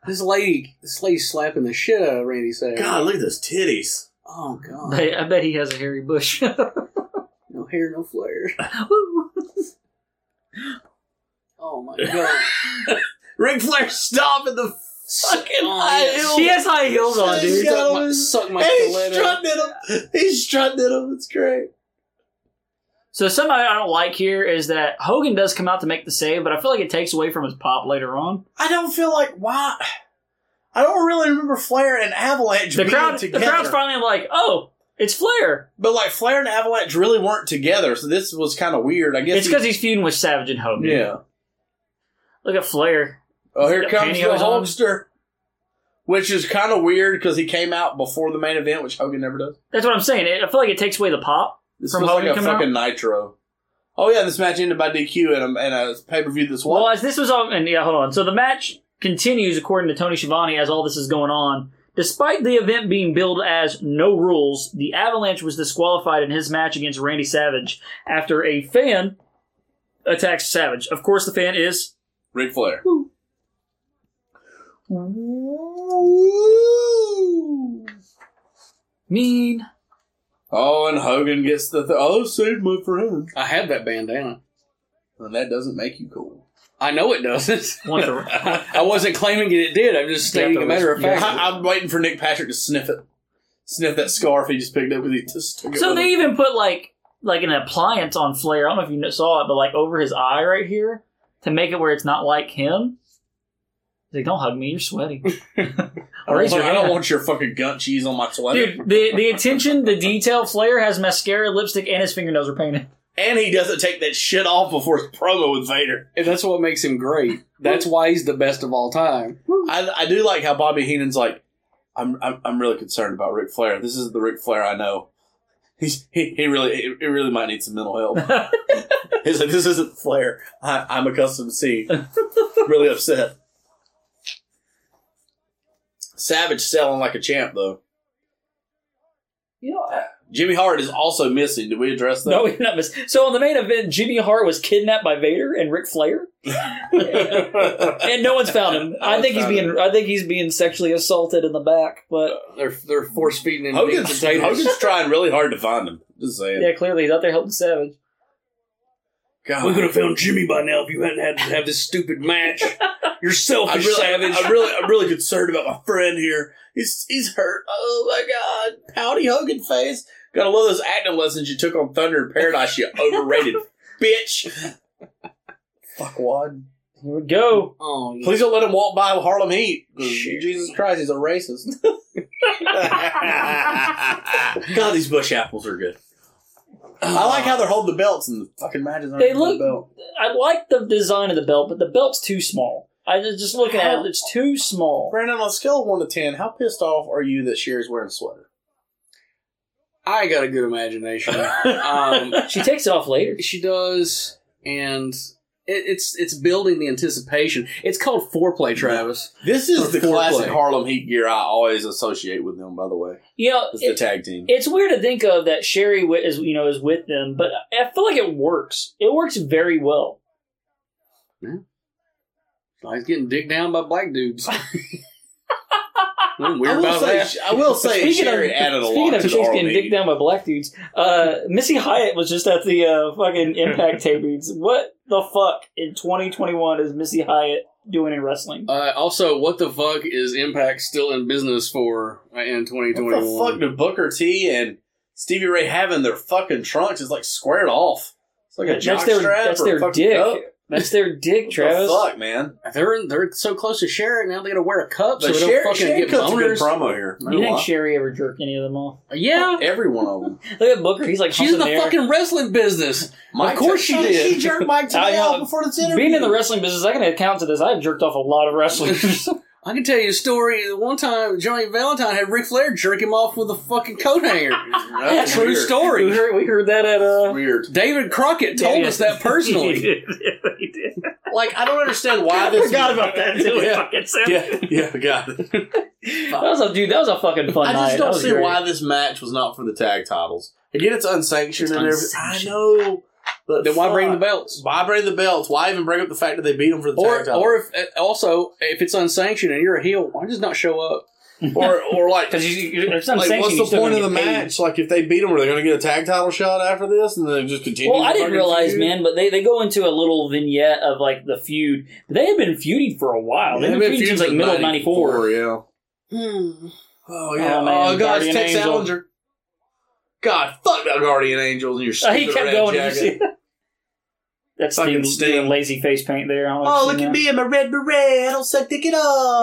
Speaker 6: This lady, this lady slapping the shit out of Randy Savage.
Speaker 2: God, look at those titties.
Speaker 6: Oh god.
Speaker 1: But I bet he has a hairy bush.
Speaker 6: No hair, no flair.
Speaker 1: Woo.
Speaker 6: Oh my god.
Speaker 2: Ric Flair stopping the fucking
Speaker 6: Oh,
Speaker 2: high
Speaker 6: yeah.
Speaker 2: heel.
Speaker 1: he has high heels on,
Speaker 2: He's
Speaker 1: dude.
Speaker 2: got
Speaker 6: Suck
Speaker 2: him
Speaker 6: my-
Speaker 2: in-
Speaker 6: suck my
Speaker 2: He's
Speaker 6: stiletto.
Speaker 2: strutting him. He's strutting him. It's great.
Speaker 1: So something I don't like here is that Hogan does come out to make the save, but I feel like it takes away from his pop later on.
Speaker 2: I don't feel like why. I don't really remember Flair and Avalanche
Speaker 1: The
Speaker 2: being
Speaker 1: crowd, the
Speaker 2: together.
Speaker 1: crowd's finally like, "Oh, It's Flair.
Speaker 2: But like Flair and Avalanche really weren't together, so this was kind of weird. I guess
Speaker 1: It's because he's feuding with Savage and Hogan.
Speaker 2: yeah.
Speaker 1: Look at Flair.
Speaker 2: Oh, here
Speaker 1: Got
Speaker 2: comes the
Speaker 1: pantyhose on?
Speaker 2: Hulkster, which is kind of weird because he came out before the main event, which Hogan never does.
Speaker 1: That's what I'm saying. It- I feel like it takes away the pop.
Speaker 2: This
Speaker 1: From
Speaker 2: was
Speaker 1: Hogan
Speaker 2: like a
Speaker 1: coming out?
Speaker 2: fucking Nitro. Oh yeah, this match ended by DQ and a, and a pay per view. This
Speaker 1: Well,
Speaker 2: was
Speaker 1: as this was all, and yeah, hold on. So the match continues according to Tony Schiavone as all this is going on. Despite the event being billed as no rules, the Avalanche was disqualified in his match against Randy Savage after a fan attacks Savage. Of course, the fan is
Speaker 7: Ric Flair.
Speaker 1: mean.
Speaker 2: oh, and Hogan gets the th- oh saved my friend,
Speaker 6: I have that bandana.
Speaker 2: and that doesn't make you cool.
Speaker 6: I know it doesn't.
Speaker 1: Want to-
Speaker 6: I wasn't claiming it did. I'm just
Speaker 1: You have
Speaker 6: stating
Speaker 1: to
Speaker 6: a matter of
Speaker 1: listen-
Speaker 6: fact.
Speaker 2: I, am waiting for Nick Patrick to sniff it, sniff that scarf he just picked up because he just took it
Speaker 1: so
Speaker 2: with
Speaker 1: they
Speaker 2: him.
Speaker 1: even put like like an appliance on Flair. I don't know if you kn- saw it, but like over his eye right here to make it where it's not like him. He's like, don't hug me. You're sweaty.
Speaker 2: I don't,
Speaker 1: Raise your
Speaker 2: want, I don't
Speaker 1: hand.
Speaker 2: want your fucking gut cheese on my sweater.
Speaker 1: Dude, the the attention, the detail. Flair has mascara, lipstick, and his fingernails are painted.
Speaker 2: And he doesn't take that shit off before his promo with Vader.
Speaker 6: And that's what makes him great. That's why he's the best of all time.
Speaker 2: I, I do like how Bobby Heenan's like, I'm I'm, I'm really concerned about Ric Flair. This is the Ric Flair I know. He's he, he really he, he really might need some mental help. He's like, this isn't Flair I, I'm accustomed to seeing. really upset. Savage selling like a champ though.
Speaker 1: You know, I-
Speaker 2: Jimmy Hart is also missing. Did we address that?
Speaker 1: no, Oh, you're not miss. So on the main event, Jimmy Hart was kidnapped by Vader and Ric Flair, and no one's found him. Uh, I think he's being, I think he's being sexually assaulted in the back. But
Speaker 6: They're they're force feeding him baked
Speaker 2: Hogan's,
Speaker 6: potatoes.
Speaker 2: Hogan's trying really hard to find him. Just saying.
Speaker 1: yeah, clearly he's out there helping Savage.
Speaker 2: God.
Speaker 10: We could have found Jimmy by now if you hadn't had to have this stupid match. You're
Speaker 2: I'm
Speaker 10: selfish,
Speaker 2: really,
Speaker 10: savage.
Speaker 2: I'm really, I'm really concerned about my friend here. He's he's hurt. Oh my god, pouty Hogan face. Gotta love those acting lessons you took on Thunder in Paradise. You overrated bitch. Fuckwad.
Speaker 1: Here we go.
Speaker 6: Oh, yeah.
Speaker 2: Please don't let him walk by with Harlem Heat.
Speaker 6: Shit.
Speaker 2: Jesus Christ, he's a racist. God, these bush apples are good. I like how they're holding the belts and the fucking matches. aren't
Speaker 1: They look-
Speaker 2: holding the belt.
Speaker 1: I like the design of the belt, but the belt's too small. I just, just looking at it, it's too small.
Speaker 2: Brandon, on a scale of one to ten, how pissed off are you that Sherry's wearing a sweater?
Speaker 6: I got a good imagination. um,
Speaker 1: She takes it off later.
Speaker 6: she does, and it, it's it's building the anticipation. It's called foreplay, Travis.
Speaker 2: This is
Speaker 6: Or
Speaker 2: the
Speaker 6: foreplay.
Speaker 2: classic Harlem Heat gear I always associate with them. By the way,
Speaker 1: You know,
Speaker 2: it's
Speaker 1: it-
Speaker 2: the tag team.
Speaker 1: It's weird to think of that Sherry wi- is you know is with them, but I feel like it works. It works very well.
Speaker 6: He's getting digged down by black dudes. I'm
Speaker 2: I
Speaker 6: weird
Speaker 2: will
Speaker 6: about
Speaker 2: say,
Speaker 6: that.
Speaker 2: I will say, Sherry added a lot
Speaker 1: speaking of
Speaker 2: to the
Speaker 1: chicks
Speaker 2: Harlem
Speaker 1: getting dicked
Speaker 2: Heat.
Speaker 1: down by black dudes, uh, Missy Hyatt was just at the uh, fucking Impact tapings. What the fuck in 2021 is Missy Hyatt doing in wrestling?
Speaker 6: Uh, also, what the fuck is Impact still in business for in 2021?
Speaker 2: What the fuck did Booker T and Stevie Ray having their fucking trunks is like squared off? It's like a
Speaker 1: that's
Speaker 2: jock
Speaker 1: their
Speaker 2: strap
Speaker 1: that's
Speaker 2: or
Speaker 1: their
Speaker 2: fucking
Speaker 1: dick.
Speaker 2: cup.
Speaker 1: That's their dick, Travis.
Speaker 2: What the fuck, man.
Speaker 6: They're they're so close to Sharon now. They got to wear a cup so
Speaker 2: But
Speaker 6: they
Speaker 2: Sherry,
Speaker 6: don't fucking
Speaker 2: Sherry
Speaker 6: get
Speaker 2: cuts a good
Speaker 6: boners.
Speaker 2: promo here. I'm not
Speaker 1: You
Speaker 2: gonna
Speaker 1: think
Speaker 2: lie.
Speaker 1: Sherry ever jerked any of them off?
Speaker 6: yeah,
Speaker 2: Every one of them.
Speaker 1: Look at Booker. He's like
Speaker 6: she's in the
Speaker 1: humping air.
Speaker 6: fucking wrestling business.
Speaker 2: Mike-
Speaker 6: of course she did.
Speaker 2: jerked Mike
Speaker 1: I
Speaker 2: Tadeo
Speaker 1: know.
Speaker 2: before this interview.
Speaker 1: Being in the wrestling business, I can account to this. I've jerked off a lot of wrestlers.
Speaker 6: I can tell you a story. One time, Johnny Valentine had Ric Flair jerk him off with a fucking coat hanger.
Speaker 2: That's
Speaker 6: True
Speaker 2: weird.
Speaker 1: we,
Speaker 6: story.
Speaker 1: heard, we heard that at uh,
Speaker 2: Weird.
Speaker 6: David Crockett told
Speaker 1: Yeah, yeah.
Speaker 6: us that
Speaker 1: He
Speaker 6: personally.
Speaker 1: did. He did.
Speaker 2: Like I don't understand why
Speaker 1: I
Speaker 2: this.
Speaker 1: forgot about that too.
Speaker 2: Yeah.
Speaker 1: Fucking Sam.
Speaker 2: Yeah, yeah, got it.
Speaker 1: That was a dude. That was a fucking fun
Speaker 2: I
Speaker 1: night.
Speaker 2: just
Speaker 1: That
Speaker 2: don't
Speaker 1: was
Speaker 2: see
Speaker 1: great.
Speaker 2: why this match was not for the tag titles. Again, it's unsanctioned
Speaker 1: It's
Speaker 2: and everything. I know. But
Speaker 6: Then why bring the
Speaker 2: belts?
Speaker 6: belts?
Speaker 2: Why bring the belts? Why even bring up the fact that they beat them for the tag
Speaker 6: Or,
Speaker 2: titles?
Speaker 6: or if uh, also if it's unsanctioned and you're a heel, why just not show up?
Speaker 2: or, or like,
Speaker 1: Because you, you, there's some
Speaker 2: like
Speaker 1: sanction,
Speaker 2: what's
Speaker 1: you're
Speaker 2: the
Speaker 1: still
Speaker 2: point of
Speaker 1: gonna
Speaker 2: the
Speaker 1: get paid.
Speaker 2: match? Like, if they beat them, are they going to get a tag title shot after this, and then just continue?
Speaker 1: Well,
Speaker 2: the
Speaker 1: I didn't
Speaker 2: fucking
Speaker 1: realize,
Speaker 2: feud?
Speaker 1: man, but they, they go into a little vignette of like the feud. They had been feuding for a while.
Speaker 2: Yeah,
Speaker 1: They've been feuding since like middle of '94.
Speaker 2: Yeah. Oh yeah.
Speaker 1: Oh,
Speaker 2: Oh,
Speaker 1: man,
Speaker 2: God,
Speaker 1: Guardian
Speaker 2: it's Tex
Speaker 1: Angel.
Speaker 2: Allinger. God, fuck that Guardian Angels and your stupid
Speaker 1: Uh, he kept
Speaker 2: red
Speaker 1: going. Did you
Speaker 2: Jacket.
Speaker 1: see that? That's
Speaker 2: Fucking
Speaker 1: Sting
Speaker 2: Sting.
Speaker 1: doing lazy face paint there. I don't know if you've
Speaker 2: Oh, look
Speaker 1: seen
Speaker 2: at
Speaker 1: that.
Speaker 2: me in my red beret. I don't suck dick at all.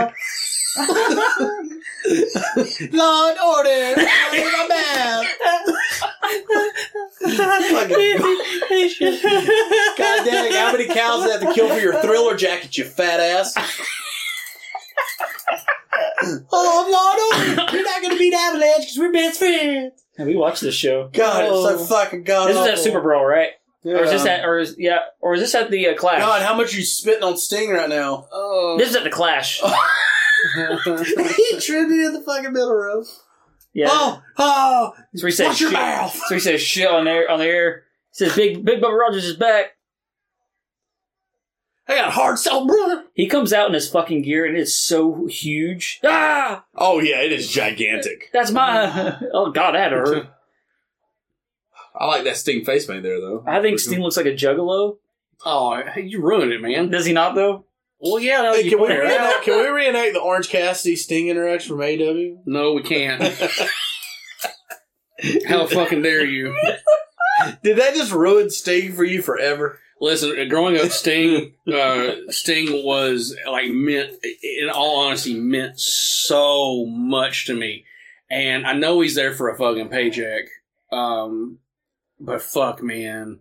Speaker 6: Law and order. I'm out. God damn it! How many cows did I have to kill for your thriller jacket, you fat ass? oh, I'm not. You're not gonna beat Avalanche because we're best friends.
Speaker 7: we watched this show.
Speaker 6: God, it's so fucking god.
Speaker 7: This is at
Speaker 6: awful.
Speaker 7: Super Bowl, right? Or is this
Speaker 6: Yeah.
Speaker 7: at or is yeah or is this at the uh, Clash?
Speaker 6: God, how much are you spitting on Sting right now?
Speaker 7: This is at the Clash.
Speaker 6: he tripped me in the fucking middle row.
Speaker 7: Yeah.
Speaker 6: Oh, oh,
Speaker 7: so he says
Speaker 6: watch your
Speaker 7: shit.
Speaker 6: mouth.
Speaker 7: So he says shit on there on the air. He says Big Big Bubba Rogers is back.
Speaker 6: I got a hard sell, brother.
Speaker 7: He comes out in his fucking gear and it's so huge. Ah,
Speaker 2: Oh yeah, it is gigantic.
Speaker 7: that's my. Oh God, that hurt.
Speaker 2: I like that Sting face made there though.
Speaker 7: I think Sting looks like a juggalo.
Speaker 3: Oh, hey, you ruined it, man.
Speaker 7: Does he not though?
Speaker 3: Well, yeah, no,
Speaker 6: Hey,
Speaker 3: you
Speaker 6: can, we
Speaker 3: pointed it out.
Speaker 6: reenact, can we reenact the Orange Cassidy Sting interaction from AW?
Speaker 3: No, we can't. How fucking dare you?
Speaker 6: Did that just ruin Sting for you forever?
Speaker 3: Listen, uh, growing up, Sting, uh, Sting was like meant, in all honesty, meant so much to me, and I know he's there for a fucking paycheck, um, but fuck, man,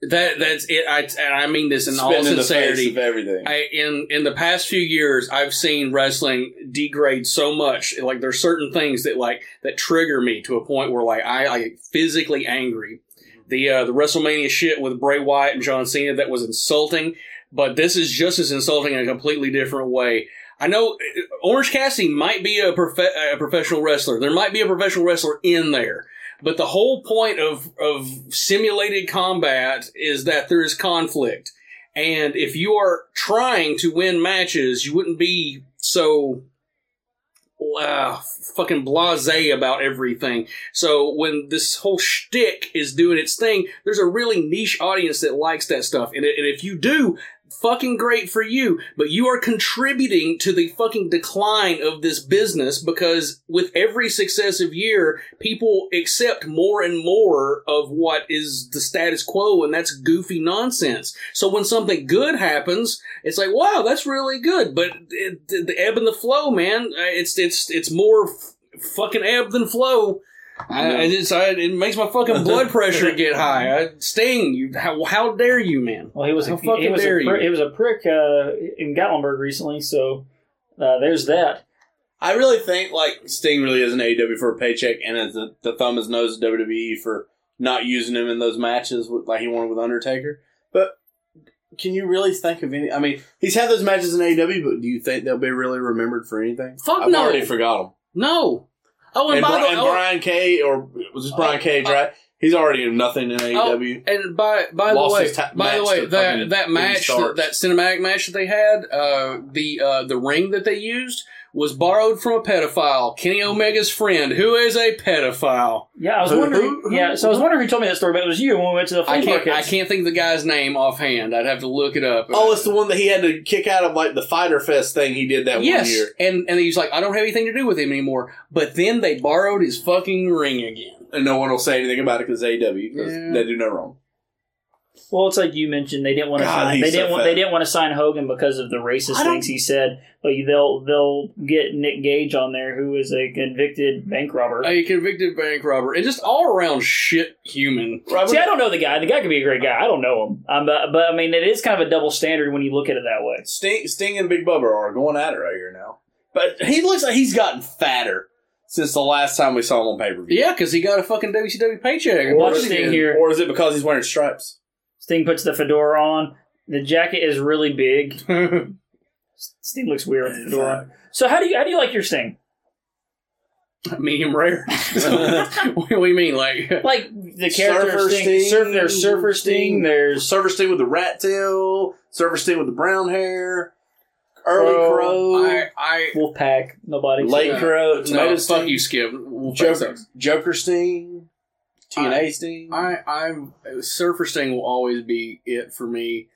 Speaker 3: that that's it. I and I mean this in all
Speaker 2: Spitting in the
Speaker 3: sincerity.
Speaker 2: face of everything.
Speaker 3: I, in in the past few years, I've seen wrestling degrade so much. Like there's certain things that like that trigger me to a point where like I, I get physically angry. The uh, the WrestleMania shit with Bray Wyatt and John Cena that was insulting, but this is just as insulting in a completely different way. I know uh, Orange Cassidy might be a, profe- a professional wrestler. There might be a professional wrestler in there. But the whole point of, of simulated combat is that there is conflict. And if you are trying to win matches, you wouldn't be so uh, fucking blasé about everything. So when this whole shtick is doing its thing, there's a really niche audience that likes that stuff. And, i- and if you do, fucking great for you. But you are contributing to the fucking decline of this business because with every successive year, people accept more and more of what is the status quo, and that's goofy nonsense. So when something good happens, it's like, wow, that's really good. But it, the, the ebb and the flow, man, uh, it's it's it's more f- fucking ebb than flow. I, I just, I, it makes my fucking blood pressure get high. I, Sting, you, how, how dare you, man?
Speaker 7: Well, he was
Speaker 3: How
Speaker 7: a,
Speaker 3: fucking
Speaker 7: he was a
Speaker 3: dare
Speaker 7: pri-
Speaker 3: you.
Speaker 7: he was a prick uh, in Gatlinburg recently. So uh, there's that.
Speaker 2: I really think like Sting really is an AEW for a paycheck, and it's the, the thumb is nose at WWE E for not using him in those matches with, like he wanted with Undertaker.
Speaker 6: But can you really think of any? I mean,
Speaker 2: He's had those matches in AEW, but do you think they'll be really remembered for anything?
Speaker 3: Fuck
Speaker 2: I've
Speaker 3: no.
Speaker 2: already forgot him.
Speaker 3: No. Oh, and,
Speaker 2: And,
Speaker 3: by
Speaker 2: Bri-
Speaker 3: the
Speaker 2: and
Speaker 3: oh, Uh,
Speaker 2: Brian Cage, or it was this Brian Cage, right? He's already in nothing in
Speaker 3: oh.
Speaker 2: E AEW.
Speaker 3: And by by the
Speaker 2: Lost
Speaker 3: way,
Speaker 2: his ta-
Speaker 3: by the
Speaker 2: match
Speaker 3: way,
Speaker 2: to
Speaker 3: that
Speaker 2: fucking
Speaker 3: that match, that,
Speaker 2: Starks.
Speaker 3: that cinematic match that they had, uh, the uh, the ring that they used was borrowed from a pedophile, Kenny Omega's friend, who is a pedophile.
Speaker 7: Yeah, I was wondering. yeah, so I was wondering who told me that story, but it was you when we went to the flea
Speaker 3: I can't
Speaker 7: market.
Speaker 3: I can't think of the guy's name offhand. I'd have to look it up.
Speaker 2: Oh, it's the one that he had to kick out of like the Fighter Fest thing he did that
Speaker 3: yes,
Speaker 2: one year.
Speaker 3: and and he's like, I don't have anything to do with him anymore. But then they borrowed his fucking ring again.
Speaker 2: And no one will say anything about it because AEW, 'cause
Speaker 3: Yeah.
Speaker 2: they do no wrong.
Speaker 7: Well, it's like you mentioned they didn't want to
Speaker 2: God,
Speaker 7: sign.
Speaker 2: he's
Speaker 7: They
Speaker 2: so
Speaker 7: didn't want.
Speaker 2: fat.
Speaker 7: They didn't want to sign Hogan because of the racist
Speaker 2: I don't-
Speaker 7: things he said. But they'll they'll get Nick Gage on there, who is a convicted bank robber.
Speaker 3: A convicted bank robber and just all around shit human.
Speaker 7: See, I don't know the guy. The guy could be a great guy. I don't know him. Um, but, but I mean, it is kind of a double standard when you look at it that way.
Speaker 2: Sting, Sting and Big Bubba are going at it right here now. But he looks like he's gotten fatter since the last time we saw him on pay per view.
Speaker 3: Yeah, because he got a fucking WCW paycheck. and
Speaker 7: Watch
Speaker 3: bought it
Speaker 7: Sting
Speaker 3: again.
Speaker 7: here.
Speaker 2: Or is it because he's wearing stripes?
Speaker 7: Sting puts the fedora on. The jacket is really big. Sting looks weird with the fedora. on. So how do you how do you like your Sting?
Speaker 3: medium rare. what do you mean? Like,
Speaker 7: Like the character
Speaker 2: Surfer
Speaker 7: of Sting.
Speaker 2: Sting.
Speaker 7: Surf, there's Surfer Sting.
Speaker 2: Sting.
Speaker 7: There's
Speaker 2: Surfer Sting with the rat tail, Surfer Sting with the brown hair, early
Speaker 7: Crow. uh,
Speaker 2: crow,
Speaker 3: I, I,
Speaker 7: Wolfpack. Nobody.
Speaker 2: late crow, tomato
Speaker 3: no,
Speaker 2: sting,
Speaker 3: fuck you, Skip. We'll fix
Speaker 2: Joker,
Speaker 3: those.
Speaker 2: Joker Sting, TNA Sting.
Speaker 3: I, I'm Surfer Sting will always be it for me.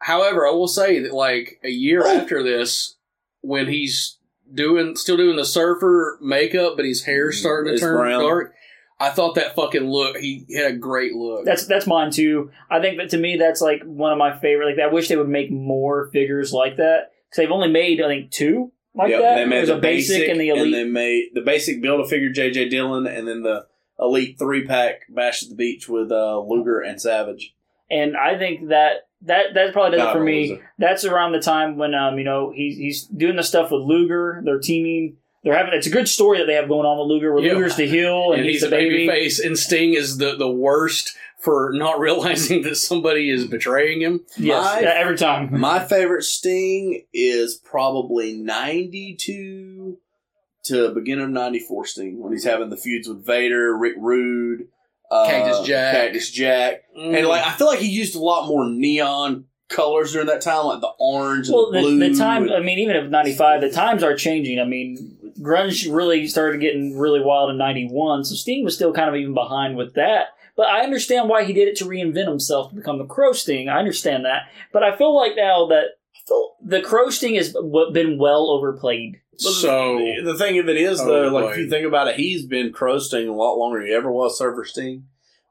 Speaker 3: However, I will say that like a year
Speaker 2: Oh.
Speaker 3: after this, when he's doing still doing the surfer makeup, but his hair's starting to
Speaker 2: Mm, It's
Speaker 3: turn
Speaker 2: brown.
Speaker 3: dark. I thought that fucking look. He had a great look.
Speaker 7: That's that's mine too. I think that to me that's like one of my favorite. Like I wish they would make more figures like that because they've only made I think two like
Speaker 2: Yep,
Speaker 7: that?
Speaker 2: They made
Speaker 7: There's
Speaker 2: the
Speaker 7: a basic, and the elite.
Speaker 2: and they made the basic build a figure JJ Dillon, and then the elite three pack Bash at the Beach with uh, Luger and Savage.
Speaker 7: and I think that that that probably does it
Speaker 2: Nah,
Speaker 7: for
Speaker 2: what
Speaker 7: me.
Speaker 2: was it?
Speaker 7: That's around the time when um you know he's he's doing the stuff with Luger. They're teaming. They're having it's a good story that they have going on with Luger. Where
Speaker 6: Yeah.
Speaker 7: Luger's the heel and,
Speaker 6: and he's a baby face, and Sting is the, the worst for not realizing that somebody is betraying him.
Speaker 7: Yes,
Speaker 2: My-
Speaker 7: yeah, every time.
Speaker 2: My favorite Sting is probably ninety two to beginning of ninety four Sting when he's having the feuds with Vader, Rick Rude, uh,
Speaker 6: Cactus Jack.
Speaker 2: Cactus Jack, and like I feel like he used a lot more neon colors during that time, like the orange
Speaker 7: Well,
Speaker 2: and the, blue.
Speaker 7: the, the time.
Speaker 2: and-
Speaker 7: I mean, even if '95, the times are changing. I mean, grunge really started getting really wild in '91, so Sting was still kind of even behind with that. But I understand why he did it to reinvent himself to become the Crow Sting. I understand that, but I feel like now that the Crow Sting has w- been well overplayed.
Speaker 6: So
Speaker 2: The thing of it is, though,
Speaker 6: Oh,
Speaker 2: like
Speaker 6: boy.
Speaker 2: if you think about it, he's been Crow Sting a lot longer than he ever was Surfer Sting.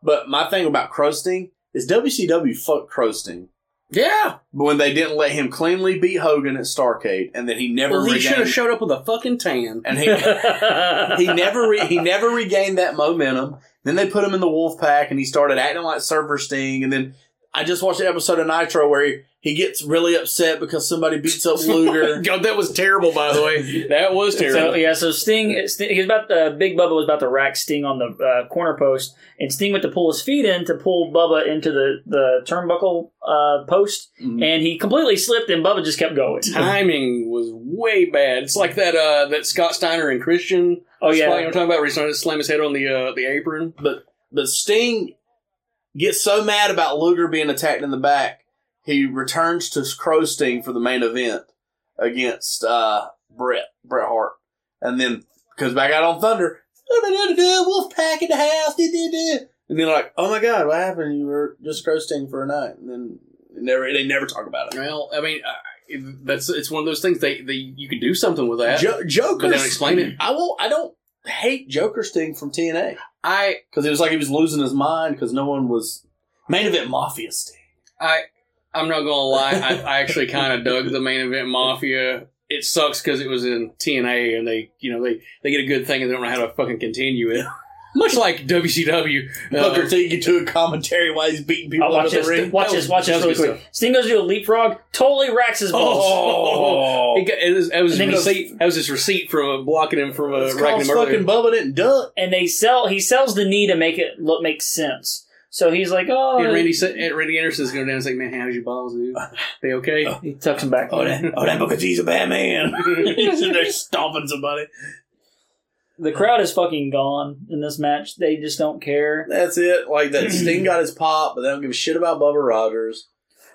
Speaker 2: But my thing about Crow Sting is WCW fucked Crow Sting.
Speaker 6: yeah,
Speaker 2: But when they didn't let him cleanly beat Hogan at Starcade, and then he never
Speaker 6: well, he should have
Speaker 2: regained,
Speaker 6: showed up with a fucking tan.
Speaker 2: and he he never re, he never regained that momentum. Then they put him in the Wolf Pack, and he started acting like Surfer Sting. And then I just watched an episode of Nitro where he, he gets really upset because somebody beats up Luger.
Speaker 6: Oh God, that was terrible. By the way, that was
Speaker 7: So
Speaker 6: terrible.
Speaker 7: yeah, so Sting, Sting he was about the Big Bubba was about to rack Sting on the uh, corner post, and Sting went to pull his feet in to pull Bubba into the the turnbuckle uh, post,
Speaker 2: Mm-hmm.
Speaker 7: and he completely slipped, and Bubba just kept going.
Speaker 6: Timing was way bad. It's like that uh, that Scott Steiner and Christian.
Speaker 7: Oh
Speaker 6: spot
Speaker 7: yeah,
Speaker 6: you know what I'm talking about. Where he's trying to slam his head on the uh, the apron.
Speaker 2: But but Sting gets so mad about Luger being attacked in the back, he returns to Crow Sting for the main event against uh, Bret Bret Hart, and then comes back out on Thunder. Wolfpack in the house. do-do-do." And then like, oh my god, what happened? You were just Crow Sting for a night, and then they never they never talk about it.
Speaker 6: Well, I mean, I, that's it's one of those things. They, they you could do something with that.
Speaker 2: Jo- Joker,
Speaker 6: But they don't explain it.
Speaker 2: I won't. I don't hate Joker Sting from TNA
Speaker 6: I
Speaker 2: because it was like he was losing his mind because no one was main event Mafia Sting.
Speaker 6: I I'm not gonna lie. I, I actually kind of dug the main event mafia. It sucks because it was in TNA, and they you know they they get a good thing and they don't know how to fucking continue it. Much like WCW, uh,
Speaker 2: Booker T can do a commentary while he's beating people
Speaker 7: Oh,
Speaker 2: out
Speaker 7: watch
Speaker 2: of the
Speaker 7: this,
Speaker 2: ring.
Speaker 7: watch
Speaker 6: That
Speaker 7: this,
Speaker 6: was-
Speaker 7: watch this
Speaker 6: that
Speaker 7: really
Speaker 6: was good
Speaker 7: quick. Sting goes to do a leapfrog, totally racks his balls.
Speaker 6: Oh, it, got, it was, that was
Speaker 7: And then
Speaker 6: his
Speaker 7: goes-
Speaker 6: receipt. That was his receipt from uh, blocking him from uh,
Speaker 2: It's
Speaker 6: racking
Speaker 2: called
Speaker 6: him earlier.
Speaker 2: fucking Bubba didn't duck.
Speaker 7: And they sell, he sells the knee to make it look make sense. So he's like, oh,
Speaker 6: and Randy, sa- and Randy Anderson's going down and saying, "Man, how's your balls, dude? They okay?"
Speaker 7: he tucks him back.
Speaker 2: Oh that, oh, that Booker T's a bad man. he's in there stomping somebody.
Speaker 7: The crowd is fucking gone in this match. They just don't care.
Speaker 2: That's it. Like that Sting got his pop, but they don't give a shit about Bubba Rogers.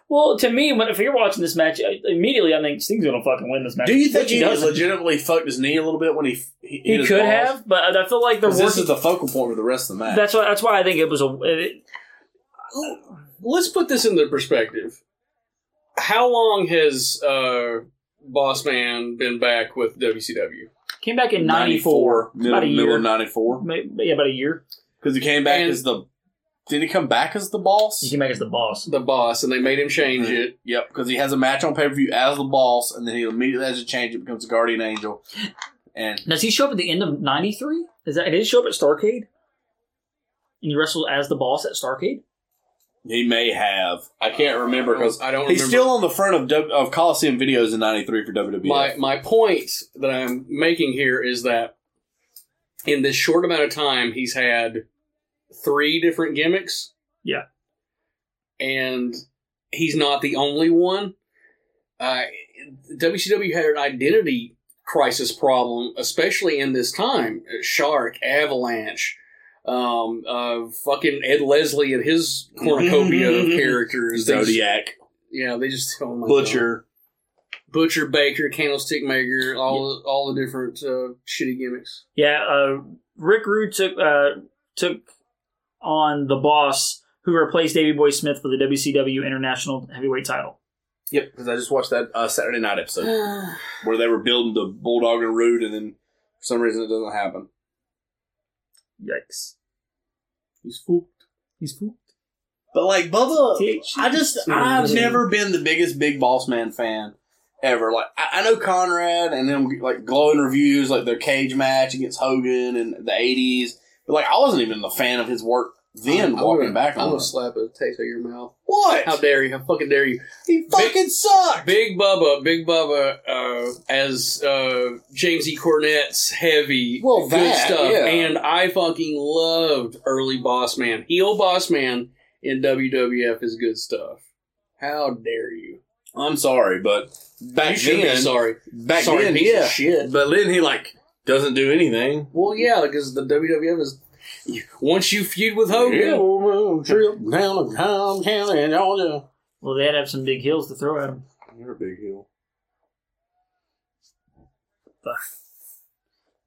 Speaker 7: Well, to me, when if you're watching this match, I- immediately I think Sting's gonna fucking win this match.
Speaker 2: Do you think
Speaker 7: Which
Speaker 2: he,
Speaker 7: doesn't.
Speaker 2: legitimately fucked his knee a little bit when he he,
Speaker 7: He
Speaker 2: hit his
Speaker 7: could
Speaker 2: balls?
Speaker 7: have, but I feel like they're
Speaker 2: 'Cause
Speaker 7: working.
Speaker 2: This is the focal point of the rest of the match.
Speaker 7: that's why. That's why I think it was a. It,
Speaker 6: Let's put this into perspective. How long has uh, Boss Man been back with WCW?
Speaker 7: came back in '94,
Speaker 2: middle,
Speaker 7: about a
Speaker 2: middle
Speaker 7: year.
Speaker 2: of ninety four,
Speaker 7: Maybe, yeah, about a year.
Speaker 2: because he came back
Speaker 6: And-
Speaker 2: as the. Did he come back as the boss?
Speaker 7: He came back as the boss.
Speaker 6: The boss, and they made him change
Speaker 2: Mm-hmm.
Speaker 6: it.
Speaker 2: Yep, because he has a match on pay per view as the boss, and then he immediately has to change it, becomes a guardian angel, and
Speaker 7: Does he show up at the end of '93? Is that did he show up at Starcade? And he wrestled as the boss at Starcade.
Speaker 2: He may have. I can't remember because
Speaker 6: I don't.
Speaker 2: he's
Speaker 6: remember.
Speaker 2: still on the front of W- of Coliseum videos in '93 for E. WWE.
Speaker 6: My my point that I'm making here is that in this short amount of time, he's had three different gimmicks.
Speaker 7: Yeah.
Speaker 6: and he's not the only one. Uh, WCW had an identity crisis problem, especially in this time. Uh, Shark, Avalanche, um, uh, fucking Ed Leslie and his cornucopia of characters. They just-
Speaker 2: Zodiac
Speaker 6: yeah, they just oh my God
Speaker 2: Butcher.
Speaker 6: butcher, baker, candlestick maker, all all the different uh, shitty gimmicks.
Speaker 7: Yeah, uh, Rick Rude took uh, took on the boss, who replaced Davey Boy Smith for the WCW International Heavyweight Title.
Speaker 2: Yep, because I just watched that uh, Saturday night episode where they were building the Bulldog and Rude, and then for some reason it doesn't happen.
Speaker 7: Yikes!
Speaker 6: He's fooled.
Speaker 7: He's fooled.
Speaker 2: But like Bubba,
Speaker 7: THC.
Speaker 2: I just I've never been the biggest Big Boss Man fan, ever. Like I, I know Conrad and them like glowing reviews, like their cage match against Hogan in the eighties. But like I wasn't even a fan of his work then. walking back
Speaker 6: I'm
Speaker 2: on
Speaker 6: gonna
Speaker 2: it.
Speaker 6: slap a taste out of your mouth.
Speaker 2: what
Speaker 6: How dare you? How fucking dare you?
Speaker 2: he fucking sucked.
Speaker 6: Big Bubba, Big Bubba, uh, as uh, James E. Cornette's heavy,
Speaker 2: Well,
Speaker 6: good
Speaker 2: that,
Speaker 6: stuff.
Speaker 2: yeah.
Speaker 6: And I fucking loved early Boss Man. Heel Boss Man in WWF is good stuff. How dare you?
Speaker 2: I'm sorry, but
Speaker 6: you
Speaker 7: Back
Speaker 6: should be
Speaker 7: then,
Speaker 6: sorry.
Speaker 7: back
Speaker 6: sorry,
Speaker 7: then,
Speaker 6: piece
Speaker 7: yeah.
Speaker 6: of shit.
Speaker 7: But then he like doesn't do anything.
Speaker 6: Well, yeah, because the WWF is. Once you feud with Hogan,
Speaker 2: trip down to Tom County and all the-
Speaker 1: Well, they'd have some big heels to throw at him.
Speaker 7: You're a big heel.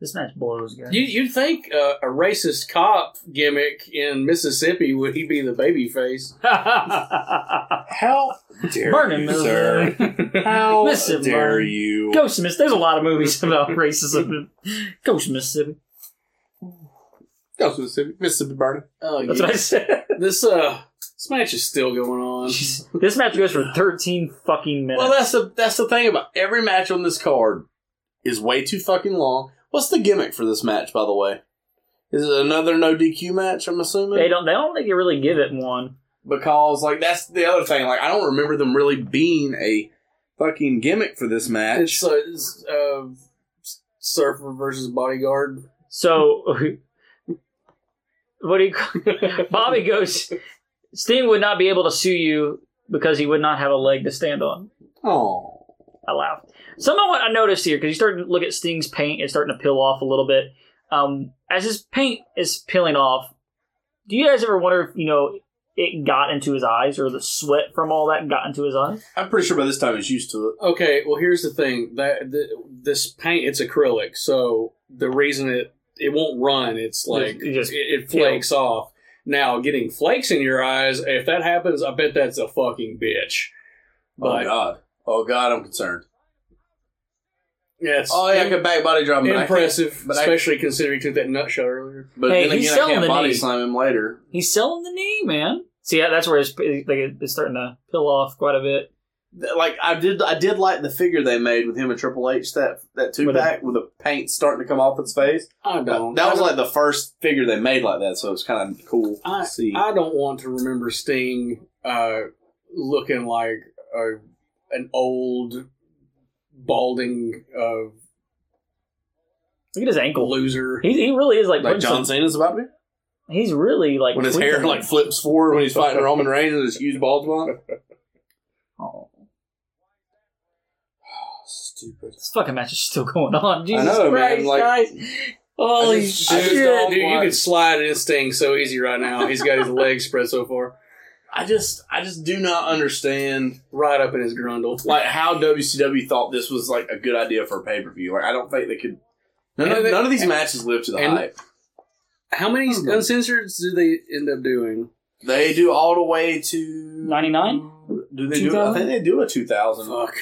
Speaker 1: This match blows, guys.
Speaker 6: you, you'd think uh, a racist cop gimmick in Mississippi would he be the baby face?
Speaker 7: How dare
Speaker 1: Burning
Speaker 7: you,
Speaker 1: Mississippi.
Speaker 7: sir? How
Speaker 1: Miss him,
Speaker 7: dare
Speaker 1: Martin.
Speaker 7: you?
Speaker 1: Go to Miss. There's a lot of movies about racism. Go to Mississippi.
Speaker 7: Go to Mississippi, Mississippi Burning.
Speaker 6: Oh,
Speaker 1: That's
Speaker 6: yeah.
Speaker 1: what I said.
Speaker 6: this uh, this match is still going on.
Speaker 1: this match goes for 13 fucking minutes.
Speaker 2: Well, that's the that's the thing about every match on this card is way too fucking long. What's the gimmick for this match, by the way? Is it another no DQ match? I'm assuming
Speaker 1: they don't. They don't think you really give it one.
Speaker 2: because like that's the other thing. Like I don't remember them really being a fucking gimmick for this match.
Speaker 6: It's, uh, it's uh, Surfer versus Bodyguard.
Speaker 1: So, what do you? call- Bobby goes. Sting would not be able to sue you because he would not have a leg to stand on.
Speaker 2: Oh,
Speaker 1: I laughed. Some of what I noticed here, because you start to look at Sting's paint, it's starting to peel off a little bit. Um, as his paint is peeling off, do you guys ever wonder if you know it got into his eyes or the sweat from all that got into his eyes?
Speaker 2: I'm pretty sure by this time he's used to it. Oh,
Speaker 6: Okay, well here's the thing that th- this paint it's acrylic, so the reason it it won't run, it's like
Speaker 1: It just-
Speaker 6: it, it flakes off. Now getting flakes in your eyes, if that happens, I bet that's a fucking bitch.
Speaker 2: oh
Speaker 6: But
Speaker 2: god, oh god, I'm concerned.
Speaker 6: yeah, it's
Speaker 2: Oh yeah, I could back body drop him, but I can't-
Speaker 6: impressive,
Speaker 2: but I-
Speaker 6: especially considering you took that nut shot earlier.
Speaker 2: But
Speaker 1: Hey,
Speaker 2: then
Speaker 1: he's
Speaker 2: again, I
Speaker 1: selling
Speaker 2: can't
Speaker 1: the
Speaker 2: body
Speaker 1: knee.
Speaker 2: slam him later.
Speaker 1: He's selling the knee, man. See, yeah, that's where it's, like, it's starting to peel off quite a bit.
Speaker 2: Th- like I did I did like the figure they made with him and Triple H that that two
Speaker 1: With a-
Speaker 2: pack with the paint starting to come off its face.
Speaker 6: I don't.
Speaker 2: that was
Speaker 6: I
Speaker 2: like the first figure they made like that, so it was kind of cool
Speaker 6: I-
Speaker 2: to see.
Speaker 6: I don't want to remember Sting uh, looking like a, an old balding uh,
Speaker 1: Look at his ankle.
Speaker 6: loser.
Speaker 1: He, he really is like,
Speaker 2: like
Speaker 1: putting
Speaker 2: John
Speaker 1: some-
Speaker 2: Cena's about to be
Speaker 1: he's really like
Speaker 7: When his hair
Speaker 1: tweaking
Speaker 7: like
Speaker 1: it.
Speaker 7: flips forward when he's fighting Roman Reigns and his huge bald one.
Speaker 1: Oh,
Speaker 2: stupid.
Speaker 1: this fucking match is still going on. Jesus
Speaker 7: know, man,
Speaker 1: Christ,
Speaker 7: like-
Speaker 1: guys! Holy
Speaker 2: just- I
Speaker 6: Dude,
Speaker 2: just
Speaker 1: shit!
Speaker 2: don't-
Speaker 6: dude, you
Speaker 2: want-
Speaker 6: could slide in Sting so easy right now. He's got his legs spread so far,
Speaker 2: I just I just do not understand
Speaker 6: right up in his grundle.
Speaker 2: like how WCW thought this was like a good idea for a pay per view. Like I don't think they could. None,
Speaker 6: And
Speaker 2: of,
Speaker 6: they-
Speaker 2: none of these
Speaker 6: and-
Speaker 2: matches live to the
Speaker 6: and-
Speaker 2: hype.
Speaker 6: How many uncensored do they end up doing?
Speaker 2: They do all the way to
Speaker 1: 99?
Speaker 2: Do they do? I
Speaker 1: 2000?
Speaker 2: think they do a two thousand
Speaker 6: Fuck.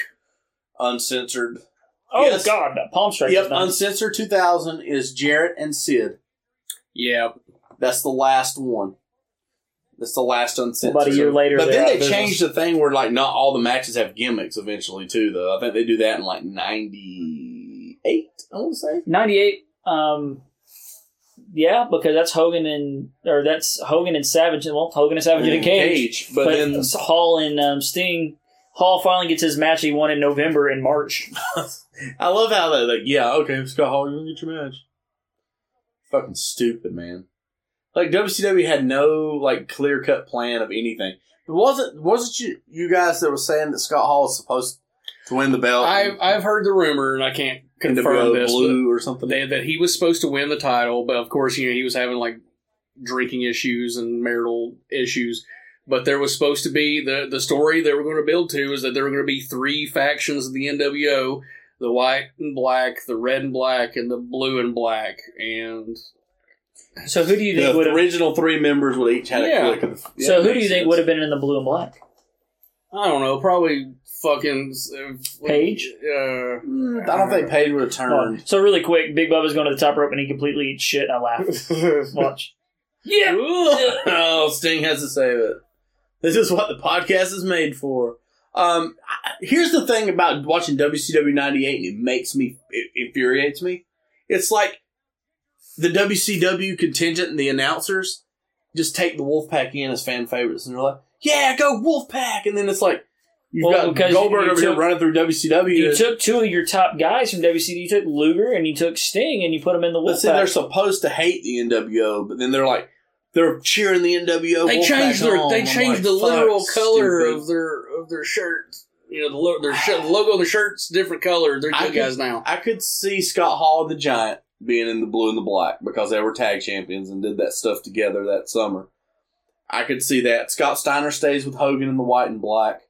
Speaker 2: uncensored.
Speaker 1: Oh
Speaker 2: Yes.
Speaker 1: God, that palm strike.
Speaker 2: Yep,
Speaker 1: is done.
Speaker 2: uncensored two thousand is Jarrett and Sid.
Speaker 6: Yeah,
Speaker 2: That's the last one. That's the last uncensored.
Speaker 1: About a year later,
Speaker 2: But
Speaker 1: they're
Speaker 2: then
Speaker 1: out
Speaker 2: they
Speaker 1: of business.
Speaker 2: changed the thing where like not all the matches have gimmicks eventually too. Though I think they do that in like ninety eight. I want to say.
Speaker 1: 98 um yeah because that's hogan and or that's hogan and savage well hogan and savage in a cage,
Speaker 2: but,
Speaker 1: but,
Speaker 2: then
Speaker 1: it's hall and um, sting hall finally gets his match he won in november and march
Speaker 2: I love how they like yeah okay Scott Hall you gonna get your match. Fucking stupid man. Like WCW had no like clear cut plan of anything. It wasn't wasn't you you guys that were saying that Scott Hall was supposed to win the belt?
Speaker 6: I've I've heard the rumor, and I can't confirm
Speaker 2: NWO
Speaker 6: this. but-
Speaker 2: blue or something.
Speaker 6: they, that he was supposed to win the title, but of course, you know, he was having like drinking issues and marital issues. But there was supposed to be the the story they were going to build to is that there were going to be three factions of the NWO: the white and black, the red and black, and the blue and black. And
Speaker 1: so who do you think
Speaker 2: the
Speaker 1: would have
Speaker 2: original three members would each had
Speaker 6: Yeah.
Speaker 2: a click of the.
Speaker 1: so who do you think would have been in the blue and black
Speaker 6: I don't know, probably fucking uh,
Speaker 1: Paige?
Speaker 6: Uh,
Speaker 2: have? Mm, I don't
Speaker 1: Mm.
Speaker 2: think Paige would have turned.
Speaker 1: so really quick big bubba's going to the top rope and he completely eats shit i laugh watch
Speaker 6: yeah,
Speaker 2: oh, Sting has to save it. This is what the podcast is made for. Um, I- here's the thing about watching WCW '98, and it makes me, it infuriates me. It's like the WCW contingent and the announcers just take the Wolfpack in as fan favorites, and they're like, "Yeah, go Wolfpack!" And then it's like you've
Speaker 1: Well,
Speaker 2: got
Speaker 1: because
Speaker 2: Goldberg
Speaker 1: you
Speaker 2: over
Speaker 1: took-
Speaker 2: here running through WCW.
Speaker 1: You
Speaker 2: and-
Speaker 1: took two of your top guys from WCW. You took Luger and you took Sting and you put them in the
Speaker 2: but see, they're
Speaker 1: Wolfpack.
Speaker 2: supposed to hate the NWO, but then they're like they're cheering the NWO.
Speaker 6: They
Speaker 2: Wolfpack
Speaker 6: changed their
Speaker 2: on.
Speaker 6: they
Speaker 2: I'm like,
Speaker 6: changed the
Speaker 2: "Fuck,
Speaker 6: literal color
Speaker 2: stupid."
Speaker 6: of their of their shirts. You know the, lo- their sh- the logo of the shirts different color. They're
Speaker 2: I
Speaker 6: good
Speaker 2: could-
Speaker 6: guys now.
Speaker 2: I could see Scott Hall and the Giant being in the blue and the black because they were tag champions and did that stuff together that summer. I could see that. Scott Steiner stays with Hogan in the white and black.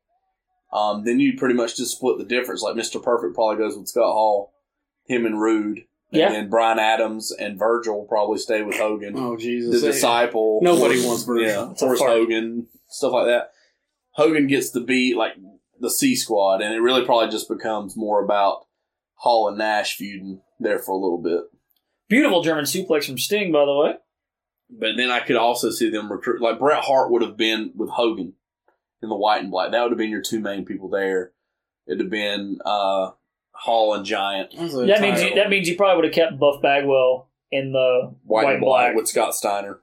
Speaker 2: Um, then you pretty much just split the difference. Like Mr. Perfect probably goes with Scott Hall, him and Rude. And
Speaker 1: Yeah.
Speaker 2: then Brian Adams and Virgil will probably stay with Hogan.
Speaker 6: Oh
Speaker 2: the
Speaker 6: Jesus! They-
Speaker 2: Disciple.
Speaker 6: Nobody
Speaker 2: Horace-
Speaker 6: wants Virgil.
Speaker 2: Yeah,
Speaker 6: It's a
Speaker 2: Horace
Speaker 6: fart.
Speaker 2: Hogan, stuff like that. Hogan gets to beat like the C squad, and it really probably just becomes more about Hall and Nash feuding there for a little bit.
Speaker 1: Beautiful German suplex from Sting, by the way.
Speaker 2: But then I could also see them recruit like Bret Hart would have been with Hogan in the white and black. That would have been your two main people there. It'd have been uh, Hall and Giant,
Speaker 1: Mm.
Speaker 6: That was a
Speaker 1: That means you,
Speaker 6: title.
Speaker 1: that means you probably would have kept Buff Bagwell in the
Speaker 2: white,
Speaker 1: white,
Speaker 2: and black,
Speaker 1: black,
Speaker 2: with Scott Steiner.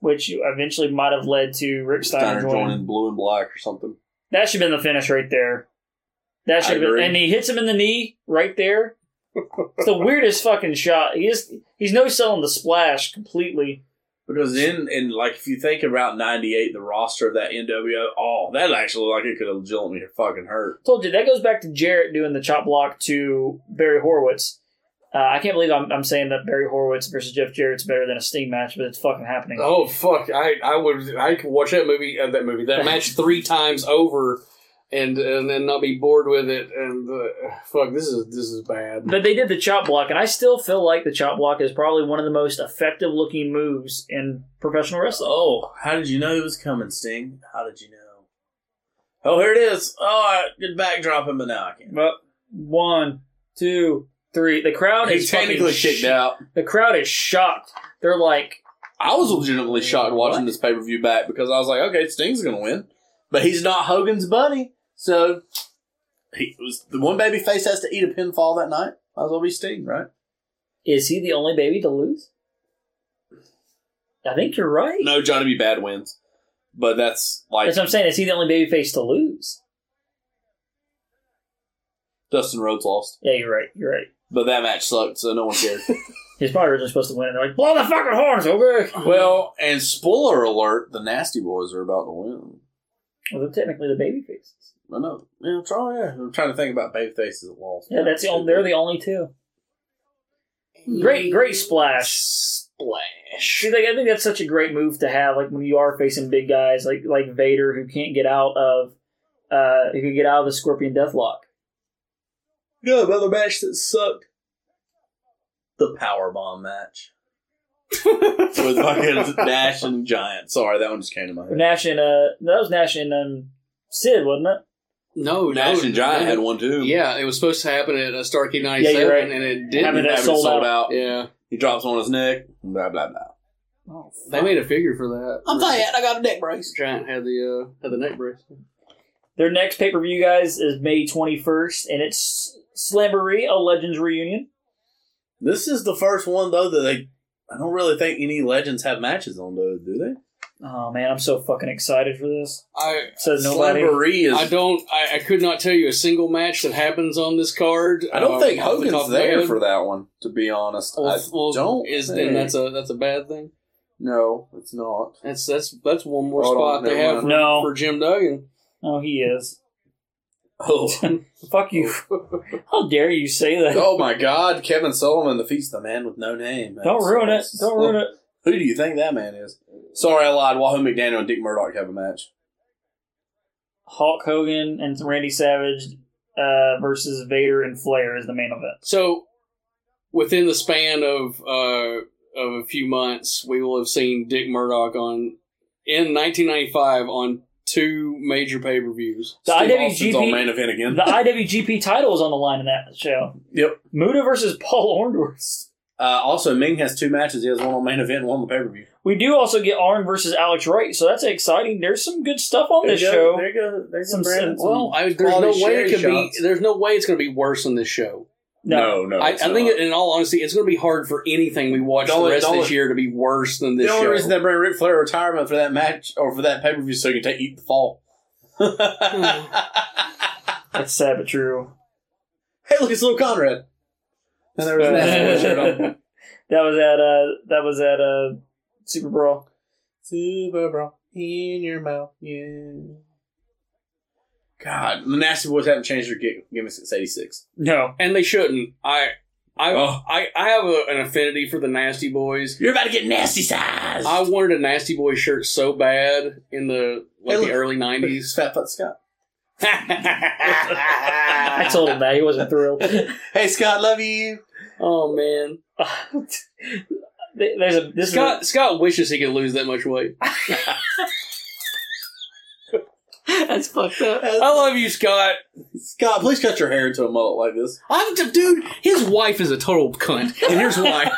Speaker 1: which eventually might have led to Rick Steiner,
Speaker 2: Steiner
Speaker 1: joining.
Speaker 2: joining blue and black or something.
Speaker 1: That should have been the finish right there. That should have been,
Speaker 2: agree.
Speaker 1: and he hits him in the knee right there. It's the weirdest fucking shot. He is he's no selling the splash completely.
Speaker 2: Because then, and like if you think about '98, the roster of that NWO, oh, that actually looked like it could have legitimately fucking hurt.
Speaker 1: Told you that goes back to Jarrett doing the chop block to Barry Horowitz. Uh, I can't believe I'm, I'm saying that Barry Horowitz versus Jeff Jarrett's better than a Sting match, but it's fucking happening.
Speaker 6: Oh fuck! I I would I could watch that movie uh, that movie that match three times over, and and then not be bored with it. And uh, fuck, this is this is bad.
Speaker 1: But they did the chop block, and I still feel like the chop block is probably one of the most effective looking moves in professional wrestling.
Speaker 2: Oh, how did you know it was coming, Sting? How did you know? Oh, here it is. Oh, I did backdrop him, but now I can't.
Speaker 1: Well, one, two, three. The crowd
Speaker 2: He
Speaker 1: is fucking
Speaker 2: technically
Speaker 1: sh-
Speaker 2: kicked out.
Speaker 1: The crowd is shocked. They're like,
Speaker 2: I was legitimately shocked watching this pay per view back because I was like, okay, Sting's gonna win, but he's not Hogan's buddy, so he was the one baby face has to eat a pinfall that night. Might as well be Sting, right?
Speaker 1: "Is he the only baby to lose?" I think you're right.
Speaker 2: No, Johnny B. Bad wins, but that's like
Speaker 1: That's what I'm saying. Is he the only baby face to lose?
Speaker 2: Dustin Rhodes lost,
Speaker 1: Yeah, you're right. You're right.
Speaker 2: but that match sucked, so no one cared.
Speaker 1: He's probably originally supposed to win, and they're like, "Blow the fucking horns, okay?"
Speaker 2: well, and spoiler alert: the Nasty Boys are about to win.
Speaker 1: Well, they're technically the baby faces.
Speaker 2: I know. Yeah, it's all yeah. I'm trying to think about baby faces that lost.
Speaker 1: Yeah, that's the only, they're the only two. Great, great splash.
Speaker 2: splash.
Speaker 1: See, like, I think that's such a great move to have. Like when you are facing big guys, like like Vader, who can't get out of, uh, who can get out of the Scorpion Deathlock.
Speaker 2: No, another match that sucked. The power bomb match with fucking Nash and Giant. Sorry, that one just came to my head.
Speaker 1: Nash and uh, that was Nash and um, Sid, wasn't it?
Speaker 6: No,
Speaker 2: Nash
Speaker 6: no,
Speaker 2: and Giant
Speaker 6: no.
Speaker 2: had one too.
Speaker 6: Yeah, it was supposed to happen at uh, Starkey
Speaker 1: you're
Speaker 6: '97,
Speaker 1: right.
Speaker 6: and it
Speaker 1: Having
Speaker 6: didn't.
Speaker 1: that
Speaker 2: Having it
Speaker 1: sold
Speaker 2: sold
Speaker 1: out.
Speaker 2: out.
Speaker 6: Yeah,
Speaker 2: He drops one on his neck. Blah blah blah.
Speaker 6: they made a figure for that.
Speaker 2: I got a neck brace.
Speaker 6: Giant had the uh, had the neck brace.
Speaker 1: Their next pay per view, guys, is May 21st, and it's Slamboree, a Legends reunion.
Speaker 2: This is the first one though that they. I don't really think any legends have matches on though, do they?
Speaker 1: Oh man, I'm so fucking excited for this.
Speaker 6: I
Speaker 1: Says nobody.
Speaker 2: Slamboree is.
Speaker 6: I don't I, I could not tell you a single match that happens on this card.
Speaker 2: I don't
Speaker 6: uh,
Speaker 2: think
Speaker 6: off the top
Speaker 2: Hogan's
Speaker 6: of my
Speaker 2: there
Speaker 6: head.
Speaker 2: for that one. To be honest,
Speaker 6: Well,
Speaker 2: I
Speaker 6: f- well,
Speaker 2: don't.
Speaker 6: is
Speaker 2: think.
Speaker 6: then that's a that's a bad thing.
Speaker 2: no, it's not.
Speaker 6: That's that's that's one more
Speaker 2: Hold
Speaker 6: spot
Speaker 2: on,
Speaker 6: they
Speaker 2: never
Speaker 6: have
Speaker 2: mind.
Speaker 6: for,
Speaker 1: No.
Speaker 6: for Jim Duggan.
Speaker 1: Oh, he is.
Speaker 2: Oh,
Speaker 1: Fuck you. How dare you say that?
Speaker 2: oh my God! Kevin Sullivan defeats the man with no name.
Speaker 1: Don't ruin it. Don't ruin it.
Speaker 2: Who do you think that man is? Sorry, I lied. Wahoo McDaniel and Dick Murdoch have a match.
Speaker 1: Hulk Hogan and Randy Savage uh, versus Vader and Flair is the main event.
Speaker 6: So within the span of uh, of a few months, we will have seen Dick Murdoch on in 1995 on two major pay per views.
Speaker 1: The
Speaker 2: Steve Austin's on main
Speaker 1: IWGP,
Speaker 2: event again.
Speaker 1: the IWGP title is on the line in that show.
Speaker 2: yep.
Speaker 1: Muda versus Paul Orndorff.
Speaker 2: Uh, Uh, also, Ming has two matches. He has one on main event and one on the pay per view.
Speaker 1: We do also get Arn versus Alex Wright, so that's exciting. There's some good stuff on this show.
Speaker 2: There you go. There's
Speaker 1: Some
Speaker 2: some Brandon.
Speaker 1: sim- well,
Speaker 6: I, there's
Speaker 2: Quality
Speaker 6: no way
Speaker 2: sherry
Speaker 6: it could
Speaker 2: shots.
Speaker 6: be. There's no way it's going to be worse than this show.
Speaker 1: No,
Speaker 7: no,
Speaker 6: I, I
Speaker 7: it's not.
Speaker 6: think, in all honesty, it's going to be hard for anything we watch
Speaker 2: Don't-
Speaker 6: the rest of
Speaker 2: don't-
Speaker 6: this year to be worse than
Speaker 2: the
Speaker 6: this
Speaker 2: only
Speaker 6: show.
Speaker 2: reason they bring Ric Flair retirement for that match or for that pay per view so he can take eat the fall.
Speaker 1: that's sad but true.
Speaker 2: Hey, look, it's Little Conrad. And there was an ass shirt on.
Speaker 1: that was at uh, that was at uh, Super Brawl.
Speaker 2: Super bro in your mouth, yeah. God, the Nasty Boys haven't changed their gig gimmick since '86.
Speaker 1: No,
Speaker 6: and they shouldn't. I, I,
Speaker 7: Oh.
Speaker 6: I, I have a, an affinity for the Nasty Boys.
Speaker 2: You're about to get nasty size.
Speaker 6: I wanted a Nasty Boy shirt so bad in the like
Speaker 2: Hey,
Speaker 6: the
Speaker 2: look.
Speaker 6: early nineties.
Speaker 2: Fat Fuck Scott.
Speaker 1: I told him that he wasn't thrilled.
Speaker 2: Hey Scott, love you.
Speaker 6: oh man,
Speaker 1: There's a this
Speaker 6: Scott Scott wishes he could lose that much weight.
Speaker 1: Is that's fucked up.
Speaker 6: I love you, Scott.
Speaker 2: Scott, please cut your hair into a mullet like this.
Speaker 6: I'm t- dude. His wife is a total cunt, and here's why.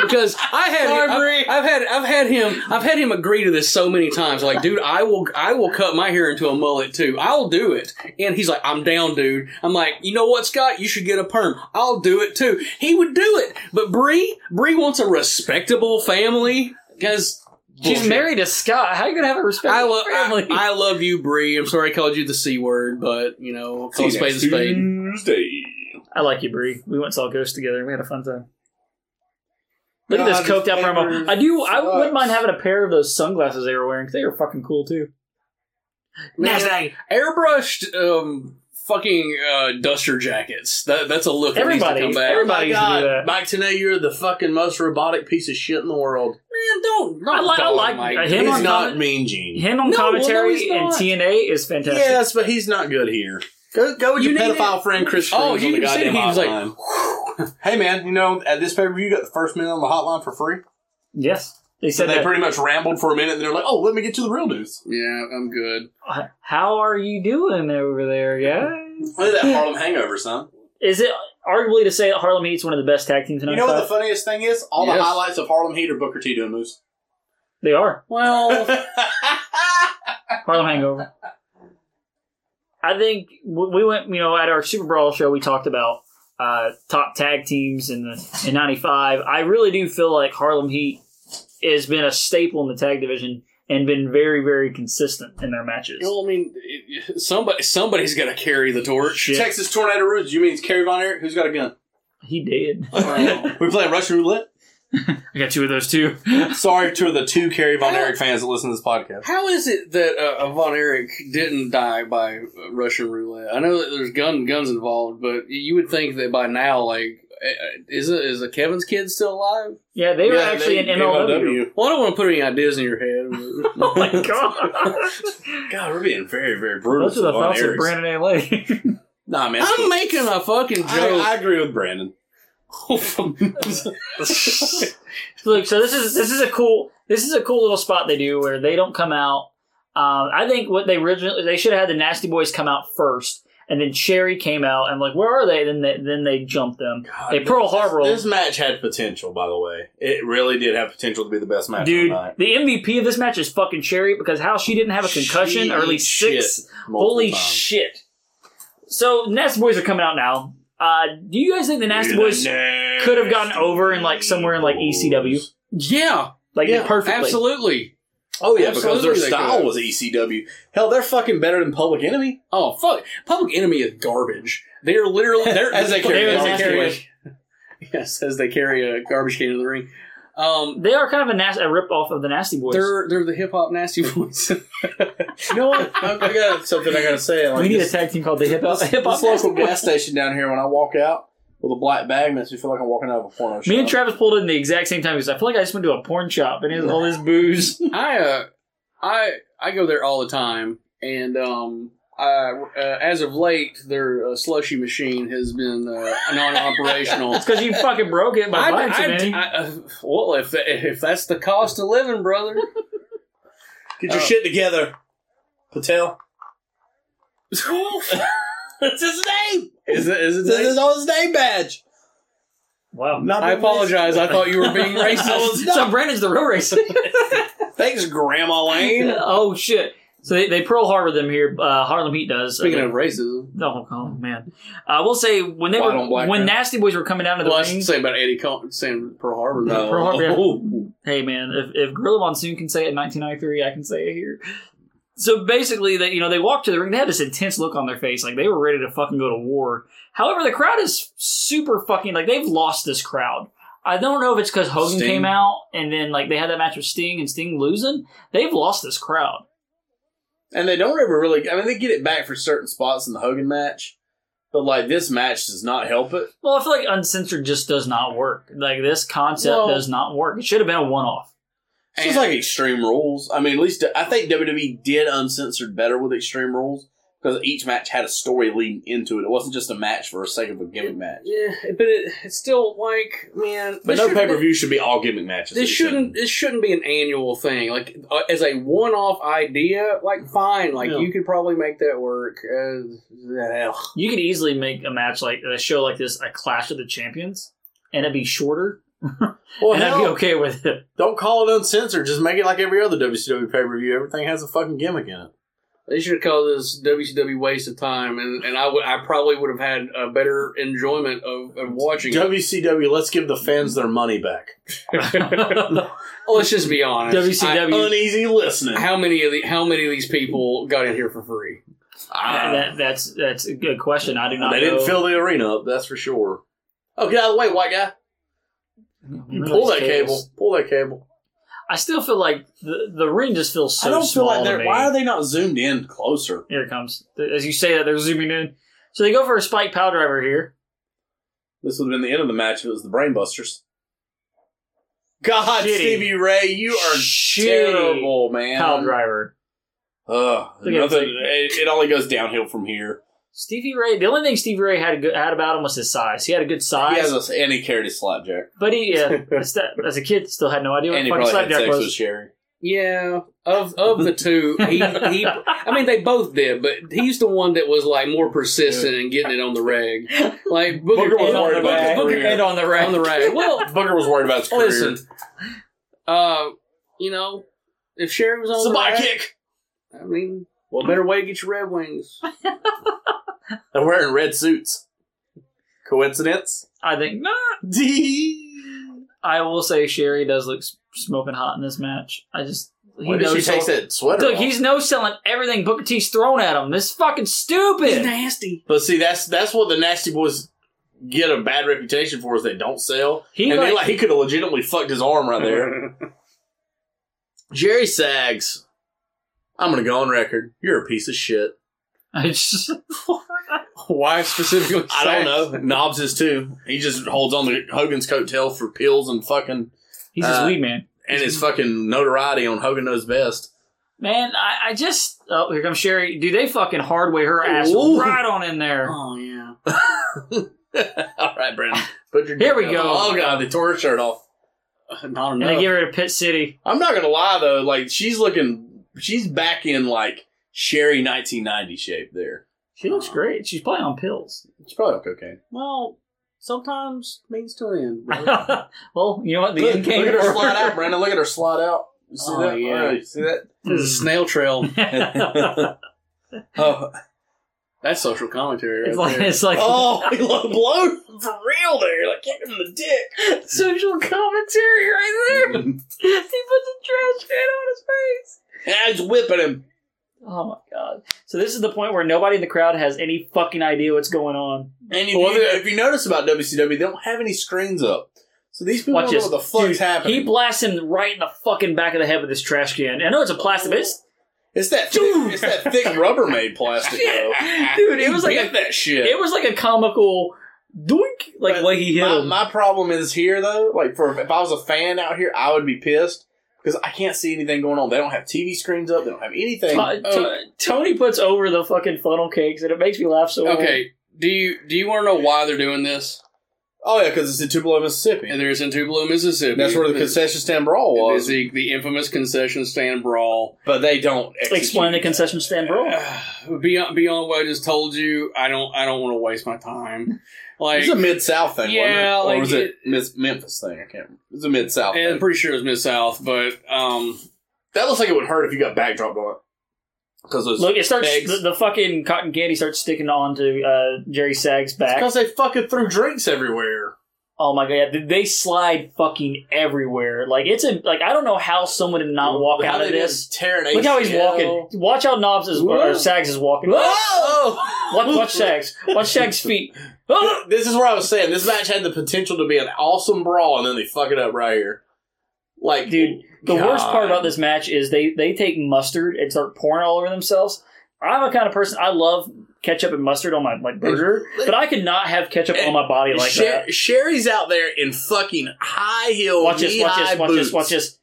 Speaker 6: because I had
Speaker 1: Sorry, Bree.
Speaker 6: I've, I've had I've had him I've had him agree to this so many times. Like, dude, I will I will cut my hair into a mullet too. I'll do it. And he's like, I'm down, dude. I'm like, you know what, Scott? You should get a perm. I'll do it too. He would do it, but Bree Bree wants a respectable family because.
Speaker 1: She's married to Scott. How you gonna have a respect
Speaker 6: I,
Speaker 1: for
Speaker 6: lo-
Speaker 1: your
Speaker 6: I,
Speaker 1: family?
Speaker 6: I love you, Bree. I'm sorry I called you the C word, but, you know, call a
Speaker 7: See you
Speaker 6: spade a
Speaker 7: next
Speaker 6: spade.
Speaker 7: Tuesday.
Speaker 1: I like you, Bree. We went and saw Ghost together. We had a fun time. Look at
Speaker 2: God,
Speaker 1: this coked
Speaker 2: this
Speaker 1: out promo.
Speaker 2: paper
Speaker 1: I do. I wouldn't
Speaker 2: sucks.
Speaker 1: mind having a pair of those sunglasses they were wearing because they were fucking cool too.
Speaker 6: Man, airbrushed um, fucking uh, duster jackets. That, that's a look. that needs to
Speaker 1: Everybody,
Speaker 6: come back.
Speaker 1: everybody needs to do that.
Speaker 2: Mike Tanay, you're the fucking most robotic piece of shit in the world.
Speaker 6: Man, don't. don't
Speaker 1: I like- I
Speaker 6: dog
Speaker 1: like-
Speaker 6: Mike.
Speaker 1: him
Speaker 2: he's
Speaker 1: on
Speaker 2: not
Speaker 1: comment-
Speaker 2: Mean Gene.
Speaker 1: Him on
Speaker 6: No, well, no,
Speaker 1: commentary
Speaker 6: he's not.
Speaker 1: and TNA is fantastic.
Speaker 2: Yes, but he's not good here. Go, go with
Speaker 6: You
Speaker 2: your
Speaker 6: need
Speaker 2: pedophile friend Chris.
Speaker 6: Oh,
Speaker 2: Cruz
Speaker 6: you
Speaker 2: on the
Speaker 6: even said
Speaker 2: goddamn
Speaker 6: he was like,
Speaker 2: hotline. "Hey man, you know at this pay per view, you got the first minute on the hotline for free."
Speaker 1: Yes. They
Speaker 2: So
Speaker 1: said
Speaker 2: they
Speaker 1: that.
Speaker 2: pretty much rambled for a minute, and they're like, "Oh, let me get to the real news."
Speaker 6: Yeah, I'm good.
Speaker 1: How are you doing over there, guys?
Speaker 2: Look at that Harlem Hangover, son.
Speaker 1: Is it arguably to say that Harlem Heat's one of the best tag teams in
Speaker 2: You know what the
Speaker 1: NFL?
Speaker 2: funniest thing is? All the
Speaker 6: Yes.
Speaker 2: highlights of Harlem Heat are Booker T doing moves.
Speaker 1: They are
Speaker 6: Well,
Speaker 1: Harlem Hangover. I think w- we went, you know, at our Super Brawl show, we talked about uh, top tag teams in the in '95. I really do feel like Harlem Heat has been a staple in the tag division and been very, very consistent in their matches.
Speaker 6: well, I mean, it- somebody somebody's got to carry the torch.
Speaker 1: Shit.
Speaker 2: Texas Tornado Roots. You mean it's Kerry Von Erich? Who's got a gun?
Speaker 1: He did.
Speaker 2: we playing Russian roulette.
Speaker 1: I got two of those too.
Speaker 2: Sorry to the two Kerry Von Erich fans that listen to this podcast.
Speaker 6: How is it that uh, Von Erich didn't die by uh, Russian roulette? I know that there's gun guns involved, but you would think that by now, like, uh, uh, is a, is a Kevin's kid still alive?
Speaker 1: Yeah, they were actually in MLW.
Speaker 6: Well, I don't want to put any ideas in your head. but-
Speaker 1: Oh my god.
Speaker 2: God, we're being very, very brutal.
Speaker 1: Those
Speaker 2: to
Speaker 1: are the
Speaker 2: Von
Speaker 1: thoughts of
Speaker 2: Erichs.
Speaker 1: Brandon A.
Speaker 2: Nah, man.
Speaker 6: I'm making a fucking joke.
Speaker 2: I, I agree with Brandon.
Speaker 1: Look, so this is this is a cool this is a cool little spot they do where they don't come out. Um, I think what they originally they should have had the Nasty Boys come out first, and then Cherry came out and like where are they? Then they then they jumped them. they Pearl Harbor,
Speaker 2: This match had potential, by the way. It really did have potential to be the best match
Speaker 1: dude.
Speaker 2: of the night.
Speaker 1: The MVP of this match is fucking Cherry because how she didn't have a concussion
Speaker 2: She
Speaker 1: or at least
Speaker 2: shit
Speaker 1: six.
Speaker 2: multiple
Speaker 1: Holy
Speaker 2: times.
Speaker 1: shit! So Nasty Boys are coming out now. Uh, do you guys think the Nasty Boys could have gotten over in like somewhere in like E ECW?
Speaker 6: yeah,
Speaker 1: Like
Speaker 2: Yeah,
Speaker 1: perfectly.
Speaker 6: absolutely.
Speaker 2: Oh yeah,
Speaker 6: Absolutely
Speaker 2: because
Speaker 6: they
Speaker 2: their style
Speaker 6: could.
Speaker 2: was ECW. Hell, they're fucking better than Public Enemy.
Speaker 6: Oh fuck! Public Enemy is garbage. They're literally they're
Speaker 2: As they carry-
Speaker 6: they're
Speaker 1: as they
Speaker 6: nasty
Speaker 1: carry-
Speaker 6: boys. Yes, as they carry a garbage can to the ring. Um,
Speaker 1: They are kind of a, nas- a rip off of the Nasty Boys.
Speaker 6: they're they're the hip hop nasty boys.
Speaker 2: You know what? I, I got something I gotta say. Like
Speaker 1: we need a
Speaker 2: this,
Speaker 1: tag team called the Hip Hop. Hip Hop
Speaker 2: this
Speaker 1: Nasty
Speaker 2: local
Speaker 1: Boys.
Speaker 2: gas station down here. When I walk out with a black bag, makes me feel like I'm walking out of a porno shop.
Speaker 1: Me and Travis pulled in the exact same time because I feel like I just went to a porn shop and it was all this booze.
Speaker 6: I uh, I I go there all the time, and um, I, uh, as of late, their uh, slushy machine has been uh, non-operational.
Speaker 1: Because you fucking broke it by
Speaker 6: I,
Speaker 1: buying too
Speaker 6: I,
Speaker 1: many.
Speaker 6: I- uh, well, if if that's the cost of living, brother.
Speaker 2: Get your shit together, Patel.
Speaker 6: That's his name. Is it? Is it?
Speaker 2: This is on his name badge.
Speaker 1: Wow.
Speaker 2: Not
Speaker 6: I
Speaker 2: being
Speaker 6: apologize. I thought you were being racist.
Speaker 1: so Brandon's the real racist.
Speaker 2: racist. Thanks, Grandma Lane.
Speaker 1: oh shit. So they, they Pearl Harbor them here. Uh, Harlem Heat does.
Speaker 6: Speaking
Speaker 1: Uh,
Speaker 6: of racism,
Speaker 1: oh, oh, man, I will say when they
Speaker 6: White
Speaker 1: were
Speaker 6: on black,
Speaker 1: when
Speaker 6: man.
Speaker 1: Nasty Boys were coming down to the
Speaker 6: well, I
Speaker 1: ring.
Speaker 6: should say about Eddie Con- saying Pearl Harbor.
Speaker 1: No. Pearl Harbor, yeah.
Speaker 6: Oh.
Speaker 1: Hey man, if if Gorilla Monsoon can say it in 1993, I can say it here. So basically, they you know they walked to the ring. They had this intense look on their face, like they were ready to fucking go to war. However, the crowd is super fucking like they've lost this crowd. I don't know if it's because Hogan
Speaker 6: Sting.
Speaker 1: came out and then like they had that match with Sting and Sting losing. They've lost this crowd.
Speaker 2: And they don't ever really. I mean, they get it back for certain spots in the Hogan match, but like this match does not help it.
Speaker 1: Well, I feel like uncensored just does not work. Like this concept
Speaker 2: Well-
Speaker 1: does not work. It should have been a one-off.
Speaker 2: It's just
Speaker 6: And-
Speaker 2: like Extreme Rules. I mean, at least I think WWE did uncensored better with Extreme Rules because each match had a story leading into it. It wasn't just a match for the sake of a gimmick match.
Speaker 6: Yeah, but it, it's still like, man.
Speaker 7: But
Speaker 6: this
Speaker 7: no
Speaker 6: should-
Speaker 7: pay per view should be all gimmick matches.
Speaker 6: This shouldn't. This shouldn't be an annual thing. Like uh, as a one-off idea, like fine, like
Speaker 1: Yeah.
Speaker 6: you could probably make that work. Uh, ugh.
Speaker 1: You could easily make a match like a show like this, a Clash of the Champions, and it'd be shorter,
Speaker 2: Well,
Speaker 1: and I'd be
Speaker 2: hell,
Speaker 1: okay with it.
Speaker 2: don't call it uncensored. Just make it like every other WCW pay per view. Everything has a fucking gimmick in it.
Speaker 6: they should have called this WCW waste of time, and, and I would, I probably would have had a better enjoyment of, of watching. it.
Speaker 2: WCW, let's give the fans their money back.
Speaker 6: Well, Let's just be honest.
Speaker 1: WCW.
Speaker 2: Uneasy listening.
Speaker 6: I- uh, how many of the how many of these people got in here for free?
Speaker 1: Uh, that, that's that's a good question. I do not.
Speaker 2: they didn't
Speaker 1: know.
Speaker 2: fill the arena up, that's for sure. Oh, get out of the way, white guy.
Speaker 1: You
Speaker 2: Pull that cable. Pull that cable.
Speaker 1: I still feel like the the ring just feels so
Speaker 2: I don't feel
Speaker 1: small
Speaker 2: like
Speaker 1: to
Speaker 2: they're.
Speaker 1: me.
Speaker 2: Why are they not zoomed in closer?
Speaker 1: Here it comes. As you say that, they're zooming in. So they go for a spike power driver here.
Speaker 2: This would have been the end of the match if it was the Brainbusters. God,
Speaker 1: Shitty.
Speaker 2: Stevie Ray, you are
Speaker 1: Shitty
Speaker 2: terrible, man.
Speaker 1: Power driver.
Speaker 2: Ugh,
Speaker 1: at
Speaker 2: nothing,
Speaker 1: Stevie.
Speaker 2: it, it only goes downhill from here.
Speaker 1: Stevie Ray. The only thing Stevie Ray had a good, had about him was his size. He had a good size,
Speaker 2: He has a, and he carried his slapjack.
Speaker 1: but he yeah, that's that, as a kid still had no idea what
Speaker 2: And he
Speaker 1: fucking
Speaker 2: probably had
Speaker 1: slapjack
Speaker 2: sex with
Speaker 1: was.
Speaker 2: Sherry.
Speaker 6: Yeah, of of the two, he, he I mean, they both did, but he's the one that was like more persistent in getting it on the reg. Like Booker,
Speaker 2: Booker was
Speaker 6: on
Speaker 2: worried
Speaker 6: the
Speaker 2: about
Speaker 6: rag.
Speaker 2: his
Speaker 6: Booker
Speaker 2: career.
Speaker 6: Ed on the rag. On the rag. Well,
Speaker 2: Booker was worried about his career.
Speaker 6: listen, uh, you know, if Sherry was on the
Speaker 2: Sabai
Speaker 6: rag,
Speaker 2: kick.
Speaker 6: I mean, what better way to get your Red Wings?
Speaker 2: They're wearing red suits. Coincidence?
Speaker 1: I think not. I will say Sherry does look s- smoking hot in this match. I just he
Speaker 2: Why did she
Speaker 1: knows
Speaker 2: take that sweater
Speaker 1: Look,
Speaker 2: off?
Speaker 1: he's no selling everything Booker T's thrown at him. This is fucking
Speaker 6: He's
Speaker 1: stupid.
Speaker 6: nasty.
Speaker 2: But see, that's that's what the nasty boys get a bad reputation for is they don't sell.
Speaker 1: He
Speaker 2: and they,
Speaker 1: like-
Speaker 2: like he could have legitimately fucked his arm right there. Jerry Sags, I'm gonna go on record. You're a piece of shit.
Speaker 1: I just,
Speaker 6: Why specifically?
Speaker 2: I don't know. Knobs is too. He just holds on to Hogan's coattail for pills and fucking
Speaker 1: he's his
Speaker 2: Uh,
Speaker 1: weed man.
Speaker 2: and his fucking notoriety on Hogan knows best.
Speaker 1: Man, I, I just oh here comes Sherry. Do they fucking hardway her ass
Speaker 2: Ooh.
Speaker 1: right on in there?
Speaker 6: Oh yeah.
Speaker 2: All right, Brandon. Put your
Speaker 1: Here we go.
Speaker 2: Oh god, they tore her shirt off.
Speaker 6: Not
Speaker 1: And they
Speaker 6: enough.
Speaker 1: give her to Pit City.
Speaker 2: I'm not gonna lie though, like she's looking, she's back in like Sherry 1990 shape there.
Speaker 1: She looks great. She's probably on pills.
Speaker 2: She's probably on cocaine.
Speaker 6: well, sometimes means to an end. brother.
Speaker 1: well, you know what? The
Speaker 2: Look,
Speaker 1: end
Speaker 2: look
Speaker 1: came.
Speaker 2: at her
Speaker 1: for
Speaker 2: slide out,
Speaker 1: her.
Speaker 2: Brandon. Look at her slide out. You see
Speaker 6: Oh,
Speaker 2: that?
Speaker 6: yeah.
Speaker 2: Oh, you see that?
Speaker 1: Hmm.
Speaker 6: This is a snail trail.
Speaker 2: Oh,
Speaker 6: That's social commentary right
Speaker 1: it's like
Speaker 6: there.
Speaker 1: it's like
Speaker 2: oh he low blow for real there. Like kicked him in the dick.
Speaker 1: social commentary right there. he puts a trash can on his face.
Speaker 2: And I was whipping him.
Speaker 1: Oh my god! So this is the point where nobody in the crowd has any fucking idea what's going on.
Speaker 2: And if,
Speaker 6: Well,
Speaker 2: you,
Speaker 6: they-
Speaker 2: if you notice about WCW, they don't have any screens up. So these people
Speaker 1: Watch
Speaker 2: don't know
Speaker 1: this.
Speaker 2: what the
Speaker 1: Dude,
Speaker 2: fuck's happening.
Speaker 1: He blasts him right in the fucking back of the head with this trash can. I know it's a plastic, but it's,
Speaker 2: it's that thick, it's that thick Rubbermaid plastic though.
Speaker 1: dude, it was like
Speaker 2: Get
Speaker 1: a,
Speaker 2: that shit.
Speaker 1: it was like a comical doink, like
Speaker 2: But
Speaker 1: way he hit
Speaker 2: my,
Speaker 1: him.
Speaker 2: my problem is here though. Like for if I was a fan out here, I would be pissed because I can't see anything going on. They don't have TV screens up. They don't have anything. Uh,
Speaker 1: To-
Speaker 2: oh.
Speaker 1: to- Uh, Tony puts over the fucking funnel cakes, and it makes me laugh so. hard.
Speaker 6: Okay, do you do you want to know why they're doing this?
Speaker 1: Oh yeah, because it's in Tupelo, Mississippi.
Speaker 6: And there's in Tupelo, Mississippi.
Speaker 1: that's where the concession stand brawl
Speaker 6: It is
Speaker 1: was.
Speaker 6: the, the infamous concession stand brawl.
Speaker 1: But they don't execute.
Speaker 7: Explain the concession stand brawl.
Speaker 6: Beyond beyond what I just told you, I don't I don't want to waste my time. Like
Speaker 1: It's a mid south thing,
Speaker 6: Yeah,
Speaker 1: wasn't it?
Speaker 6: like
Speaker 1: or was it,
Speaker 6: it-
Speaker 1: Mis- Memphis thing? I can't. remember. It was a mid south.
Speaker 6: and I'm pretty sure it was Mid South, but um,
Speaker 2: That looks like it would hurt if you got backdropped on it. Because those
Speaker 7: Look, it starts
Speaker 2: Eggs.
Speaker 7: the, the fucking cotton candy starts sticking onto uh, Jerry Sag's back.
Speaker 2: because they fucking threw drinks everywhere.
Speaker 7: Oh my god, Did they slide fucking everywhere. Like it's a like I don't know how someone did not walk
Speaker 2: How
Speaker 7: out of
Speaker 2: they
Speaker 7: this.
Speaker 2: didn't Tear an
Speaker 7: Look how he's
Speaker 2: ACL.
Speaker 7: walking. Watch how Knobs is or Sags is walking.
Speaker 2: Whoa!
Speaker 7: Watch, watch Sags. Watch Sags' feet.
Speaker 2: This is what I was saying. This match had the potential to be an awesome brawl, and then they fuck it up right here. Like,
Speaker 7: Dude, the
Speaker 2: God.
Speaker 7: worst part about this match is they they take mustard and start pouring all over themselves. I'm a kind of person I love ketchup and mustard on my like burger, but I could not have ketchup on my body like
Speaker 2: Sher-
Speaker 7: that.
Speaker 2: Sherry's out there in fucking high heel,
Speaker 7: Watch this, watch
Speaker 2: knee-high
Speaker 7: this, watch this,
Speaker 2: boots.
Speaker 7: watch this.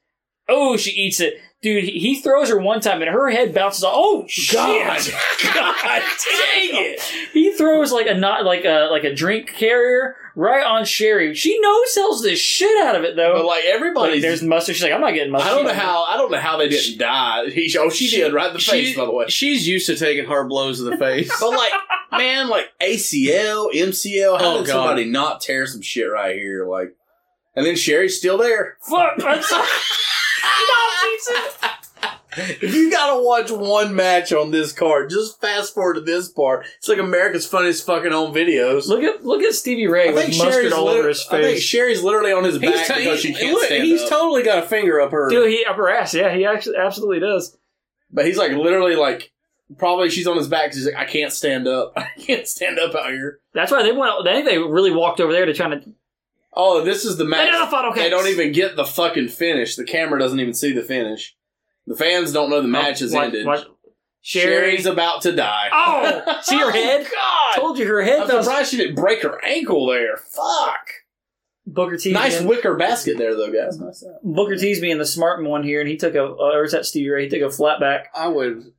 Speaker 7: Oh, she eats it. Dude, he- he throws her one time and her head bounces off. Oh shit.
Speaker 2: God, God dang it!
Speaker 7: He throws like a not like a like a drink carrier right on Sherry. She no sells the shit out of it
Speaker 2: But
Speaker 7: though.
Speaker 2: like
Speaker 7: Like,
Speaker 2: everybody's,
Speaker 7: there's mustard. She's like, I'm not getting mustard.
Speaker 2: I don't know how I don't know how they didn't die. He, oh, she, did right in the face, by the way.
Speaker 6: she's used to taking hard blows to the face.
Speaker 2: But like, man, like ACL, MCL, how
Speaker 6: Oh,
Speaker 2: did
Speaker 6: God.
Speaker 2: somebody not tear some shit right here? Like, and then Sherry's still there.
Speaker 7: Fuck. That's, Stop,
Speaker 2: If you gotta watch one match on this card, just fast forward to this part. It's like America's funniest fucking home videos.
Speaker 7: look at look at Stevie Ray with mustard all
Speaker 2: lit-
Speaker 7: over his
Speaker 2: I think
Speaker 7: face.
Speaker 2: Sherry's literally on his back
Speaker 6: He's, ta-
Speaker 2: because she
Speaker 6: he's-
Speaker 2: can't
Speaker 6: look,
Speaker 2: stand
Speaker 6: he's
Speaker 2: up.
Speaker 6: totally got a finger up her.
Speaker 7: Dude, he upper ass. Yeah, he actually absolutely does.
Speaker 2: but he's like literally like probably she's on his back. 'cause He's like I can't stand up. I can't stand up out here.
Speaker 7: That's why they went. They they really walked over there to try to.
Speaker 2: Oh, this is the match.
Speaker 7: don't know if I don't
Speaker 2: They
Speaker 7: catch.
Speaker 2: don't even get the fucking finish. The camera doesn't even see the finish. The fans don't know the match has
Speaker 7: Watch-
Speaker 2: ended.
Speaker 7: watch-
Speaker 2: Sherry's
Speaker 7: Sherry's.
Speaker 2: about to die.
Speaker 7: Oh, see her head.
Speaker 2: God!
Speaker 7: Told you her head
Speaker 2: I'm
Speaker 7: does.
Speaker 2: surprised she didn't break her ankle there. Fuck.
Speaker 7: Booker T.
Speaker 2: Nice
Speaker 7: man.
Speaker 2: wicker basket there, though, guys. Nice out.
Speaker 7: Booker T's being the smart one here, and he took a. Uh, or is that Stevie Ray? He took a flat back.
Speaker 6: I would.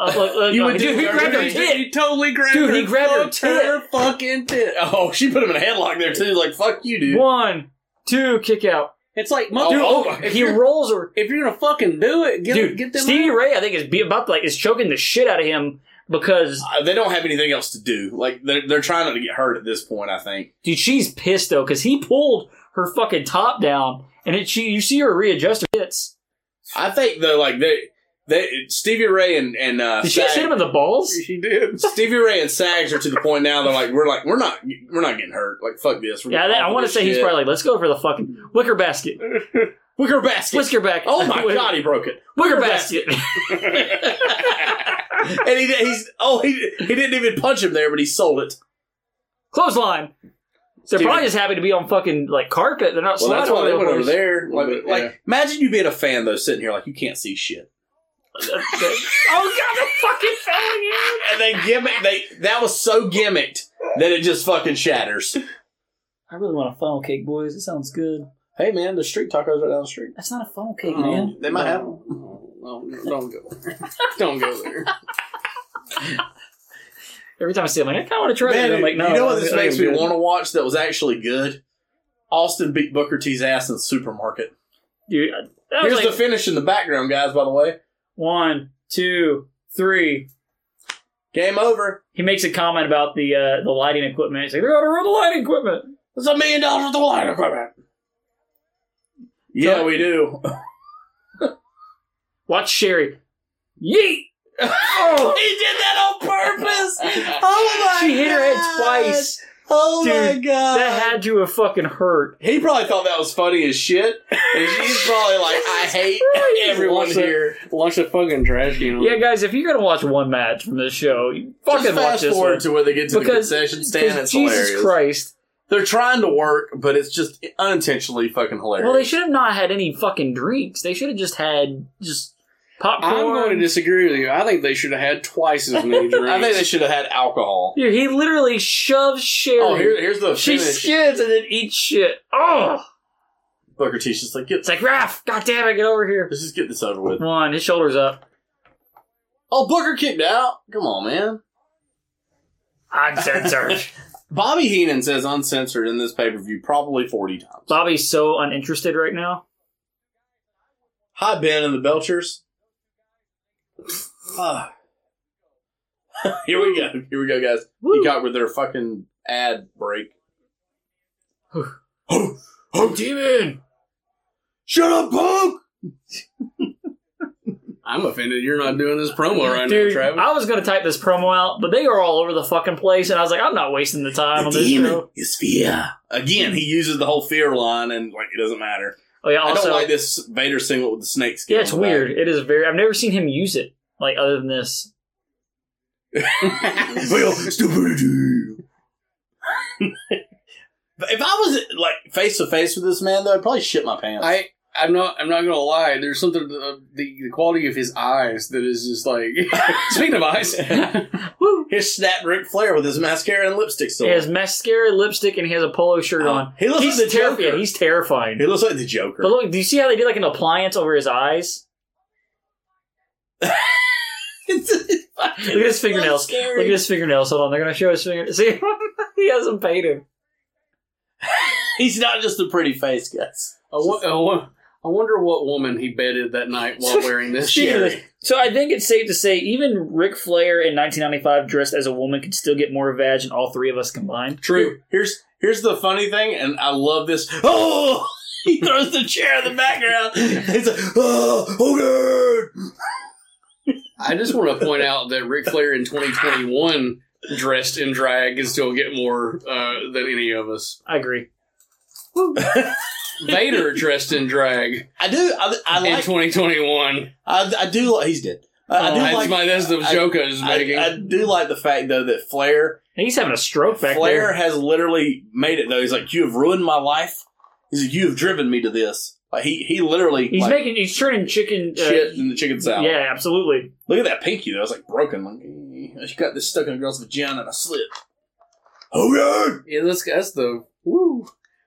Speaker 7: Uh, look, look,
Speaker 2: You
Speaker 7: uh,
Speaker 2: would
Speaker 7: dude,
Speaker 2: do
Speaker 7: he
Speaker 2: that,
Speaker 7: grabbed her
Speaker 2: wouldn't you?
Speaker 7: tit.
Speaker 6: He totally grabbed
Speaker 7: Dude,
Speaker 6: her.
Speaker 7: he grabbed her
Speaker 6: fucked
Speaker 7: tit.
Speaker 6: fucking tit.
Speaker 2: Oh, she put him in a headlock there too. Like fuck you, dude.
Speaker 7: One, two, kick out.
Speaker 6: It's like,
Speaker 2: Oh,
Speaker 6: dude,
Speaker 2: oh,
Speaker 6: if,
Speaker 7: he
Speaker 6: you're,
Speaker 7: rolls her.
Speaker 6: if you're gonna fucking do it, get
Speaker 7: Dude,
Speaker 6: get them.
Speaker 7: Stevie
Speaker 6: out.
Speaker 7: Ray, I think, is be about to, like is choking the shit out of him because
Speaker 2: Uh, they don't have anything else to do. Like they're they're trying not to get hurt at this point. I think.
Speaker 7: dude, she's pissed though because he pulled her fucking top down, and it she you see her readjust her tits.
Speaker 2: I think though, like they they Stevie Ray and and uh,
Speaker 7: Did she just
Speaker 2: Sag-
Speaker 7: hit him in the balls?
Speaker 6: She did.
Speaker 2: Stevie Ray and Sags are to the point now. They're like we're like we're not we're not getting hurt. Like fuck this. We're
Speaker 7: Yeah, I,
Speaker 2: getting
Speaker 7: I
Speaker 2: off
Speaker 7: want to
Speaker 2: this
Speaker 7: say he's
Speaker 2: shit.
Speaker 7: probably like, let's go for the fucking wicker basket,
Speaker 2: wicker basket.
Speaker 7: whisker back.
Speaker 2: Oh my god, he broke it.
Speaker 7: wicker basket.
Speaker 2: and he did- he's oh he he didn't even punch him there, but he sold it.
Speaker 7: Clothesline. They're
Speaker 2: Stevie-
Speaker 7: probably just happy to be on fucking like carpet. They're not.
Speaker 2: Well, that's
Speaker 7: sliding
Speaker 2: why
Speaker 7: all
Speaker 2: they
Speaker 7: over
Speaker 2: went
Speaker 7: the
Speaker 2: over
Speaker 7: place.
Speaker 2: there. Like,
Speaker 6: Yeah.
Speaker 2: like, imagine you being a fan though, sitting here like you can't see shit.
Speaker 7: oh god, the fucking fell again.
Speaker 2: And they gimmick they that was so gimmicked that it just fucking shatters.
Speaker 7: I really want a funnel cake, boys. It sounds good.
Speaker 2: Hey man, the street tacos right down the street.
Speaker 7: That's not a funnel cake,
Speaker 2: Uh-huh.
Speaker 7: man.
Speaker 1: They might have. them.
Speaker 6: No, no, don't go there. Don't go there.
Speaker 7: Every time I see it, I'm like, I kind of want to try
Speaker 2: Man,
Speaker 7: that. I'm like, no.
Speaker 2: you know what this
Speaker 7: I- I-
Speaker 2: makes me want to watch that was actually good? Austin beat Booker T's ass in the supermarket.
Speaker 7: Dude, I- that was
Speaker 2: Here's
Speaker 7: like,
Speaker 2: the finish in the background, guys, by the way.
Speaker 7: one, two, three.
Speaker 2: Game over.
Speaker 7: He makes a comment about the uh, the lighting equipment. He's like, they're out of the lighting equipment.
Speaker 2: It's a million dollars worth of water equipment. Yeah, we do.
Speaker 7: Watch Sherry. Yeet! Oh,
Speaker 2: He did that on purpose. Oh my
Speaker 7: she hit her head
Speaker 2: God.
Speaker 7: twice.
Speaker 2: Oh my
Speaker 7: Dude,
Speaker 2: god.
Speaker 7: That had to have fucking hurt.
Speaker 2: he probably thought that was funny as shit. And she's probably like, I hate everyone
Speaker 6: Watch that-
Speaker 2: here.
Speaker 6: Launch a fucking trash can. on
Speaker 7: Yeah,
Speaker 6: it.
Speaker 7: guys, if you're gonna watch one match from this show, you
Speaker 2: Just
Speaker 7: fucking watch
Speaker 2: fast
Speaker 7: this
Speaker 2: forward
Speaker 7: one.
Speaker 2: to where they get to
Speaker 7: Because-
Speaker 2: the concession stand.
Speaker 7: 'Cause
Speaker 2: It's
Speaker 7: Jesus
Speaker 2: hilarious.
Speaker 7: Christ.
Speaker 2: They're trying to work, but it's just unintentionally fucking hilarious.
Speaker 7: Well, they should have not had any fucking drinks. They should have just had just popcorn.
Speaker 6: I'm going to disagree with you. I think they should have had twice as many drinks.
Speaker 2: I think they should have had alcohol.
Speaker 7: Dude, he literally shoves Sherry.
Speaker 2: Oh, here, here's the
Speaker 7: she
Speaker 2: finish.
Speaker 7: skids and then eats shit. Oh,
Speaker 2: Booker T's just like, get,
Speaker 7: it's like Raph. God damn it, get over here.
Speaker 2: let's just get this over with.
Speaker 7: One, his shoulders up.
Speaker 2: Oh, Booker kicked out. Come on, man.
Speaker 7: I'm censored.
Speaker 2: Bobby Heenan says uncensored in this pay per view probably 40 times.
Speaker 1: Bobby's so uninterested right now.
Speaker 2: Hi, Ben and the Belchers. Ah. Here we go. Here we go, guys.
Speaker 1: Woo.
Speaker 2: You got with their fucking ad break.
Speaker 10: Oh, oh, demon! Shut up, punk!
Speaker 6: I'm offended you're not doing this promo right
Speaker 1: Dude,
Speaker 6: now, Travis.
Speaker 1: I was going to type this promo out, but they are all over the fucking place, and I was like, I'm not wasting the time on this show.
Speaker 10: is fear.
Speaker 2: Again, he uses the whole fear line, and like it doesn't matter.
Speaker 1: Oh yeah,
Speaker 2: I
Speaker 1: also,
Speaker 2: don't like this Vader singlet with the snake skin.
Speaker 1: yeah, it's
Speaker 2: on the back.
Speaker 1: weird. It is very. I've never seen him use it like other than this.
Speaker 10: Well, stupidity.
Speaker 2: But If I was like face to face with this man, though, I'd probably shit my pants.
Speaker 6: I I'm not I'm not gonna lie. There's something to, uh, the the quality of his eyes that is just like speaking of eyes.
Speaker 1: Woo!
Speaker 2: Here's snap Ric Flair with his mascara and lipstick
Speaker 1: He
Speaker 2: still.
Speaker 1: has mascara, lipstick, and he has a polo shirt
Speaker 2: Uh,
Speaker 1: on.
Speaker 2: he looks
Speaker 1: he's
Speaker 2: like the
Speaker 1: terrifying.
Speaker 2: Joker.
Speaker 1: He's terrifying.
Speaker 2: He looks like the Joker.
Speaker 1: But look, do you see how they did like an appliance over his eyes? Look at his fingernails. Look at his fingernails. Hold on, they're gonna show his fingernails. See, he hasn't painted.
Speaker 2: He's not just a pretty face, guys.
Speaker 6: I, wo- I wo- I wonder what woman he bedded that night while wearing this.
Speaker 1: Speaking of
Speaker 6: shirt.
Speaker 1: this, so I think it's safe to say even Ric Flair in 1995 dressed as a woman could still get more vag than all three of us combined.
Speaker 2: True. Here's here's the funny thing, and I love this. Oh, he throws the chair in the background. He's like, oh, oh God.
Speaker 6: I just want to point out that Ric Flair in 2021 dressed in drag can still get more uh, than any of us.
Speaker 1: I agree.
Speaker 6: Vader dressed in drag
Speaker 2: I do. I, I
Speaker 6: in
Speaker 2: like.
Speaker 6: 2021.
Speaker 2: I, I do. like. He's dead.
Speaker 1: Oh,
Speaker 2: I, I do
Speaker 6: that's,
Speaker 2: like.
Speaker 6: my, that's the
Speaker 2: I-
Speaker 6: joke I was
Speaker 2: I,
Speaker 6: making.
Speaker 2: I do like the fact though that Flair
Speaker 1: And he's having a stroke back
Speaker 2: Flair
Speaker 1: there.
Speaker 2: has literally made it though. He's like, you have ruined my life. He's like, you have driven me to this. Like he he literally
Speaker 1: He's
Speaker 2: like,
Speaker 1: making he's turning chicken uh,
Speaker 2: shit in the chicken salad.
Speaker 1: Yeah, absolutely.
Speaker 2: Look at that pinky though. It's like broken. Like, eh, she got this stuck in a girl's vagina and I slip. Oh God.
Speaker 6: yeah, that's, that's the woo.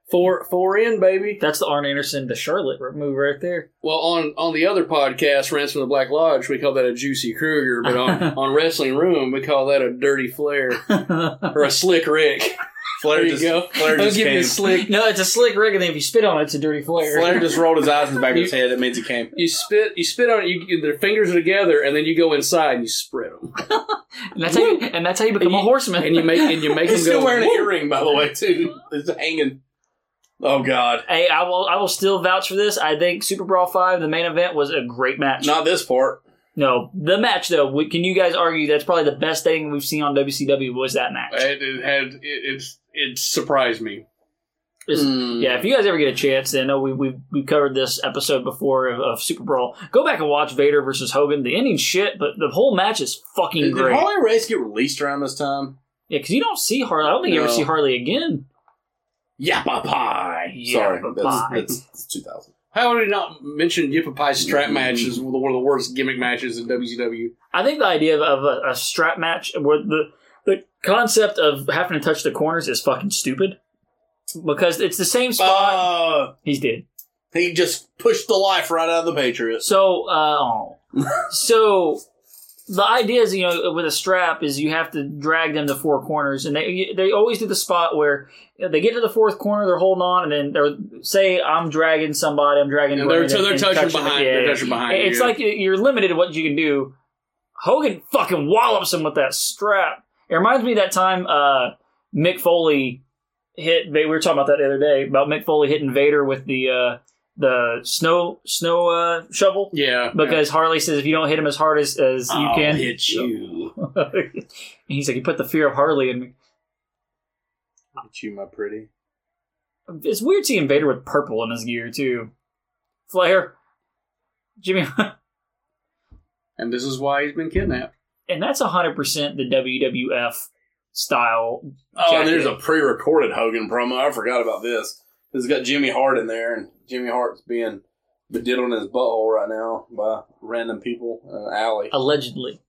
Speaker 6: Four, four in, baby.
Speaker 1: That's the Arn Anderson to Charlotte move right there.
Speaker 6: Well, on, on the other podcast, Rants from the Black Lodge, we call that a juicy Kruger, but on, on Wrestling Room, we call that a dirty Flair or a slick Rick.
Speaker 2: Flair
Speaker 6: There you
Speaker 2: just,
Speaker 6: go.
Speaker 2: Flair
Speaker 6: I'll
Speaker 2: just
Speaker 6: give you
Speaker 2: came.
Speaker 6: a slick.
Speaker 1: no, it's a slick rig, and then if you spit on it, it's a dirty Flair.
Speaker 2: Flair just rolled his eyes in the back of his head. It means he came.
Speaker 6: You spit, you spit on it. You, their fingers are together, and then you go inside and you spread them,
Speaker 1: and that's how you, and that's how you become a horseman.
Speaker 6: and you make and you make them
Speaker 2: He's still
Speaker 6: go.
Speaker 2: wearing an earring, by the way, too. It's hanging. Oh God!
Speaker 1: Hey, I will. I will still vouch for this. I think Super Brawl Five, the main event, was a great match.
Speaker 2: Not this part.
Speaker 1: No, the match though. we- Can you guys argue that's probably the best thing we've seen on WCW was that match?
Speaker 6: It, it had it, it's it surprised me.
Speaker 1: It's-
Speaker 2: Mm.
Speaker 1: Yeah, if you guys ever get a chance, I know we we we covered this episode before of, of Super Brawl. Go back and watch Vader versus Hogan. The ending's shit, but the whole match is fucking
Speaker 2: Did
Speaker 1: great. Yeah, 'cause
Speaker 2: Harley Race get released around this time?
Speaker 1: yeah, because you don't see Harley. I don't think you ever
Speaker 2: No.
Speaker 1: see Harley again.
Speaker 2: Yappa pie. Sorry,
Speaker 1: Yappa
Speaker 2: that's,
Speaker 1: pie.
Speaker 2: that's, that's two thousand.
Speaker 6: How did he not mention Yippa Pie strap
Speaker 2: Mm.
Speaker 6: matches? One of the worst gimmick matches in WCW.
Speaker 1: I think the idea of, of a, a strap match where the the concept of having to touch the corners is fucking stupid because it's the same spot.
Speaker 2: Uh,
Speaker 1: He's dead.
Speaker 2: he just pushed the life right out of the Patriots.
Speaker 1: So, uh, aw. so the idea is, you know, with a strap is you have to drag them to four corners, and they they always do the spot where they get to the fourth corner, they're holding on, and then they're say, "I'm dragging somebody, I'm dragging."
Speaker 6: And they're,
Speaker 1: Glenn,"
Speaker 6: so they're
Speaker 1: and
Speaker 6: touching behind.
Speaker 1: yeah,
Speaker 6: They're
Speaker 1: yeah.
Speaker 6: touching behind.
Speaker 1: It's
Speaker 6: you.
Speaker 1: like you- you're limited to what you can do. Hogan fucking wallops him with that strap. It reminds me of that time uh, Mick Foley hit. We were talking about that the other day about Mick Foley hitting Vader with the uh, the snow snow uh, shovel
Speaker 6: yeah,
Speaker 1: because Harley says if you don't hit him as hard as, as you can,
Speaker 10: hit you.
Speaker 1: and he's like, you put the fear of Harley in me.
Speaker 2: Look at you, my pretty.
Speaker 1: It's weird seeing Vader with purple in his gear too. Flair, Jimmy.
Speaker 6: and this is why he's been kidnapped.
Speaker 1: and that's 100% the WWF style.
Speaker 2: Oh,
Speaker 1: jacket.
Speaker 2: and there's a pre-recorded Hogan promo. I forgot about this. It's got Jimmy Hart in there, and Jimmy Hart's being bediddled in his butthole right now by random people uh, in an alley.
Speaker 1: Allegedly.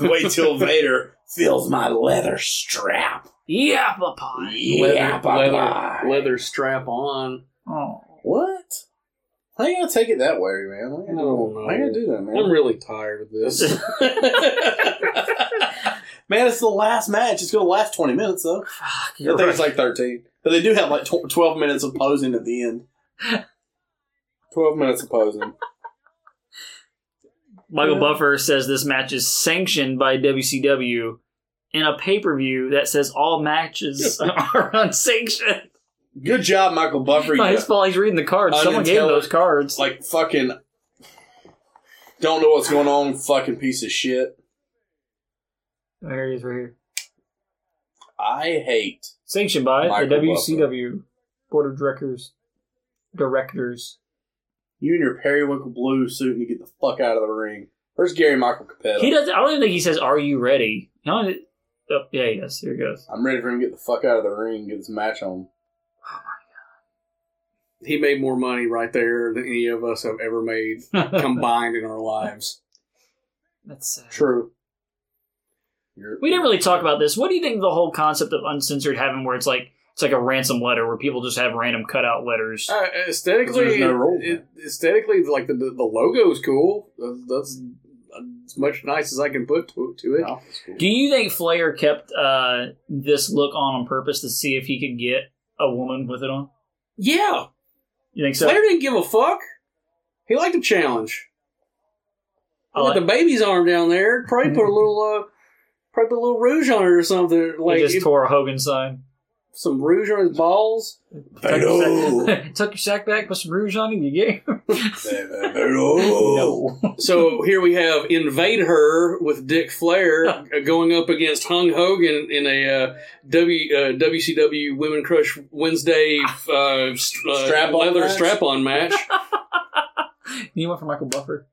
Speaker 2: Wait till Vader feels my leather strap.
Speaker 1: Yeah, papa.
Speaker 2: Yeah,
Speaker 6: leather,
Speaker 2: bye-bye.
Speaker 6: leather, leather strap on.
Speaker 1: Oh.
Speaker 2: What? Why you gotta take it that way, man? Why you
Speaker 6: I don't
Speaker 2: gotta, why you gotta do that, man?
Speaker 6: I'm really tired of this.
Speaker 2: man, man, it's the last match. It's going to last 20 minutes, though.
Speaker 1: Fuck,
Speaker 2: I
Speaker 1: you're
Speaker 2: think
Speaker 1: right.
Speaker 2: it's like 13. But they do have like tw- 12 minutes of posing at the end.
Speaker 7: 12 minutes of posing.
Speaker 1: Michael Buffer says this match is sanctioned by WCW in a pay per view that says all matches are unsanctioned.
Speaker 2: Good job, Michael Buffer.
Speaker 1: It's
Speaker 2: You,
Speaker 1: He's reading the cards. Someone gave him those cards.
Speaker 2: like, fucking. Don't know what's going on, fucking piece of shit.
Speaker 1: There he is, right here.
Speaker 7: I hate.
Speaker 1: Sanctioned by
Speaker 7: Michael
Speaker 1: the
Speaker 7: Buffer.
Speaker 1: WCW Board of Directors. Directors.
Speaker 2: You and your periwinkle blue suit and you get the fuck out of the ring. Where's Gary Michael Capetta?
Speaker 1: He does. I don't even think he says, "Are you ready?" No. it- Oh, yeah. Yes. Here it goes.
Speaker 2: I'm ready for him to get the fuck out of the ring and get this match on.
Speaker 6: He made more money right there than any of us have ever made combined in our lives.
Speaker 1: That's sad.
Speaker 2: True.
Speaker 1: We didn't really talk about this. What do you think of the whole concept of uncensored having, where it's like it's like a ransom letter, where people just have random cutout letters?
Speaker 6: Uh, aesthetically,
Speaker 2: There's no role.
Speaker 6: it- aesthetically, like the the, the logo is cool. That's, that's as much nice as I can put to, to it.
Speaker 1: Do you think Flair kept uh, this look on on purpose to see if he could get a woman with it on?
Speaker 6: Yeah,
Speaker 1: You think so?
Speaker 6: Flair didn't give a fuck. He liked a challenge.
Speaker 1: I
Speaker 6: Look at
Speaker 1: like-
Speaker 6: the baby's arm down there. Probably put a little, uh, probably put a little rouge on it or something.
Speaker 1: he
Speaker 6: Like
Speaker 1: just
Speaker 6: it-
Speaker 1: tore a Hogan sign.
Speaker 6: some rouge on his balls.
Speaker 1: Tuck your, sack, tuck your sack back, put some rouge on it, you gay.
Speaker 7: No.
Speaker 6: So here we have invade her with Dick Flair uh, going up against Hung Hogan in a uh, w, uh, WCW Women Crush Wednesday uh, st- uh,
Speaker 2: Strap-on
Speaker 6: leather
Speaker 2: match?
Speaker 6: strap-on match.
Speaker 1: you went for Michael Buffer.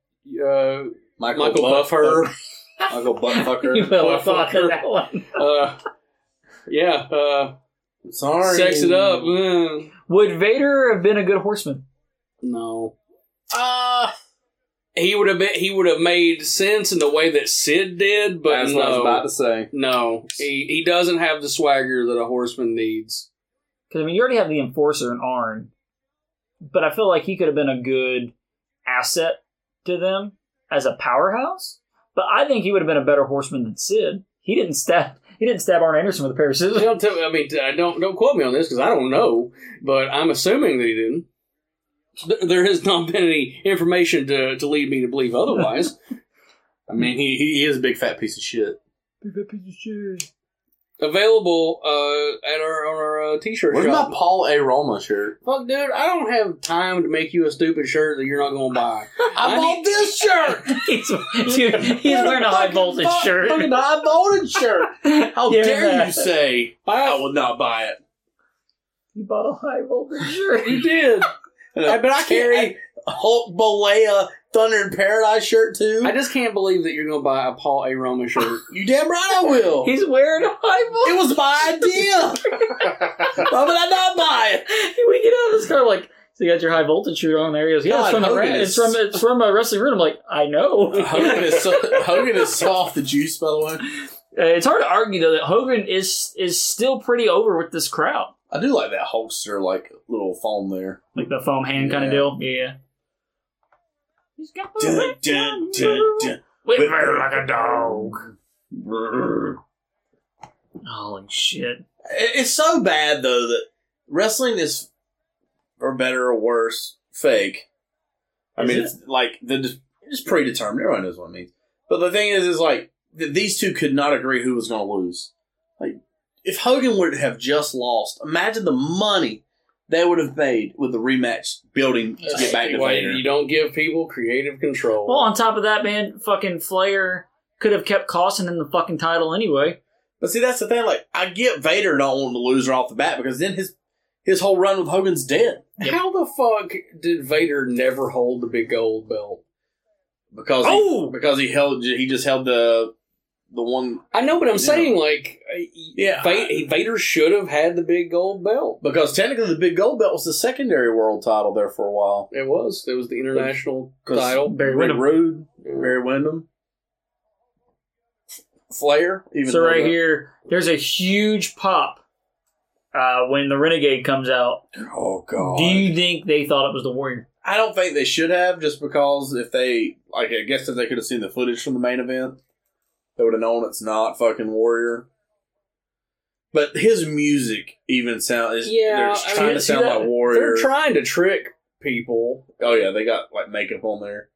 Speaker 6: uh,
Speaker 2: Michael,
Speaker 6: Michael
Speaker 2: Buffer.
Speaker 6: Buffer.
Speaker 2: Michael
Speaker 1: You
Speaker 2: Buttfucker.
Speaker 1: put a lot of thought in that one.
Speaker 6: Uh, yeah, uh,
Speaker 2: Sorry.
Speaker 6: sex it up. Mm.
Speaker 1: Would Vader have been a good horseman?
Speaker 6: No,
Speaker 2: Uh,
Speaker 6: he would have been, he would have made sense in the way that Sid did, but
Speaker 2: that's
Speaker 6: no,
Speaker 2: what I was about to say.
Speaker 6: no, he he doesn't have the swagger that a horseman needs.
Speaker 1: Because I mean, you already have the enforcer and Arn, but I feel like he could have been a good asset to them as a powerhouse. But I think he would have been a better horseman than Sid. He didn't stab. He didn't stab Arn Anderson with a pair of
Speaker 6: You
Speaker 1: scissors.
Speaker 6: don't tell- I mean, I don't don't quote me on this because I don't know, but I'm assuming that he didn't. Th- There has not been any information to, to lead me to believe otherwise.
Speaker 2: I mean, he, he is a big fat piece of shit.
Speaker 6: Available uh, at our on our uh, t-shirt
Speaker 2: Where's my
Speaker 6: shop.
Speaker 2: Paul A. Roma shirt?
Speaker 6: Fuck, dude, I don't have time to make you a stupid shirt that you're not going to buy.
Speaker 2: I, bought this shirt.
Speaker 1: he's, dude, he's wearing a high voltage
Speaker 2: Fuck,
Speaker 1: shirt.
Speaker 2: Fucking high voltage shirt. How
Speaker 1: Yeah.
Speaker 2: dare you say I would not buy it?
Speaker 1: He bought a high voltage shirt.
Speaker 6: You did. I- but I
Speaker 2: carry
Speaker 6: carry-
Speaker 2: Hulk Balea Thunder in Paradise shirt too.
Speaker 6: I just can't believe that you're going to buy a Paul A. Roman shirt.
Speaker 2: you damn right I will.
Speaker 1: He's wearing a high
Speaker 2: It
Speaker 1: voltage.
Speaker 2: was my idea. Why would I not buy it?
Speaker 1: We get out of this car like. So you got your high voltage shirt on there. He goes, "Yeah,
Speaker 2: God,
Speaker 1: it's from the
Speaker 2: Hogan
Speaker 1: ra-
Speaker 2: is-
Speaker 1: it's from it's from a wrestling room." I'm like, "I know."
Speaker 2: Hogan is so, Hogan is so off the juice, by the way.
Speaker 1: Uh, it's hard to argue though that Hogan is is still pretty over with this crowd,
Speaker 2: I do like that holster, like little foam there.
Speaker 1: like the foam hand kind
Speaker 2: Yeah.
Speaker 1: of deal. Yeah. He's got the
Speaker 2: Dun,
Speaker 1: whip
Speaker 2: dun,
Speaker 1: on
Speaker 2: dun,
Speaker 1: the-
Speaker 2: dun.
Speaker 1: whip
Speaker 2: whip
Speaker 1: her
Speaker 2: her
Speaker 1: like a dog. Holy shit!
Speaker 2: It- It's so bad though that wrestling is, for better or worse, fake. I
Speaker 1: Is
Speaker 2: mean,
Speaker 1: it?
Speaker 2: it's like the it's predetermined. Everyone knows what it means. But the thing is, is like th- these two could not agree who was going to lose. Like, if Hogan would have just lost, imagine the money they would have made with the rematch building to get back to
Speaker 6: Why
Speaker 2: Vader.
Speaker 6: you don't give people creative control.
Speaker 1: Well, on top of that, man, fucking Flair could have kept costing him the fucking title anyway.
Speaker 2: But see, that's the thing. Like, I get Vader not wanting to lose her off the bat because then his his whole run with Hogan's dead
Speaker 6: How the fuck did Vader never hold the big gold belt?
Speaker 2: because he-
Speaker 1: Oh,
Speaker 2: because he held he just held the the one
Speaker 6: I know, but I'm
Speaker 2: Yeah.
Speaker 6: saying like,
Speaker 2: Yeah.
Speaker 6: yeah, Vader, should have had the big gold belt.
Speaker 2: because technically the big gold belt was the secondary world title there for a while.
Speaker 6: It was, it was the international
Speaker 2: 'Cause
Speaker 6: title.
Speaker 1: Barry
Speaker 2: Rick
Speaker 1: Windham.
Speaker 2: Rude, Barry Windham, Flair. Even
Speaker 1: So
Speaker 2: though
Speaker 1: right
Speaker 2: the-
Speaker 1: here, there's a huge pop uh, when the Renegade comes out.
Speaker 2: Oh god,
Speaker 1: Do you think they thought it was the Warrior?
Speaker 2: I don't think they should have just because if they like I guess if they could have seen the footage from the main event, They would have known it's not fucking Warrior. But his music even sound is they're
Speaker 6: Yeah,
Speaker 2: just
Speaker 6: I mean,
Speaker 2: trying to
Speaker 6: see
Speaker 2: sound
Speaker 6: that-
Speaker 2: like Warrior.
Speaker 6: They're trying to trick people.
Speaker 2: oh yeah, they got like makeup on there.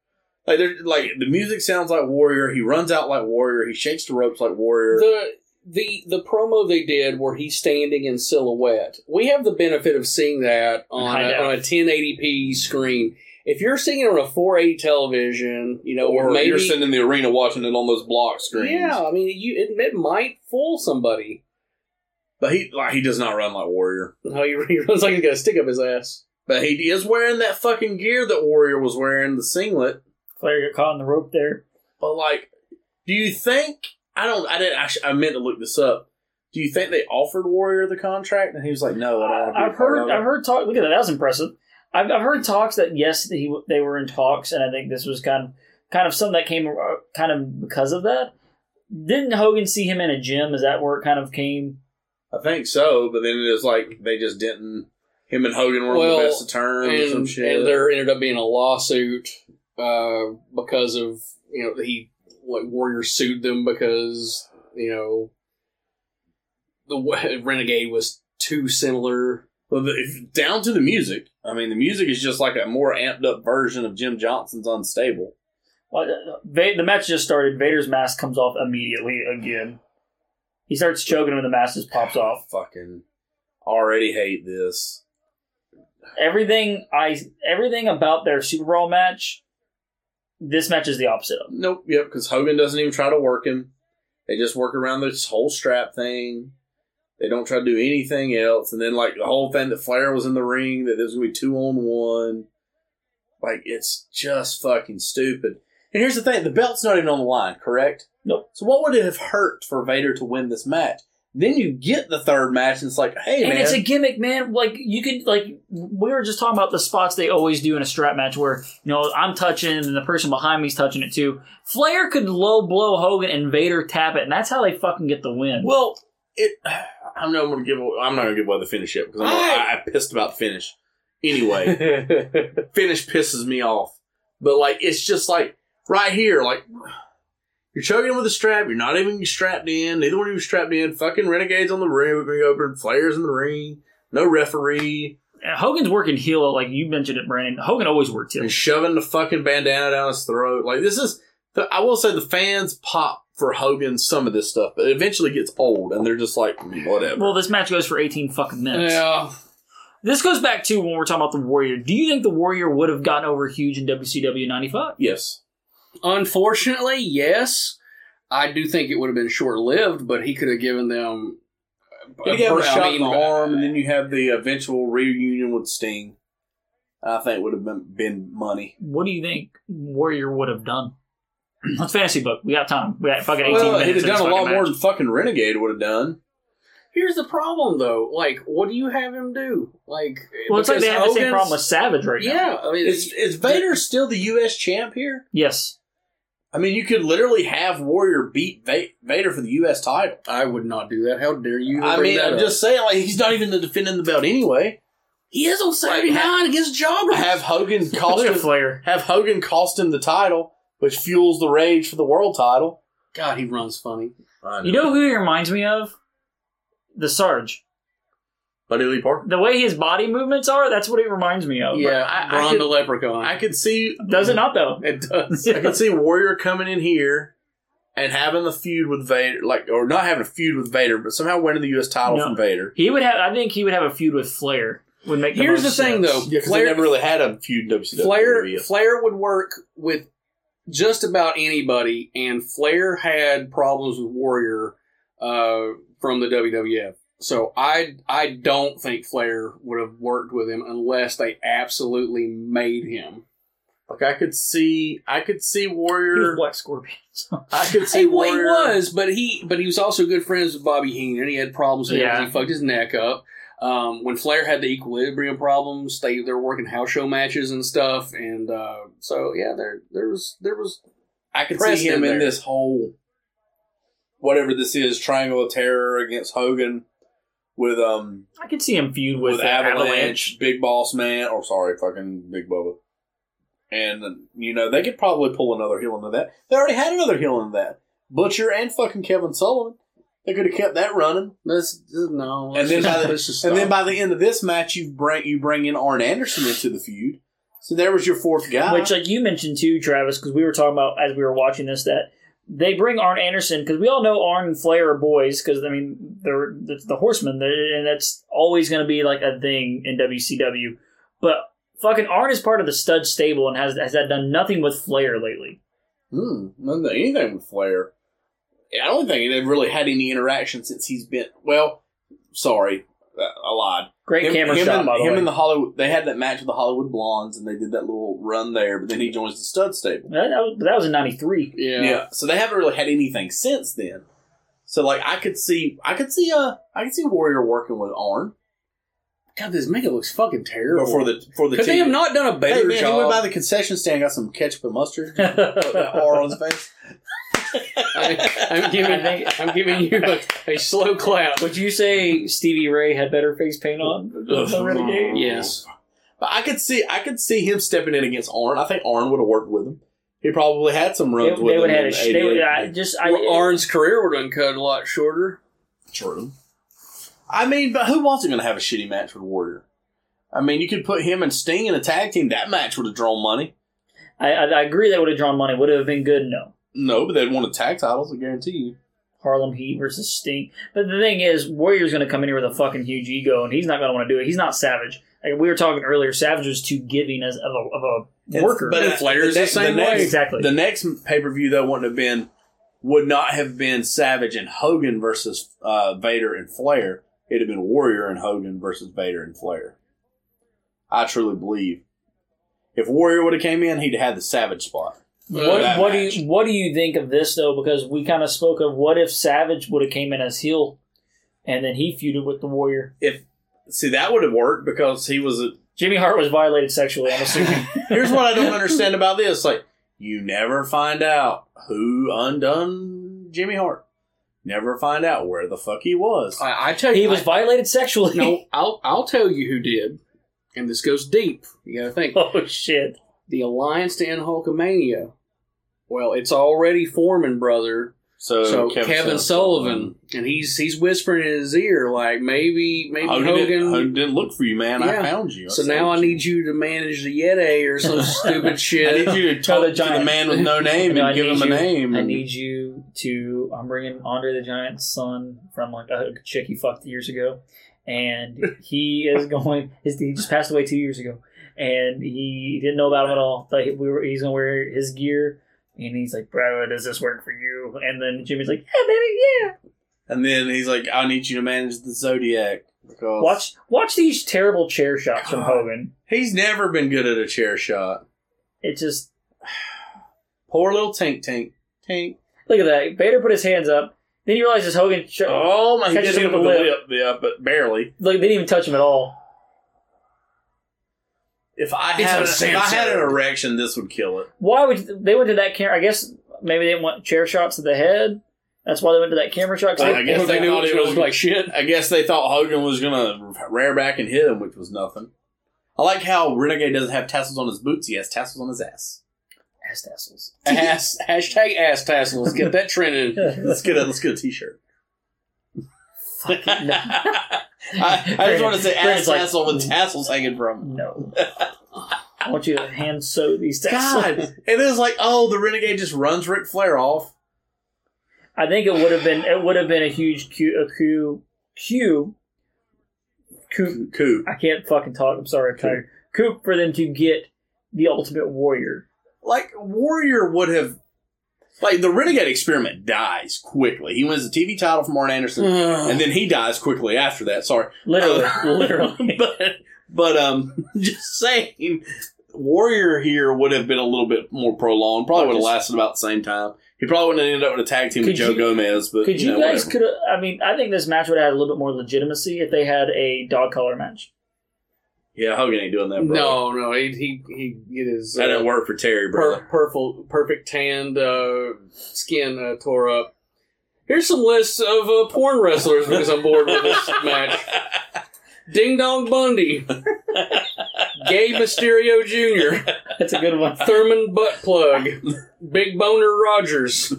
Speaker 2: Like they're like the music sounds like Warrior. He runs out like Warrior. He shakes the ropes like Warrior.
Speaker 6: The the the promo they did where he's standing in silhouette. We have the benefit of seeing that on
Speaker 1: High
Speaker 6: a,
Speaker 1: def.
Speaker 6: on a 1080p screen. If you're seeing it on a 480 television, you know, or,
Speaker 2: or
Speaker 6: maybe
Speaker 2: you're sitting in the arena watching it on those block screens.
Speaker 6: yeah, I mean, you it, it might fool somebody.
Speaker 2: But he like he does not run like Warrior.
Speaker 6: How Oh, he, he runs like he's got a stick up his ass.
Speaker 2: But he is wearing that fucking gear that Warrior was wearing, the singlet.
Speaker 1: Flair got caught in the rope there.
Speaker 2: But like, do you think? I don't. I didn't. I, sh- I meant to look this up. Do you think they offered Warrior the contract and he was like, "No, I don't want to be."
Speaker 1: I've
Speaker 2: a part
Speaker 1: heard.
Speaker 2: of it.
Speaker 1: I've heard talk. Look at that. That was impressive. I've, I've heard talks that yes, that he, they were in talks, and I think this was kind of kind of something that came uh, kind of because of that. Didn't Hogan see him in a gym? Is that where it kind of came?
Speaker 2: I think so, but then it was like they just didn't. Him and Hogan were on
Speaker 6: Well,
Speaker 2: the best of terms and, some
Speaker 6: and,
Speaker 2: shit.
Speaker 6: and there ended up being a lawsuit uh, because of you know he like Warrior sued them because you know the wa- Renegade was too similar.
Speaker 2: well, the, if- down to the music. I mean, the music is just like a more amped up version of Jim Johnson's "Unstable."
Speaker 1: Well, uh, Va- the match just started. Vader's mask comes off immediately again. He starts choking him, and the mask just pops off.
Speaker 2: Fucking already hate this.
Speaker 1: Everything I everything about their Super Bowl match. This match is the opposite of.
Speaker 2: Nope. Yep. Because Hogan doesn't even try to work him. They just work around this whole strap thing. They don't try to do anything else. And then like the whole thing that Flair was in the ring that there's gonna be two on one. Like it's just fucking stupid. And here's the thing: the belt's not even on the line, correct?
Speaker 1: Nope.
Speaker 2: So what would it have hurt for Vader to win this match? Then you get the third match, and it's like, hey
Speaker 1: and
Speaker 2: man,
Speaker 1: it's a gimmick, man. Like you could like we were just talking about the spots they always do in a strap match where you know I'm touching and the person behind me's touching it too. Flair could low blow Hogan and Vader tap it, and that's how they fucking get the win.
Speaker 2: Well, it. I'm not going to give. away- I'm not going to give away the finish yet because I'm I, I pissed about the finish. Anyway, finish pisses me off. But like, it's just like right here, like you're choking him with a strap. You're not even strapped in. Neither one of you strapped in. Fucking renegades on the ring. We're open. Flares in the ring. No referee.
Speaker 1: And Hogan's working heel, like you mentioned it, Brandon. Hogan always worked heel.
Speaker 2: And shoving the fucking bandana down his throat. Like this is. The, I will say the fans pop for Hogan some of this stuff, but it eventually gets old, and they're just like whatever.
Speaker 1: Well, this match goes for 18 fucking minutes.
Speaker 6: Yeah,
Speaker 1: This goes back to when we're talking about the Warrior. Do you think the Warrior would have gotten over huge in WCW 95?
Speaker 2: yes.
Speaker 6: unfortunately, yes, I do think it would have been short lived, but he could have given them.
Speaker 2: You have a
Speaker 6: I
Speaker 2: shot in
Speaker 6: mean,
Speaker 2: the arm, and then you have the eventual reunion with Sting. I think would have been, been money.
Speaker 1: What do you think Warrior would have done? Let's fantasy book. We got time. We got fucking 18
Speaker 2: Well,
Speaker 1: minutes.
Speaker 2: he'd have
Speaker 1: in this
Speaker 2: done a lot
Speaker 1: fucking
Speaker 2: more
Speaker 1: match.
Speaker 2: than fucking Renegade would have done.
Speaker 6: Here's the problem, though. Like, what do you have him do? Like,
Speaker 1: Well, it's like they
Speaker 6: because
Speaker 1: have the same
Speaker 6: Hogan's-
Speaker 1: problem with Savage right now.
Speaker 6: Yeah, I mean,
Speaker 2: Is, is Vader still the U.S. champ here?
Speaker 1: Yes.
Speaker 2: I mean, you could literally have Warrior beat Va- Vader for the U.S. title.
Speaker 6: I would not do that. How dare you?
Speaker 2: I
Speaker 6: bring
Speaker 2: mean,
Speaker 6: that
Speaker 2: I'm
Speaker 6: up?
Speaker 2: just saying, like he's not even the defending the belt anyway.
Speaker 6: He is on Saturday
Speaker 2: Like,
Speaker 6: night against Jobber.
Speaker 2: Have Hogan cost
Speaker 1: Look at
Speaker 2: him,
Speaker 1: Flair.
Speaker 2: have Hogan cost him the title, which fuels the rage for the world title.
Speaker 6: God, he runs funny.
Speaker 1: You know who he reminds me of? The Sarge.
Speaker 2: Buddy Lee Parker.
Speaker 1: The way his body movements are, that's what he reminds me of.
Speaker 6: yeah,
Speaker 2: I- I
Speaker 6: Bron
Speaker 2: could-
Speaker 6: the Leprechaun.
Speaker 2: I could see
Speaker 1: Does it not though?
Speaker 6: it does.
Speaker 2: I can see Warrior coming in here and having the feud with Vader, like or not having a feud with Vader, but somehow winning the U.S. title
Speaker 1: No.
Speaker 2: from Vader.
Speaker 1: He would have I think he would have a feud with Flair. Would make the
Speaker 6: Here's the
Speaker 1: most
Speaker 6: thing,
Speaker 1: sense.
Speaker 6: though.
Speaker 2: Yeah, because they
Speaker 6: Flair-
Speaker 2: never really had a feud in WCW.
Speaker 6: Flair Flair would work with just about anybody, and Flair had problems with Warrior uh, from the WWF. So I I don't think Flair would have worked with him unless they absolutely made him.
Speaker 2: like I could see, I could see
Speaker 1: He was
Speaker 2: Warrior.
Speaker 1: Black Scorpion. so-
Speaker 2: I could see
Speaker 6: Hey, well, he
Speaker 2: Warrior.
Speaker 6: was, but he but he was also good friends with Bobby Heenan. and He had problems with him 'cause
Speaker 1: Yeah.
Speaker 6: he fucked his neck up. Um, when Flair had the equilibrium problems, they they were working house show matches and stuff, and uh, so yeah, there there was there was
Speaker 2: I could see
Speaker 6: Preston
Speaker 2: him in
Speaker 6: there.
Speaker 2: this whole whatever this is triangle of terror against Hogan with um
Speaker 1: I could see him feud
Speaker 2: with,
Speaker 1: with,
Speaker 2: Avalanche, Big Boss Man, or sorry, fucking Big Bubba. And you know they could probably pull another heel into that. They already had another heel into that. Butcher and fucking Kevin Sullivan. They could have kept that running.
Speaker 6: That's no.
Speaker 2: And then by the
Speaker 6: let's just
Speaker 2: and then
Speaker 6: stop.
Speaker 2: by the end of this match, you bring you bring in Arn Anderson into the feud. So there was your fourth guy.
Speaker 1: Which, uh, like you mentioned too, Travis, because we were talking about as we were watching this that they bring Arn Anderson because we all know Arn and Flair are boys because I mean they're the, the Horsemen they're- and that's always going to be like a thing in WCW. But fucking Arn is part of the Stud stable and has has that done nothing with Flair lately.
Speaker 2: Hmm, none of anything with Flair. I don't think they've really had any interaction since he's been. Well, sorry, uh, I lied.
Speaker 1: Great camera shot
Speaker 2: and,
Speaker 1: by the
Speaker 2: him
Speaker 1: way.
Speaker 2: and the Hollywood. They had that match with the Hollywood Blondes, and they did that little run there. But then he joins the Stud Stable.
Speaker 1: that, that was, that was in '93.
Speaker 6: yeah.
Speaker 2: So they haven't really had anything since then. So like I could see, I could see, uh, I could see Warrior working with Arn
Speaker 6: God, this makeup looks fucking terrible.
Speaker 2: before the for the
Speaker 6: Could they
Speaker 2: team.
Speaker 6: have not done a better
Speaker 2: hey man, he went
Speaker 6: job?
Speaker 2: by the concession stand, got some ketchup and mustard, put that R on his face.
Speaker 6: I, am giving, I'm giving you a, a slow clap.
Speaker 1: Would you say Stevie Ray had better face paint on than the Renegade?
Speaker 6: Yes.
Speaker 2: But I could see I could see him stepping in against Arn. I think Arn would have worked with him. He probably had some
Speaker 1: They,
Speaker 2: runs with
Speaker 1: they would
Speaker 2: him.
Speaker 1: have had a
Speaker 2: in
Speaker 1: sh- they would,
Speaker 2: 88.
Speaker 1: I just I,
Speaker 6: Well, Arn's career would have cut a lot shorter.
Speaker 2: True. I mean, but who wasn't going to have a shitty match with Warrior? I mean, you could put him and Sting in a tag team. That match would have drawn money.
Speaker 1: I, I, I agree that would have drawn money. Would it have been good? No.
Speaker 2: No, but they'd won the tag titles. I guarantee you.
Speaker 1: Harlem Heat versus Sting. But the thing is, Warrior's going to come in here with a fucking huge ego, and he's not going to want to do it. He's not Savage. Like we were talking earlier, Savage was too giving as of a, of a worker.
Speaker 2: But
Speaker 6: And
Speaker 2: uh,
Speaker 6: Flair's the
Speaker 2: next-
Speaker 6: same
Speaker 2: next-
Speaker 6: way.
Speaker 1: Exactly.
Speaker 2: The next pay per view though wouldn't have been, would not have been Savage and Hogan versus uh, Vader and Flair. It'd have been Warrior and Hogan versus Vader and Flair. I truly believe. If Warrior would have came in, he'd have had the Savage spot.
Speaker 1: what
Speaker 2: that
Speaker 1: what do
Speaker 2: match.
Speaker 1: you what do you think of this though? Because we kind of spoke of what if Savage would have came in as heel, and then he feuded with the Warrior.
Speaker 2: If see that would have worked because he was. A,
Speaker 1: Jimmy Hart was violated sexually. I'm assuming.
Speaker 2: here's what I don't understand about this: like you never find out who undone Jimmy Hart. Never find out where the fuck he was.
Speaker 6: I, I tell you,
Speaker 1: he was
Speaker 6: I-
Speaker 1: violated sexually.
Speaker 6: no, I'll I'll tell you who did, and this goes deep. You got to think
Speaker 1: Oh shit!
Speaker 6: the alliance to end Hulkamania. Well, it's already forming, brother.
Speaker 2: So,
Speaker 6: so Kevin, Sullivan, and he's he's whispering in his ear like maybe maybe
Speaker 2: Hogan,
Speaker 6: Hogan.
Speaker 2: didn't, Hogan didn't look for you, man. I
Speaker 6: Yeah.
Speaker 2: found you.
Speaker 6: so
Speaker 2: I
Speaker 6: now I
Speaker 2: saved
Speaker 6: need you to manage the Yeti or some stupid
Speaker 2: you. I
Speaker 6: shit.
Speaker 2: need you to
Speaker 1: Oh,
Speaker 2: talk
Speaker 1: the
Speaker 2: to the
Speaker 1: giant.
Speaker 2: man with no name
Speaker 1: No, I
Speaker 2: and give
Speaker 1: need
Speaker 2: him a
Speaker 1: you-
Speaker 2: name.
Speaker 1: I need you to. I'm bringing Andre the Giant's son from like a chick he fucked years ago, and he is going. His, he just passed away two years ago, and he didn't know about him at all. But he, we were, he's gonna wear his gear, and he's like, "Bro, does this work for you?" And then Jimmy's like, "Yeah, baby, yeah."
Speaker 2: and then he's like, "I need you to manage the Zodiac." Because
Speaker 1: Watch, watch these terrible chair shots from
Speaker 2: God.
Speaker 1: Hogan.
Speaker 2: he's never been good at a chair shot.
Speaker 1: It just
Speaker 2: Poor little Tank Tank Tank.
Speaker 1: look at that. Vader put his hands up. Then he realizes Hogan. sh-
Speaker 2: Oh my! He
Speaker 1: Catches
Speaker 2: did hit
Speaker 1: him
Speaker 2: him with the
Speaker 1: with the
Speaker 2: lip, yeah, but barely.
Speaker 1: Like they didn't even touch him at all.
Speaker 2: If I
Speaker 6: It's
Speaker 2: had,
Speaker 6: a
Speaker 2: an- if I had an
Speaker 6: Samsung.
Speaker 2: erection, this would kill it.
Speaker 1: why would they went to that camera? I guess maybe they didn't want chair shots to the head. That's why they went to that camera shot. 'cause
Speaker 2: Well,
Speaker 1: they-
Speaker 2: I guess
Speaker 6: Hogan
Speaker 2: they
Speaker 6: knew
Speaker 2: thought
Speaker 6: it
Speaker 2: it was
Speaker 6: looked like shit.
Speaker 2: I guess they thought Hogan was gonna rear back and hit him, which was nothing. I like how Renegade doesn't have tassels on his boots; he has tassels on his ass.
Speaker 1: ass tassels.
Speaker 6: Ass, hashtag ass tassels. Get that trending.
Speaker 2: Let's get a let's get a t-shirt. I, I just want to say ass
Speaker 1: Brandon's like-
Speaker 2: tassel with tassels hanging from.
Speaker 1: No, I want you to hand sew these tassels.
Speaker 2: God, it is like oh, the Renegade just runs Ric Flair off.
Speaker 1: I think it would have been it would have been a huge Q a coup coup coup.
Speaker 2: Coup.
Speaker 1: I can't fucking talk. I'm sorry. I'm tired. Coup for them to get the Ultimate Warrior.
Speaker 2: Like Warrior would have. Like the Renegade experiment dies quickly. He wins the TV title from Arn Anderson,
Speaker 6: Mm-hmm.
Speaker 2: and then he dies quickly after that. Sorry,
Speaker 1: Literally,
Speaker 2: Uh,
Speaker 1: literally.
Speaker 2: but but um, just saying, Warrior here would have been a little bit more prolonged. Probably would have lasted about the same time. He probably wouldn't have ended up with a tag team with
Speaker 1: Could
Speaker 2: Joe
Speaker 1: you-
Speaker 2: Gomez. But
Speaker 1: Could
Speaker 2: you,
Speaker 1: you
Speaker 2: know,
Speaker 1: guys?
Speaker 2: whatever.
Speaker 1: Could I mean? I think this match would have had a little bit more legitimacy if they had a dog collar match.
Speaker 2: Yeah, Hogan ain't doing that. Bro.
Speaker 6: No, no, he he he get his
Speaker 2: that
Speaker 6: uh,
Speaker 2: didn't work for Terry,
Speaker 6: per-
Speaker 2: brother.
Speaker 6: purple, perfect tanned uh, skin uh, tore up. Here's some lists of uh, porn wrestlers because I'm bored with this match. Ding Dong Bundy, Gay Mysterio Jr.,
Speaker 1: That's a good one.
Speaker 6: Thurman Butt Plug, Big Boner Rogers,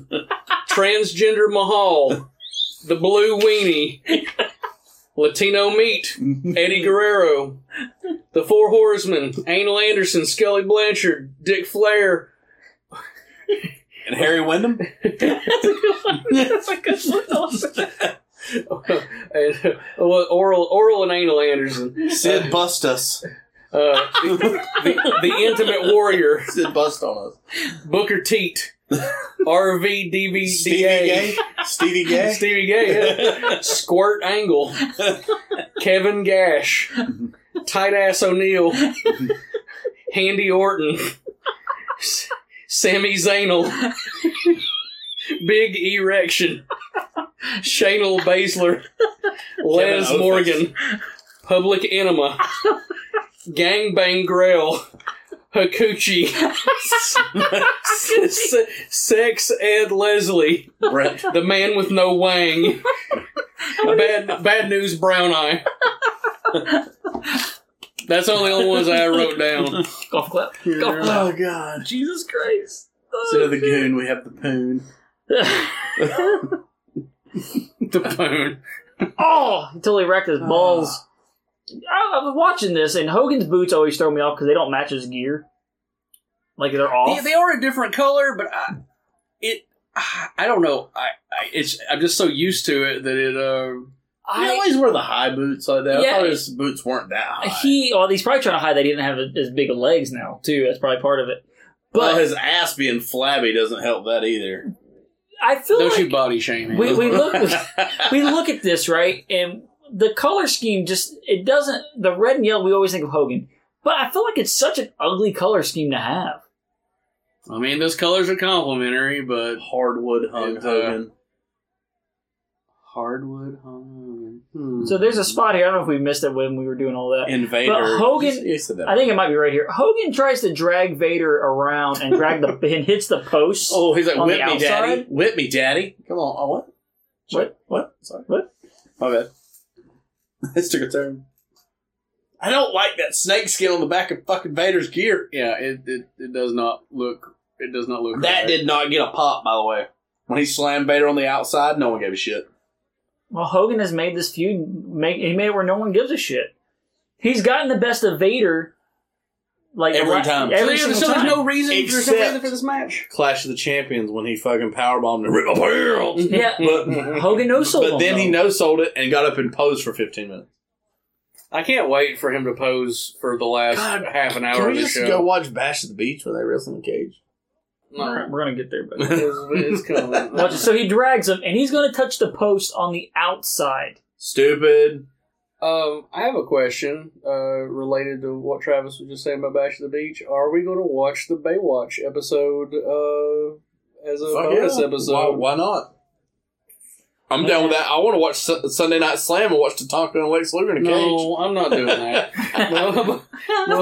Speaker 6: transgender Mahal, the blue weenie, Latino meat, Eddie Guerrero, the four horsemen, Anal Anderson, Scully Blanchard, Dick Flair.
Speaker 2: And Harry Wyndham?
Speaker 1: That's a good one.
Speaker 6: and, uh, oral, oral and anal Anderson,
Speaker 2: Sid bust us.
Speaker 6: uh, the, the, the intimate warrior,
Speaker 2: Sid bust on us.
Speaker 6: Booker Teat, RVDVDA,
Speaker 2: Stevie Gay? Stevie Gay?
Speaker 6: Stevie Gay, yeah. Squirt Angle, Kevin Gash, Tight Ass O'Neill, Handy Orton, S- Sammy Zanel, Big Erection, Shanel Baszler, Les
Speaker 2: Ophis.
Speaker 6: Morgan, Public Enema, Gangbang Grell, Hakuchi, S- Sex Ed Leslie.
Speaker 2: Brett.
Speaker 6: The man with no wang. bad, bad news, brown eye. That's all the only ones I wrote down.
Speaker 1: Golf clap. Golf clap.
Speaker 2: Oh, God.
Speaker 1: Jesus Christ.
Speaker 6: Oh,
Speaker 2: Instead of the goon, we have the poon.
Speaker 6: The poon.
Speaker 1: Oh, he totally wrecked his balls. I, I was watching this, and Hogan's boots always throw me off because they don't match his gear. Like they're off.
Speaker 6: They, they are a different color, but I, it. I don't know. I, I it's. I'm just so used to it that it. Uh,
Speaker 2: I always wear the high boots like that. I
Speaker 1: Yeah.
Speaker 2: thought his boots weren't that high.
Speaker 1: he, well, he's probably trying to hide that he didn't have as big of legs now too. That's probably part of it. But
Speaker 2: well, his ass being flabby doesn't help that either.
Speaker 1: I feel
Speaker 6: don't
Speaker 1: like
Speaker 6: you body shame me?
Speaker 1: we, we look we look at this right, and the color scheme just it doesn't. The red and yellow we always think of Hogan, but I feel like it's such an ugly color scheme to have.
Speaker 6: I mean, those colors are complimentary, but
Speaker 2: Hardwood hung
Speaker 6: And, uh,
Speaker 2: Hogan.
Speaker 6: hardwood. hung. Hmm.
Speaker 1: So there's a spot here. I don't know if we missed it when we were doing all that.
Speaker 2: Invader.
Speaker 1: but Hogan-
Speaker 2: He said that.
Speaker 1: I think it might be right here. Hogan tries to drag Vader around and drag the and hits the post.
Speaker 2: oh, he's like,
Speaker 1: on the
Speaker 2: whip me, daddy.
Speaker 1: outside?
Speaker 2: Whip me, daddy. Come on. Oh, what?
Speaker 1: What?
Speaker 2: What? Sorry.
Speaker 1: What?
Speaker 2: My bad. this took a turn. I don't like that snake skin on the back of fucking Vader's gear.
Speaker 6: yeah, it, it it does not look. It does not look.
Speaker 2: That
Speaker 6: right.
Speaker 2: did not get a pop, by the way. When he slammed Vader on the outside, no one gave a shit.
Speaker 1: Well, Hogan has made this feud make he made it where no one gives a shit. He's gotten the best of Vader, like
Speaker 2: Every
Speaker 1: right-
Speaker 2: time.
Speaker 1: Every single
Speaker 6: so
Speaker 1: time.
Speaker 6: there's no reason. there's no
Speaker 2: Except-
Speaker 6: reason for this match.
Speaker 2: Clash of the Champions when he fucking powerbombed and ripped my pants.
Speaker 1: yeah,
Speaker 2: But,
Speaker 1: Hogan no sold.
Speaker 2: but then he no sold it and got up and posed for 15 minutes.
Speaker 6: I can't wait for him to pose for the last
Speaker 2: God,
Speaker 6: half an hour
Speaker 2: Can
Speaker 6: of
Speaker 2: we
Speaker 6: the
Speaker 2: just go
Speaker 6: show.
Speaker 2: watch Bash at the Beach where they wrestle in a cage?
Speaker 1: We're, we're gonna get there, but
Speaker 6: it's, it's coming.
Speaker 1: Watch it. so he drags him, and he's gonna touch the post on the outside.
Speaker 2: Stupid.
Speaker 6: Um, I have a question uh, related to what Travis was just saying about Bash of the Beach. Are we going to watch the Baywatch episode uh, as a
Speaker 2: Fuck
Speaker 6: bonus
Speaker 2: yeah.
Speaker 6: episode?
Speaker 2: Oh, Why, why not? I'm down with that. I want to watch Su- Sunday Night Slam and watch Tatanka and Lex Luger in a cage.
Speaker 6: No, I'm not doing that. No,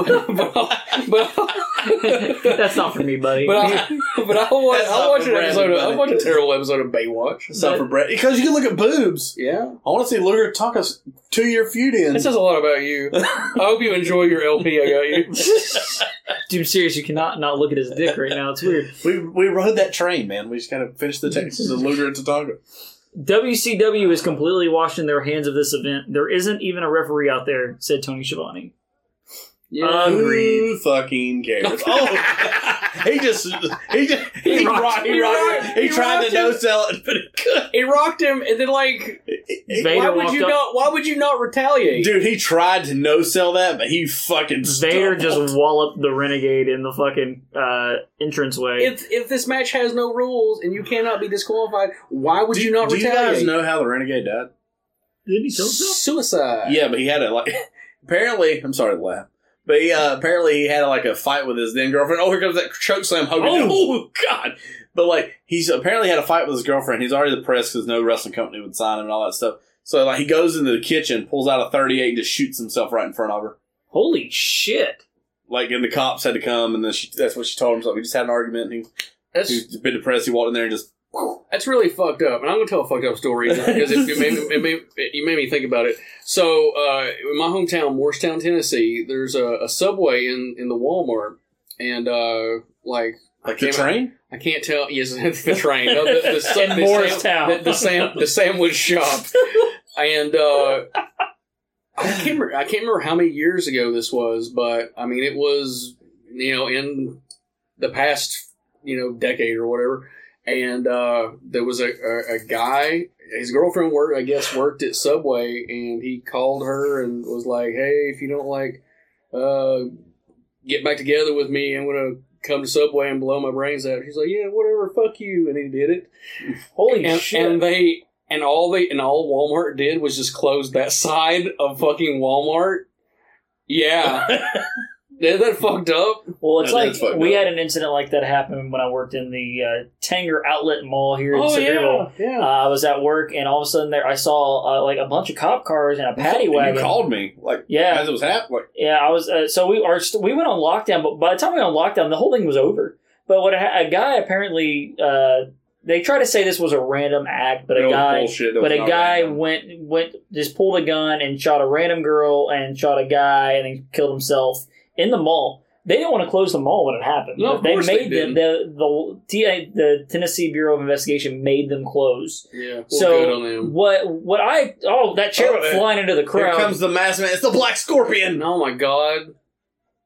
Speaker 6: but, but, but, but,
Speaker 1: That's not for me, buddy.
Speaker 6: but I, but I'll watch,
Speaker 2: That's
Speaker 6: I'll
Speaker 2: not
Speaker 6: watch
Speaker 2: for
Speaker 6: an
Speaker 2: Brandon,
Speaker 6: episode. Of, I'll
Speaker 2: buddy.
Speaker 6: watch a terrible episode of Baywatch.
Speaker 2: It's not for Brett because you can look at boobs.
Speaker 6: Yeah,
Speaker 2: I want to see Luger Tatanka's two year feud in.
Speaker 6: that says a lot about you. I hope you enjoy your LP. I got you.
Speaker 1: Dude, I'm serious. You cannot not look at his dick right now. It's weird.
Speaker 2: We we rode that train, man. We just gotta finish the Texas and Luger and Tatanka.
Speaker 1: WCW is completely washing their hands of this event. There isn't even a referee out there," said Tony Schiavone. Agreed.
Speaker 2: Who fucking cares? Oh, he just he just he,
Speaker 1: rocked-
Speaker 2: rocked, he,
Speaker 6: he
Speaker 2: rocked-
Speaker 6: rocked-
Speaker 2: he
Speaker 6: he
Speaker 2: tried
Speaker 6: rocked
Speaker 2: to no
Speaker 6: him.
Speaker 2: sell it, but it could.
Speaker 6: It rocked him, and then like, why
Speaker 1: Vader
Speaker 6: would
Speaker 1: walked
Speaker 6: you
Speaker 1: up.
Speaker 6: not? Why would you not retaliate?
Speaker 2: Dude, he tried to no sell that, but he fucking
Speaker 1: Vader
Speaker 2: stumbled.
Speaker 1: just walloped the renegade in the fucking uh, entranceway.
Speaker 6: If if this match has no rules and you cannot be disqualified, why would you not
Speaker 2: do you
Speaker 6: retaliate?
Speaker 2: guys know how the renegade died?
Speaker 1: Didn't he kill himself?
Speaker 6: Suicide.
Speaker 2: Yeah, but he had a like. Apparently, I'm sorry to laugh, but he, uh, apparently he had like a fight with his then girlfriend. Oh, here comes that choke slam Hogan. Oh, God! But like he's apparently had a fight with his girlfriend. He's already depressed because no wrestling company would sign him and all that stuff. So like he goes into the kitchen, pulls out a 38, and just shoots himself right in front of her.
Speaker 1: Holy shit!
Speaker 2: Like and the cops had to come, and then she, that's what she told him. So we just had an argument. And he,
Speaker 6: That's
Speaker 2: he's been depressed. He walked in there and just
Speaker 6: that's really fucked up, and I'm gonna tell a fucked up story because it, it, made, me- it, made, it you made me think about it. So uh, in my hometown, Morristown, Tennessee, there's a, a subway in in the Walmart, and uh, like I
Speaker 11: The
Speaker 6: can't,
Speaker 11: train?
Speaker 6: I can't tell. Yes, the train. No, the, the, the,
Speaker 7: In
Speaker 6: the,
Speaker 7: Morristown.
Speaker 6: the, the, sam, the sandwich shop. And uh, I, can't remember, I can't remember how many years ago this was, but I mean, it was, you know, in the past, you know, decade or whatever. And uh, there was a, a, a guy, his girlfriend worked, I guess, worked at Subway, and he called her and was like, hey, if you don't like, uh, get back together with me. I'm gonna come to Subway and blow my brains out. She's like, yeah, whatever, fuck you, and he did it.
Speaker 7: Holy
Speaker 6: and,
Speaker 7: shit!
Speaker 6: And they and all they and all Walmart did was just close that side of fucking Walmart. Yeah, is that fucked up?
Speaker 7: well,
Speaker 2: I
Speaker 7: it's
Speaker 2: think
Speaker 7: like
Speaker 2: it's fucked
Speaker 7: we
Speaker 2: up.
Speaker 7: had an incident like that happen when I worked in the uh, Tanger Outlet Mall
Speaker 1: Oh,
Speaker 7: here in Sevierville.
Speaker 6: yeah.
Speaker 7: Uh, I was at work, and all of a sudden, there I saw uh, like a bunch of cop cars and a paddy wagon.
Speaker 2: You called me like
Speaker 7: yeah,
Speaker 2: as it was happening. Like,
Speaker 7: Yeah, I was. Uh, so we are. St- we went on lockdown, but by the time we went on lockdown, the whole thing was over. But what a, ha- a guy apparently, uh, they try to say this was a random act, but
Speaker 2: that
Speaker 7: a
Speaker 2: was
Speaker 7: guy,
Speaker 2: bullshit. That
Speaker 7: but
Speaker 2: was
Speaker 7: a
Speaker 2: not
Speaker 7: guy
Speaker 2: random.
Speaker 7: went went just pulled a gun and shot a random girl and shot a guy and then killed himself in the mall. They didn't want to close the mall when it happened.
Speaker 6: No, of
Speaker 7: they
Speaker 6: course
Speaker 7: made
Speaker 6: they
Speaker 7: them the the T- the Tennessee Bureau of Investigation made them close.
Speaker 6: Yeah, well, good on
Speaker 7: so
Speaker 6: them.
Speaker 7: what what I oh that chair
Speaker 2: Oh,
Speaker 7: went
Speaker 2: man.
Speaker 7: flying into the
Speaker 2: Here
Speaker 7: crowd.
Speaker 2: comes the mass man. It's the Black Scorpion.
Speaker 6: Oh my god,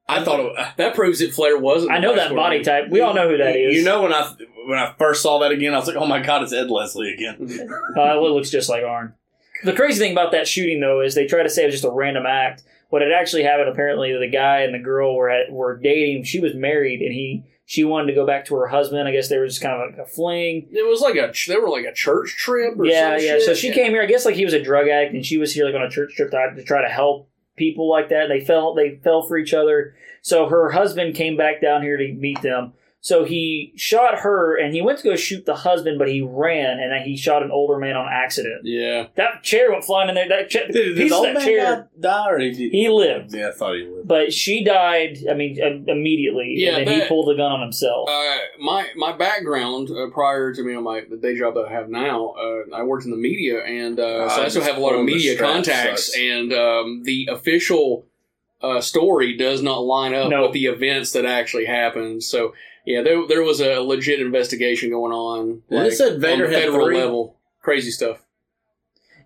Speaker 2: I thought it,
Speaker 6: that proves that Flair wasn't.
Speaker 7: I know that body type. We all know who that is.
Speaker 2: You know when I when I first saw that again, I was like, "Oh my god, it's Ed Leslie again."
Speaker 7: Uh, well, it looks just like Arn. The crazy thing about that shooting, though, is they try to say it was just a random act. What had actually happened, apparently, the guy and the girl were at, were dating. She was married, and he she wanted to go back to her husband. I guess they were just kind of like a fling.
Speaker 6: It was like a ch- they were like a church trip. Or
Speaker 7: Yeah,
Speaker 6: some
Speaker 7: yeah.
Speaker 6: shit.
Speaker 7: So she came here. I guess like he was a drug addict, and she was here like on a church trip to, to try to help people like that. They fell they fell for each other. So her husband came back down here to meet them. So he shot her, and he went to go shoot the husband, but he ran, and then he shot an older man on accident.
Speaker 6: Yeah,
Speaker 7: That chair went flying in there. That chair,
Speaker 2: Did, did
Speaker 7: piece
Speaker 2: the
Speaker 7: of
Speaker 2: old
Speaker 7: that
Speaker 2: man
Speaker 7: chair.
Speaker 2: guy die or he did?
Speaker 7: He lived,
Speaker 2: Yeah, I thought he would.
Speaker 7: but she died. I mean, im- immediately.
Speaker 6: Yeah,
Speaker 7: and then he
Speaker 6: that-
Speaker 7: pulled the gun on himself.
Speaker 6: uh, my my background uh, prior to me on my the day job that I have now, uh, I worked in the media, and uh, so I
Speaker 2: Ah,
Speaker 6: also
Speaker 2: just
Speaker 6: have a lot of
Speaker 2: pulling the
Speaker 6: media
Speaker 2: straps
Speaker 6: contacts.
Speaker 2: sucks.
Speaker 6: And um, the official uh, story does not line up
Speaker 7: No.
Speaker 6: with the events that actually happened. So yeah, there there was a legit investigation going on.
Speaker 2: Well, they said Vader
Speaker 6: on the
Speaker 2: had
Speaker 6: federal
Speaker 2: three.
Speaker 6: level, crazy stuff.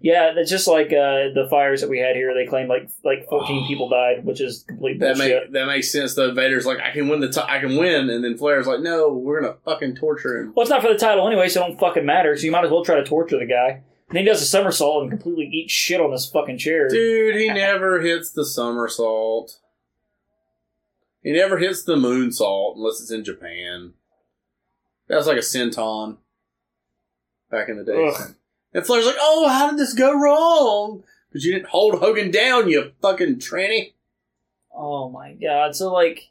Speaker 7: yeah, that's just like uh, the fires that we had here. They claimed like like fourteen people died, which is complete
Speaker 2: That
Speaker 7: bullshit.
Speaker 2: make, that makes sense though. Vader's like, I can win the t- I can win, and then Flair's like, No, we're gonna fucking torture him.
Speaker 7: well, it's not for the title anyway, so it don't fucking matter. So you might as well try to torture the guy. And he does a somersault and completely eats shit on this fucking chair.
Speaker 2: Dude, he never hits the somersault. He never hits the moonsault unless it's in Japan. That was like a senton back in the day.
Speaker 7: Ugh.
Speaker 2: And Flair's like, "Oh, how did this go wrong? Because you didn't hold Hogan down, you fucking tranny."
Speaker 7: Oh my god! So like,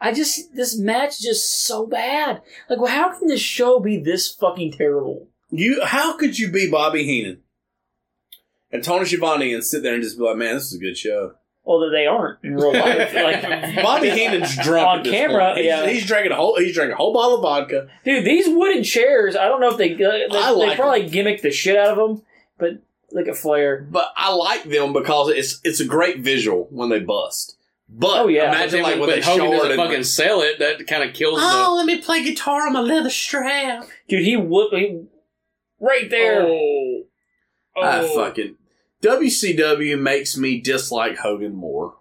Speaker 7: I just this match is just so bad. Like, well, how can this show be this fucking terrible?
Speaker 2: You, how could you be Bobby Heenan and Tony Schiavone and sit there and just be like, "Man, this is a good show."
Speaker 7: Although they aren't in real life. Like,
Speaker 2: Bobby Heenan's drunk
Speaker 7: On
Speaker 2: at this
Speaker 7: camera,
Speaker 2: point. He's,
Speaker 7: yeah.
Speaker 2: he's drinking a whole. He's drinking a whole bottle of vodka.
Speaker 7: dude, these wooden chairs. I don't know if they uh, they,
Speaker 2: I
Speaker 7: they
Speaker 2: like
Speaker 7: probably gimmick the shit out of them, but look at Flair.
Speaker 2: But I like them because it's it's a great visual when they bust. But
Speaker 7: Oh, yeah.
Speaker 2: imagine like when
Speaker 6: but
Speaker 2: they
Speaker 6: Hogan
Speaker 2: short
Speaker 6: doesn't
Speaker 2: and
Speaker 6: fucking sell it. That kind of kills the.
Speaker 2: let me play guitar on my leather strap.
Speaker 7: Dude, he whoop he, right there.
Speaker 6: Oh,
Speaker 2: I
Speaker 6: Oh.
Speaker 2: fucking WCW makes me dislike Hogan more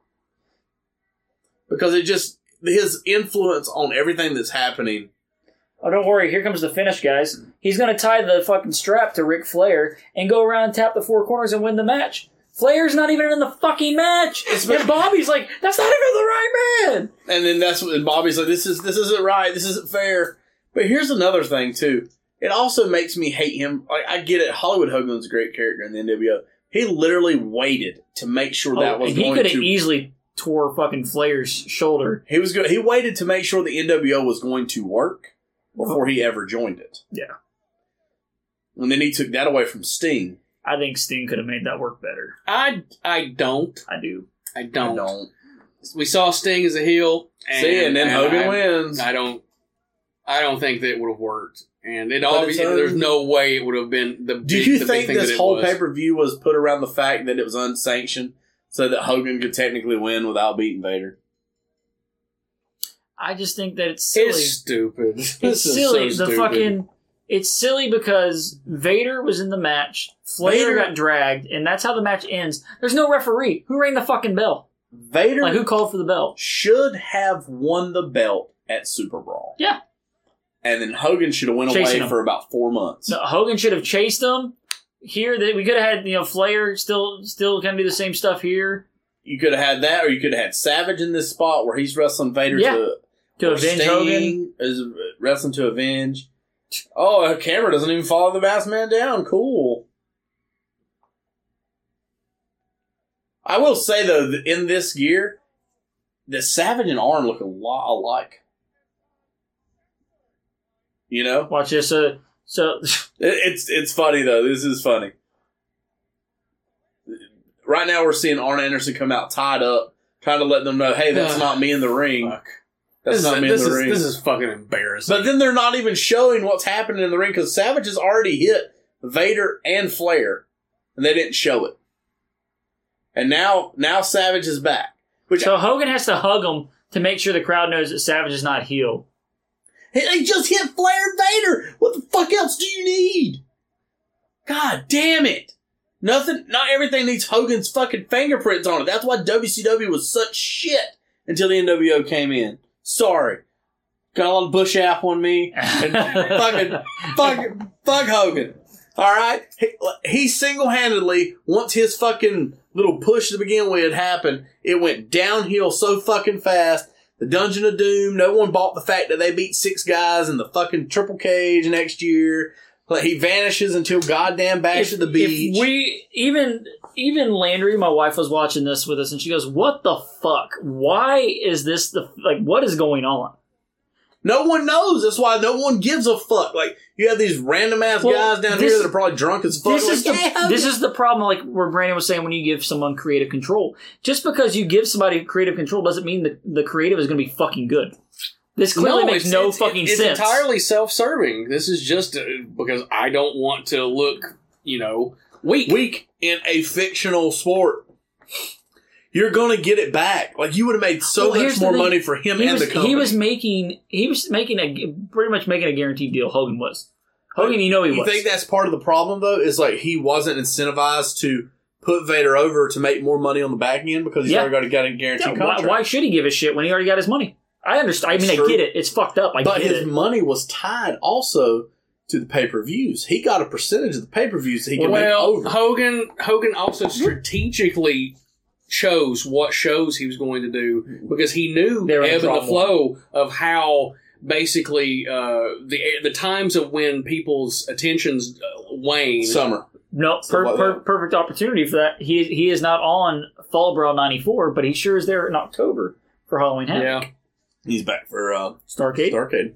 Speaker 2: because it just his influence on everything that's happening.
Speaker 7: Oh, don't worry. Here comes the finish, guys. He's going to tie the fucking strap to Ric Flair and go around and tap the four corners and win the match. Flair's not even in the fucking match. and Bobby's like, that's not even the right man.
Speaker 2: And then that's what and Bobby's like. This is this isn't right. This isn't fair. But here's another thing too. It also makes me hate him. Like I get it. Hollywood Hogan's a great character in the NWO. He literally waited to make sure that was
Speaker 7: and he
Speaker 2: going
Speaker 7: could have
Speaker 2: to.
Speaker 7: easily tore fucking Flair's shoulder.
Speaker 2: he was go- he waited to make sure the NWO was going to work before he ever joined it.
Speaker 7: Yeah.
Speaker 2: And then he took that away from Sting.
Speaker 7: I think Sting could have made that work better.
Speaker 6: I I don't.
Speaker 7: I do.
Speaker 6: I
Speaker 2: I
Speaker 6: don't.
Speaker 2: don't
Speaker 6: We saw Sting as a heel.
Speaker 2: see, and then Hogan
Speaker 6: I-
Speaker 2: wins.
Speaker 6: I don't. I don't think that it would have worked, and it
Speaker 2: But
Speaker 6: obviously
Speaker 2: it's un-
Speaker 6: there's no way it would have been the. Big,
Speaker 2: Do you
Speaker 6: the
Speaker 2: think
Speaker 6: big thing
Speaker 2: this
Speaker 6: that it
Speaker 2: whole
Speaker 6: was.
Speaker 2: pay per view was put around the fact that it was unsanctioned so that Hogan could technically win without beating Vader?
Speaker 1: I just think that it's silly.
Speaker 6: It's stupid.
Speaker 1: It's
Speaker 6: This is
Speaker 1: silly.
Speaker 6: so
Speaker 1: the
Speaker 6: stupid.
Speaker 1: fucking it's silly because Vader was in the match. Flair
Speaker 6: Vader-
Speaker 1: got dragged, and that's how the match ends. There's no referee. Who rang the fucking bell?
Speaker 2: Vader
Speaker 1: Like who called for the bell?
Speaker 2: should have won the belt at Super Brawl.
Speaker 1: Yeah.
Speaker 2: And then Hogan should have went
Speaker 1: Chasing
Speaker 2: away
Speaker 1: him.
Speaker 2: for about four months.
Speaker 1: No, Hogan should have chased them. Here that we could have had, you know, Flair still still kind of do the same stuff here
Speaker 2: You could have had that, or you could have had Savage in this spot where he's wrestling Vader
Speaker 1: Yeah.
Speaker 2: to
Speaker 1: to
Speaker 2: or
Speaker 1: avenge
Speaker 2: Sting
Speaker 1: Hogan.
Speaker 2: Is wrestling to avenge. Oh, a camera doesn't even follow the masked man down. Cool. I will say though, that in this gear, the Savage and Arn look a lot alike. You know,
Speaker 1: Watch this. Uh, so
Speaker 2: It- It's it's funny though. This is funny. Right now, we're seeing Arn Anderson come out tied up, trying to let them know, "Hey, that's
Speaker 6: Ugh,
Speaker 2: not me in the ring.
Speaker 6: Fuck.
Speaker 2: That's
Speaker 6: This,
Speaker 2: not
Speaker 6: is,
Speaker 2: me
Speaker 6: this,
Speaker 2: in the
Speaker 6: is,
Speaker 2: ring."
Speaker 6: this is fucking embarrassing.
Speaker 2: but then they're not even showing what's happening in the ring because Savage has already hit Vader and Flair, and they didn't show it. And now, now Savage is back. Which
Speaker 1: so Hogan has to hug him to make sure the crowd knows that Savage is not heel.
Speaker 2: he, he just hit Flair and Vader. What the fuck else do you need? God damn it! Nothing, not everything needs Hogan's fucking fingerprints on it. That's why WCW was such shit until the NWO came in. Sorry. Got a lot of Bush app on me. And fucking, fuck, fuck Hogan. Alright? He, he single handedly, once his fucking little push to begin with happened, it went downhill so fucking fast. The Dungeon of Doom, no one bought the fact that they beat six guys in the fucking triple cage next year. Like he vanishes until goddamn Bash
Speaker 1: If-
Speaker 2: at the Beach.
Speaker 1: If we even even Landry, my wife was watching this with us, and she goes, "What the fuck? Why is this the like? What is going on?"
Speaker 2: No one knows. That's why no one gives a fuck. Like you have these random ass
Speaker 1: Well,
Speaker 2: guys down
Speaker 1: this-
Speaker 2: here that are probably drunk as fuck.
Speaker 1: This is
Speaker 2: Like, "Yeah,
Speaker 1: the this is the problem. Like where Brandon was saying, when you give someone creative control, just because you give somebody creative control doesn't mean the the creative is going to be fucking good. This clearly makes
Speaker 6: it's-
Speaker 1: no
Speaker 6: it's-
Speaker 1: fucking
Speaker 6: it's
Speaker 1: sense.
Speaker 6: entirely self-serving. This is just uh, because I don't want to look, you know, weak.
Speaker 2: weak in a fictional sport. You're gonna get it back. Like you would have made so
Speaker 1: Well, here's
Speaker 2: much
Speaker 1: the
Speaker 2: more
Speaker 1: thing.
Speaker 2: money for him
Speaker 1: he
Speaker 2: and
Speaker 1: was,
Speaker 2: the company.
Speaker 1: he was making he was making a pretty much making a guaranteed deal. Hogan was Hogan. You know he
Speaker 2: you
Speaker 1: was.
Speaker 2: think that's part of the problem though? Is like he wasn't incentivized to put Vader over to make more money on the back end because he's
Speaker 1: Yeah.
Speaker 2: already got a guaranteed
Speaker 1: Yeah, why,
Speaker 2: contract.
Speaker 1: why should he give a shit when he already got his money? I understand. I mean,
Speaker 2: It's
Speaker 1: I
Speaker 2: true.
Speaker 1: get it. It's fucked up. I
Speaker 2: but
Speaker 1: get
Speaker 2: his
Speaker 1: it.
Speaker 2: money was tied also to the pay per views. He got a percentage of the pay per views that he could
Speaker 6: Well,
Speaker 2: make over.
Speaker 6: Hogan Hogan also strategically chose what shows he was going to do because he knew
Speaker 1: They were
Speaker 6: the
Speaker 1: in
Speaker 6: ebb and the
Speaker 1: trouble.
Speaker 6: flow of how basically uh, the the times of when people's attentions uh, wane.
Speaker 2: Summer.
Speaker 1: No, per,
Speaker 2: what-
Speaker 1: per, perfect opportunity for that. He he is not on Fallbrawl '94, but he sure is there in October for Halloween Havoc.
Speaker 6: yeah,
Speaker 2: He's back for uh,
Speaker 1: Starcade.
Speaker 2: Starcade.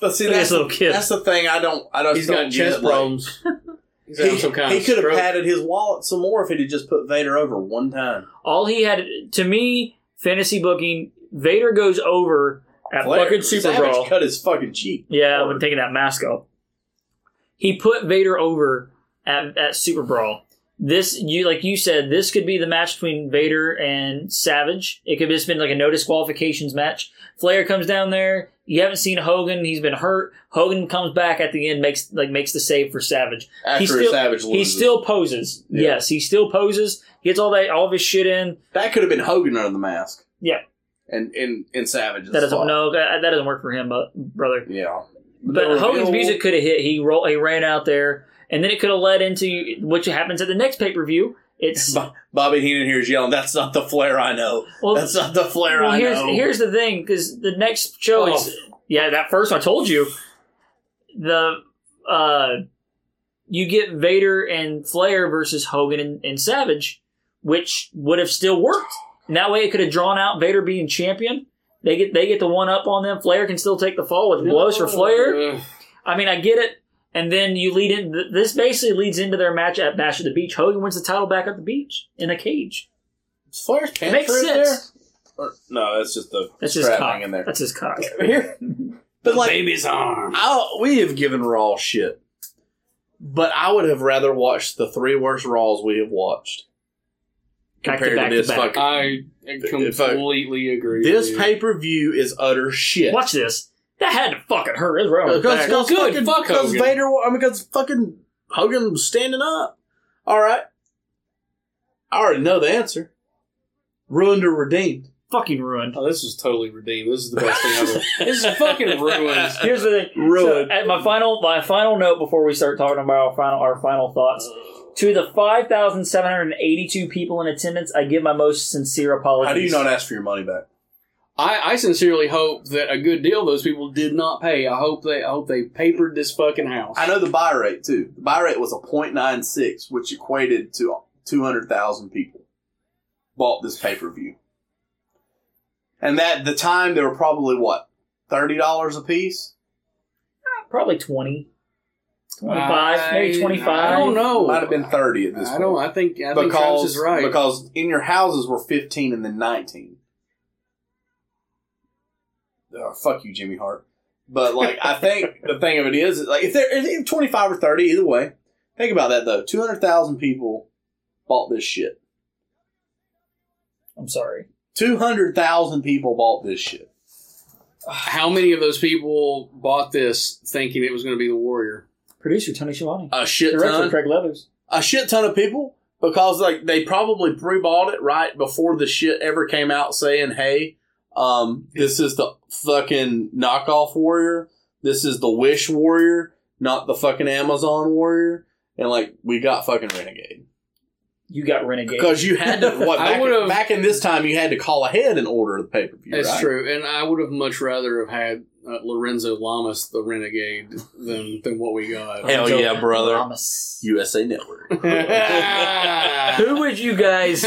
Speaker 2: But see,
Speaker 1: Look at
Speaker 2: that's
Speaker 1: this little kid.
Speaker 2: that's the thing. I don't. I don't.
Speaker 6: he's
Speaker 2: don't
Speaker 6: got
Speaker 2: get
Speaker 6: chest
Speaker 2: it, like-
Speaker 6: problems. He's
Speaker 2: He,
Speaker 6: having some kind
Speaker 2: he
Speaker 6: of
Speaker 2: could have
Speaker 6: stroke.
Speaker 2: padded his wallet some more if he'd have just put Vader over one time.
Speaker 1: All he had to me fantasy booking. Vader goes over at fucking Super
Speaker 2: Savage
Speaker 1: Brawl.
Speaker 2: cut his fucking cheek.
Speaker 1: Yeah,
Speaker 2: Or-
Speaker 1: when taking that mask off. He put Vader over at, at Super Brawl. This you like you said, this could be the match between Vader and Savage. It could have just been like a no disqualifications match. Flair comes down there. You haven't seen Hogan. He's been hurt. Hogan comes back at the end, makes like makes the save for Savage.
Speaker 2: After
Speaker 1: he still,
Speaker 2: Savage
Speaker 1: he
Speaker 2: loses.
Speaker 1: still poses.
Speaker 2: Yeah.
Speaker 1: Yes, he still poses. Gets all that all of his shit in.
Speaker 2: that could have been Hogan under the mask.
Speaker 1: Yeah.
Speaker 2: and and and Savage.
Speaker 1: That
Speaker 2: as
Speaker 1: doesn't
Speaker 2: fuck.
Speaker 1: no that that doesn't work for him, but brother.
Speaker 2: Yeah,
Speaker 1: But
Speaker 2: The
Speaker 1: Hogan's
Speaker 2: reveal-
Speaker 1: music could have hit. He roll. He ran out there, and then it could have led into what happens at the next pay per view. It's
Speaker 2: Bo- Bobby Heenan here is yelling. That's not the Flair I know.
Speaker 1: well,
Speaker 2: That's not the Flair
Speaker 1: well,
Speaker 2: I
Speaker 1: here's
Speaker 2: know.
Speaker 1: here's the thing because the next
Speaker 2: Oh,
Speaker 1: show is yeah that first one I told you the uh you get Vader and Flair versus Hogan and, and Savage, which would have still worked. And that way it could have drawn out Vader being champion. They get they get the one up on them. Flair can still take the fall with blows for Flair.
Speaker 6: Ugh.
Speaker 1: I mean, I get it. And then you lead in. th- This basically leads into their match at Bash at the Beach. Hogan wins the title back at the beach in a cage.
Speaker 2: Is Flair's
Speaker 1: It
Speaker 2: pants
Speaker 1: makes
Speaker 2: are in
Speaker 1: sense.
Speaker 2: there? Or- no, that's just the
Speaker 1: That's his
Speaker 2: strap
Speaker 1: cock.
Speaker 2: hanging in there.
Speaker 1: That's his cock.
Speaker 2: Here, but like
Speaker 10: Baby's arm.
Speaker 2: I, we have given Raw shit, but I would have rather watched the three worst Raws we have watched
Speaker 1: Back to
Speaker 7: compared
Speaker 1: back
Speaker 7: to this
Speaker 1: to back.
Speaker 7: fucking.
Speaker 6: I completely agree.
Speaker 7: this
Speaker 6: with you.
Speaker 7: pay per view is utter shit.
Speaker 1: Watch this. That had to fucking hurt. It's right on the
Speaker 2: Because,
Speaker 1: back.
Speaker 2: because
Speaker 6: Good,
Speaker 2: Uh, fucking,
Speaker 6: fuck
Speaker 2: because
Speaker 6: Hogan.
Speaker 2: Vader. I mean, because fucking Hogan was standing up. All right. I already know the answer. Ruined or redeemed.
Speaker 1: Fucking ruined.
Speaker 6: Oh, this is totally redeemed. This is the best thing ever. this is fucking ruined.
Speaker 1: Here's the thing.
Speaker 7: Ruined.
Speaker 1: So, at my final, my final note before we start talking about our final, our final thoughts. To the five thousand seven hundred eighty-two people in attendance, I give my most sincere apologies.
Speaker 2: How do you not ask for your money back?
Speaker 6: I, I sincerely hope that a good deal of those people did not pay. I hope they I hope they papered this fucking house.
Speaker 2: I know the buy rate too. The buy rate was a .96, which equated to two hundred thousand people bought this pay per view, and at the time they were probably what thirty dollars a piece.
Speaker 1: Probably twenty. 25, maybe
Speaker 6: I-
Speaker 1: 25.
Speaker 6: I don't know.
Speaker 2: Might have been thirty at this.
Speaker 6: Oh, I
Speaker 2: point.
Speaker 6: don't. I think. I think Travis is right.
Speaker 2: Because in your houses were fifteen and then nineteen. Oh, fuck you, Jimmy Hart. But like, I think the thing of it is, is, like, if they're if twenty five or thirty, either way. Think about that though. Two hundred thousand people bought this shit.
Speaker 1: I'm sorry.
Speaker 2: Two hundred thousand people bought this shit.
Speaker 6: How many of those people bought this thinking it was going to be the Warrior?
Speaker 1: Producer Tony Schiavone.
Speaker 2: A shit
Speaker 1: Director
Speaker 2: ton.
Speaker 1: Craig Leathers.
Speaker 2: A shit ton of people because like they probably pre bought it right before the shit ever came out, saying, "Hey, um, this is the fucking knockoff warrior. This is the Wish warrior, not the fucking Amazon warrior." And like we got fucking renegade
Speaker 1: You got Renegade.
Speaker 2: because you had to what
Speaker 6: I
Speaker 2: back,
Speaker 6: would've-
Speaker 2: back in this time you had to call ahead and order the pay per view.
Speaker 6: That's
Speaker 2: right?
Speaker 6: true. And I would have much rather have had uh, Lorenzo Lamas, the Renegade, than than what we got.
Speaker 2: Hell yeah, brother!
Speaker 1: Promise.
Speaker 2: USA Network.
Speaker 1: Who would you guys?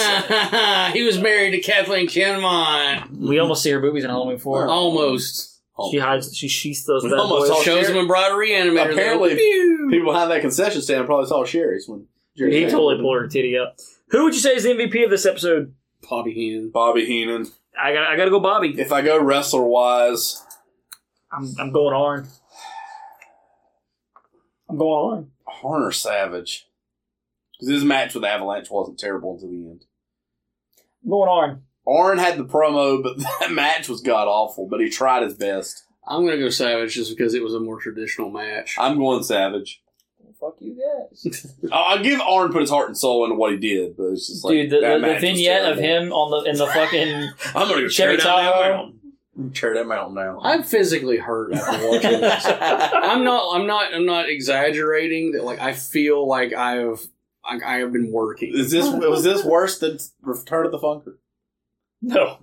Speaker 6: he was married to Kathleen Kenmont.
Speaker 1: we almost see her boobies in Halloween Four.
Speaker 6: Almost.
Speaker 1: She hides. She sheaths those bad
Speaker 2: Almost
Speaker 1: boys.
Speaker 2: all-
Speaker 6: Shows him embroidery animator.
Speaker 2: Oh, Apparently,
Speaker 6: though. Pew!
Speaker 2: people behind that concession stand probably saw Sherry's when
Speaker 1: Dude, he totally pulled her titty up. Who would you say is the MVP of this episode?
Speaker 6: Bobby Heenan.
Speaker 7: Bobby Heenan.
Speaker 1: I got. I got to go, Bobby.
Speaker 7: If I go wrestler wise,
Speaker 1: I'm, I'm going Arn. I'm going Arn.
Speaker 7: Horner Savage.
Speaker 2: because his match with Avalanche wasn't terrible until the end.
Speaker 1: I'm going Arn.
Speaker 2: Arn had the promo, but that match was god awful. But he tried his best.
Speaker 6: I'm going to go Savage just because it was a more traditional match.
Speaker 2: I'm going Savage.
Speaker 1: Fuck you guys,
Speaker 2: I- I'll give Arn put his heart and soul into what he did, but it's just like
Speaker 1: dude. The,
Speaker 2: that
Speaker 1: the, the
Speaker 2: match was
Speaker 1: vignette of
Speaker 2: terrible.
Speaker 1: him on the in the fucking
Speaker 2: I'm gonna go
Speaker 1: Chevy
Speaker 2: tear down that
Speaker 1: Tahoe.
Speaker 2: mountain. I'm gonna Tear that mountain down.
Speaker 6: I'm physically hurt after watching this. I'm not. I'm not. I'm not exaggerating. That like I feel like I have. I, I have been working.
Speaker 2: Is this was this worse than Return of the Funker?
Speaker 1: no.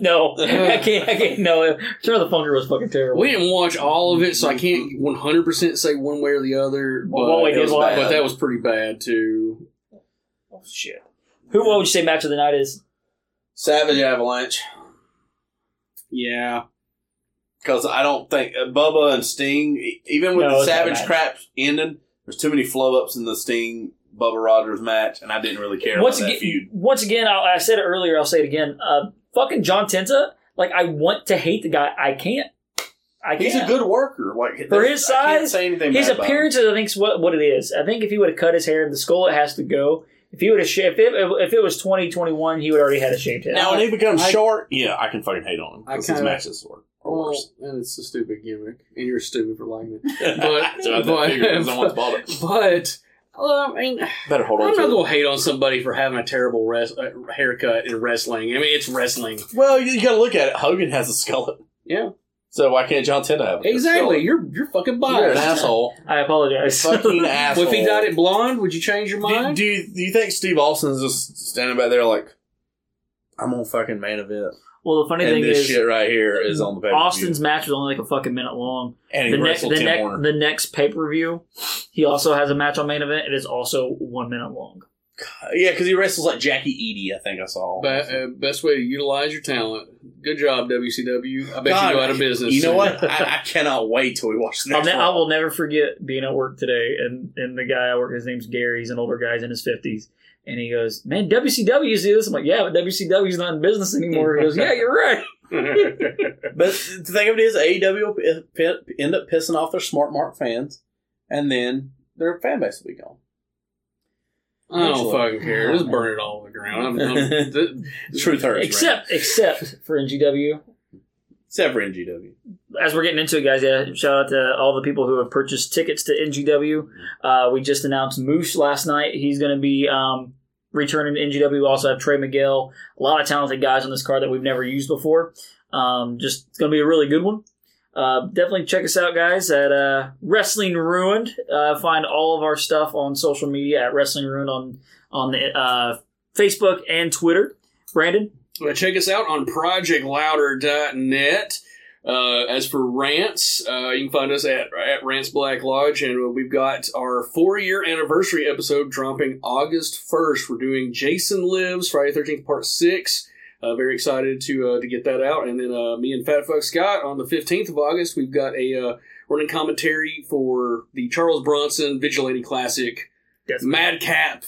Speaker 1: no, I can't. I can't. No, sure. The Funker was fucking terrible.
Speaker 6: We didn't watch all of it, so I can't 100 percent say one way or the other. But,
Speaker 1: Well, what we
Speaker 6: it
Speaker 1: did
Speaker 6: was
Speaker 1: watch-
Speaker 6: bad. but that was pretty bad too.
Speaker 1: Oh shit. Who? What would you say match of the night is?
Speaker 2: Savage Avalanche
Speaker 6: Yeah,
Speaker 2: because I don't think uh, Bubba and Sting, e- even with
Speaker 1: No,
Speaker 2: the
Speaker 1: it's not
Speaker 2: Savage
Speaker 1: match.
Speaker 2: crap ending, there's too many flow ups in the Sting Bubba Rogers match, and I didn't really care
Speaker 1: once
Speaker 2: about that
Speaker 1: again,
Speaker 2: feud.
Speaker 1: once again, I, I said it earlier. I'll say it again. Uh, fucking John Tenta. Like I want to hate the guy. I can't. I can't.
Speaker 2: He's a good worker, like
Speaker 1: For his
Speaker 2: I can't
Speaker 1: size,
Speaker 2: say anything
Speaker 1: His
Speaker 2: bad about him.
Speaker 1: appearance is, I think, is what what it is. I think if he would have cut his hair in the skull, it has to go. If he would have, sh- if it, if it was twenty twenty one, he would already had a shaved head.
Speaker 2: Now when he becomes
Speaker 6: I-
Speaker 2: short, yeah, I can fucking hate on him
Speaker 6: I
Speaker 2: because his
Speaker 6: kinda-
Speaker 2: matches were are
Speaker 6: well,
Speaker 2: worse.
Speaker 6: and it's a stupid gimmick, and you're stupid for liking it. But
Speaker 2: So I figured it was someone's
Speaker 6: but
Speaker 2: bought it.
Speaker 6: but well, I mean.
Speaker 2: Better hold on
Speaker 6: I'm
Speaker 2: to
Speaker 6: not
Speaker 2: it.
Speaker 6: gonna hate on somebody for having a terrible res- uh, haircut in wrestling. I mean, it's wrestling.
Speaker 2: Well, you, you got to look at it. Hogan has a skull,
Speaker 6: Yeah,
Speaker 2: so why can't John Tena have a
Speaker 6: exactly.
Speaker 2: Skull?
Speaker 6: You're you're fucking biased.
Speaker 2: You're an asshole.
Speaker 1: I apologize.
Speaker 2: Fucking
Speaker 6: Well,
Speaker 2: asshole.
Speaker 6: if he dyed it blonde, would you change your
Speaker 2: do,
Speaker 6: mind?
Speaker 2: do you, do you think Steve Austin's just standing back there like, I'm on fucking main event,
Speaker 1: well, the funny
Speaker 2: and
Speaker 1: thing
Speaker 2: this
Speaker 1: is,
Speaker 2: shit right here is on the paper.
Speaker 1: Austin's match was only like a fucking minute long.
Speaker 2: and he
Speaker 1: The, ne-
Speaker 2: wrestled
Speaker 1: the,
Speaker 2: Tim
Speaker 1: ne-
Speaker 2: Horner.
Speaker 1: the next pay per view, he also has a match on main event. It is also one minute long.
Speaker 2: yeah, because he wrestles like Jackie Eady. I think I saw.
Speaker 6: Ba- uh, best way to utilize your talent. Good job, WCW. I bet
Speaker 2: God,
Speaker 6: you go out of business.
Speaker 2: You know
Speaker 6: soon.
Speaker 2: what? I, I cannot wait till we watch the
Speaker 1: I'll
Speaker 2: next
Speaker 1: ne-
Speaker 2: one.
Speaker 1: I will never forget being at work today, and, and the guy I work his name's Gary. He's an older guy, he's in his fifties, and he goes, "Man, WCW is this." I'm like, "Yeah, but WCW's not in business anymore." He goes, "Yeah, you're right."
Speaker 2: But the thing of it is, AEW will pi- pi- end up pissing off their smart mark fans, and then their fan base will be gone.
Speaker 6: I don't fucking care. Just burn it all to the ground. I'm, I'm, th-
Speaker 2: Truth hurts.
Speaker 1: Except, except for NGW.
Speaker 2: right? except for NGW.
Speaker 1: As we're getting into it, guys, yeah, shout out to all the people who have purchased tickets to NGW. Uh, we just announced Moose last night. He's going to be um, returning to NGW. We also have Trey McGill. A lot of talented guys on this card that we've never used before. Um, just it's going to be a really good one. Uh, definitely check us out, guys, at uh, Wrestling Ruined. Uh, find all of our stuff on social media at Wrestling Ruined on on the uh, Facebook and Twitter. Brandon,
Speaker 6: Uh, check us out on projectlouder.net. Uh, as for rants, uh, you can find us at, at Rants Black Lodge, and we've got our four year anniversary episode dropping August 1st. We're doing Jason Lives, Friday 13th, Part 6. Uh, very excited to uh, to get that out. And then uh, me and Fat Fuck Scott on the 15th of August, we've got a uh, running commentary for the Charles Bronson Vigilante Classic
Speaker 1: Death
Speaker 6: Madcap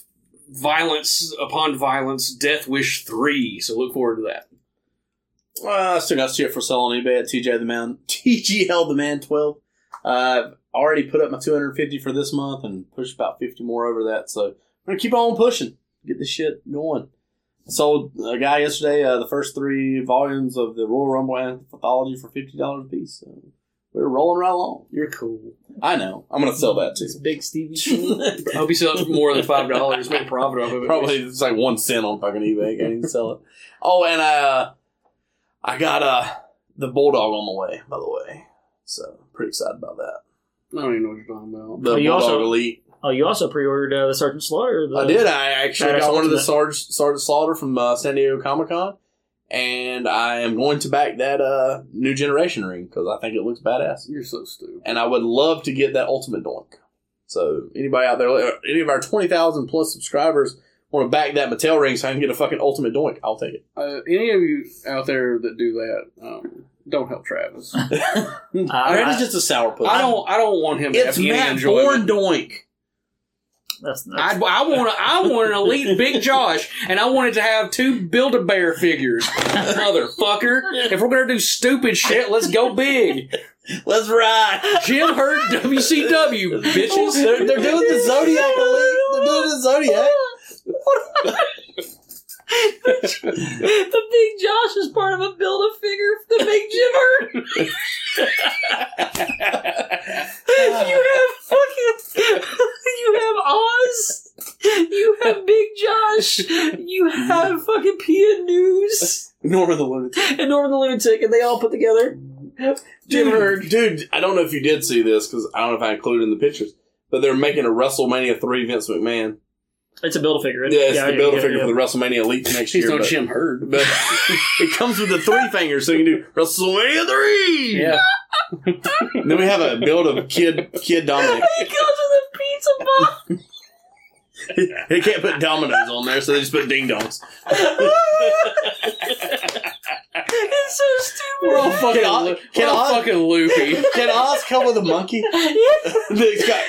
Speaker 6: Violence Upon Violence Death Wish 3. So look forward to that.
Speaker 12: Uh, I still got shit for sale on eBay at TJ the Man, TGL the Man twelve. Uh, I've already put up my two hundred fifty for this month and pushed about fifty more over that. So I'm gonna keep on pushing, get this shit going. I sold a guy yesterday uh, the first three volumes of the Royal Rumble and Pathology for fifty dollars a piece. So we're rolling right along.
Speaker 6: You're cool.
Speaker 12: I know. I'm gonna sell that too.
Speaker 1: Big Stevie.
Speaker 6: I hope you sell it for more than five dollars. Make a profit off of it.
Speaker 2: Probably
Speaker 12: It's like one cent on fucking eBay. Can't even sell it. Oh, and I, uh, I got uh, the bulldog on the way. By the way, so pretty excited about that.
Speaker 6: I don't even know what you're talking about.
Speaker 2: The
Speaker 1: But you
Speaker 2: Bulldog
Speaker 1: also-
Speaker 2: Elite.
Speaker 1: oh, you also pre-ordered uh, the Sergeant Slaughter. The,
Speaker 2: I did. I actually
Speaker 1: Badass
Speaker 2: got one of the
Speaker 1: Ultimate.
Speaker 2: Sarge, Sergeant Slaughter from uh, San Diego Comic Con, and I am going to back that uh, new generation ring because I think it looks badass.
Speaker 6: You're so stupid.
Speaker 2: and I would love to get that ultimate doink. So anybody out there, any of our twenty thousand plus subscribers want to back that Mattel ring so I can get a fucking ultimate doink, I'll take it.
Speaker 6: Uh, any of you out there that do that, um, don't help Travis. I
Speaker 1: I-
Speaker 2: Brandon's
Speaker 1: I-
Speaker 2: just a sourpuss.
Speaker 6: don't. I don't want him to
Speaker 2: It's
Speaker 6: have any
Speaker 2: Matt Bourne
Speaker 6: enjoyment.
Speaker 2: doink.
Speaker 1: That's, that's
Speaker 6: I, I want a, I want an elite Big Josh, and I wanted to have two Build a Bear figures, motherfucker. If we're gonna do stupid shit, let's go big.
Speaker 2: Let's ride.
Speaker 6: Jim Hurt, WCW, bitches.
Speaker 2: They're, they're doing the Zodiac Elite. They're doing the Zodiac.
Speaker 1: the Big Josh is part of a build a figure the Big Jimmer. you have fucking you have Oz. You have Big Josh. You have fucking Pia News
Speaker 2: Norman the Lunatic.
Speaker 1: and Norman the Lunatic, and they all put together. Jim Herd.
Speaker 2: Dude, dude, I don't know if you did see this because I don't know if I included it in the pictures, but they're making a WrestleMania 3 Vince McMahon.
Speaker 1: It's a build a figure.
Speaker 2: Yeah, it's the build a figure for the WrestleMania Elite next
Speaker 6: She's
Speaker 2: year.
Speaker 6: no
Speaker 2: but-
Speaker 6: Jim Hurd.
Speaker 2: But it comes with the three fingers, so you can do WrestleMania three.
Speaker 6: Yeah.
Speaker 2: And then we have a build of kid kid Dominic.
Speaker 1: He goes with a pizza box.
Speaker 2: They can't put dominoes on there, so they just put ding dongs.
Speaker 1: It's so stupid.
Speaker 6: We're all fucking,
Speaker 2: Can I-
Speaker 6: loo-
Speaker 2: can
Speaker 6: we're all
Speaker 2: I-
Speaker 6: fucking loopy.
Speaker 2: Can Oz come with a monkey? He's got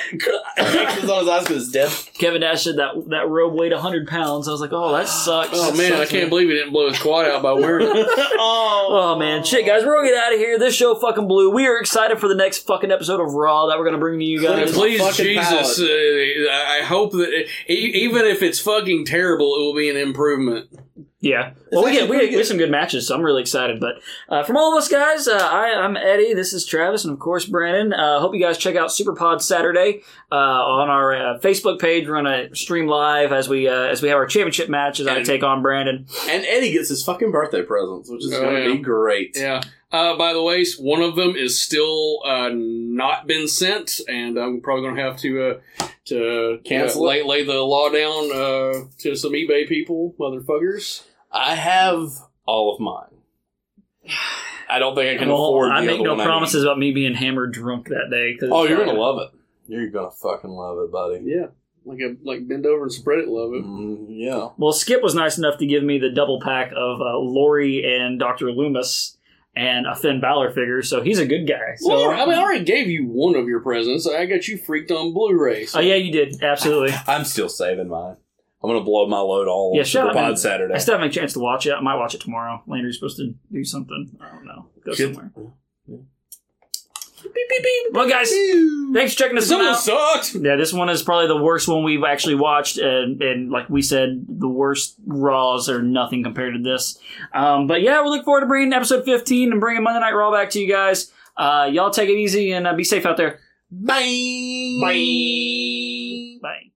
Speaker 2: crosses on his eyes because death.
Speaker 1: Kevin Nash said that that robe weighed 100 pounds. I was like, oh, that sucks.
Speaker 6: Oh man, I can't believe he didn't blow his quad out by wearing it.
Speaker 1: Oh man, shit, guys, we're gonna get out of here. This show fucking blew. We are excited for the next fucking episode of Raw that we're gonna bring to you
Speaker 6: And
Speaker 1: guys.
Speaker 6: Please,
Speaker 2: fucking
Speaker 6: Jesus, uh, I I hope that it, e- even if it's fucking terrible, it will be an improvement.
Speaker 1: Yeah. Well, we get we get, we get some good matches, so I'm really excited. But uh, from all of us guys, uh, I, I'm Eddie. This is Travis, and of course Brandon. Uh, hope you guys check out Superpod Saturday uh, on our uh, Facebook page. We're gonna stream live as we uh, as we have our championship match as I
Speaker 2: And-
Speaker 1: take on Brandon.
Speaker 2: And Eddie gets his fucking birthday presents, which is
Speaker 6: Oh,
Speaker 2: going to
Speaker 6: yeah.
Speaker 2: be great.
Speaker 6: Yeah. Uh, by the way, one of them is still uh, not been sent, and I'm probably going to have to uh, to
Speaker 2: Cancel
Speaker 6: uh, lay, lay the law down uh, to some eBay people, motherfuckers.
Speaker 2: I have all of mine. I don't think I can
Speaker 1: Well,
Speaker 2: afford.
Speaker 1: I
Speaker 2: the
Speaker 1: make
Speaker 2: other
Speaker 1: no
Speaker 2: one need.
Speaker 1: promises about me being hammered drunk that day. 'cause- uh,
Speaker 2: Oh, you're gonna love it. You're gonna fucking love it, buddy.
Speaker 6: Yeah, like a, like bend over and spread it, love it.
Speaker 2: Mm, yeah.
Speaker 1: Well, Skip was nice enough to give me the double pack of uh, Lori and Doctor Loomis and a Finn Balor figure, so he's a good guy. So, uh,
Speaker 6: well, I mean, I already gave you one of your presents. I got you freaked on Blu-ray.
Speaker 1: oh
Speaker 6: So
Speaker 1: yeah, you did absolutely.
Speaker 2: I'm still saving mine. I'm gonna blow my load all
Speaker 1: Yeah,
Speaker 2: on
Speaker 1: shout
Speaker 2: Super
Speaker 1: out, man.
Speaker 2: Pod Saturday.
Speaker 1: I still haven't had a chance to watch it. I might watch it tomorrow. Landry's supposed to do something. I don't know. Go
Speaker 2: Good.
Speaker 1: somewhere. Well, guys, thanks for checking this one
Speaker 6: Someone
Speaker 1: out.
Speaker 6: sucked.
Speaker 1: Yeah, this one is probably the worst one we've actually watched, and, and like we said, the worst Raws are nothing compared to this. Um, but yeah, we look forward to bringing episode 15 and bringing Monday Night Raw back to you guys. Uh, y'all take it easy and uh, be safe out there. Bye. Bye. Bye.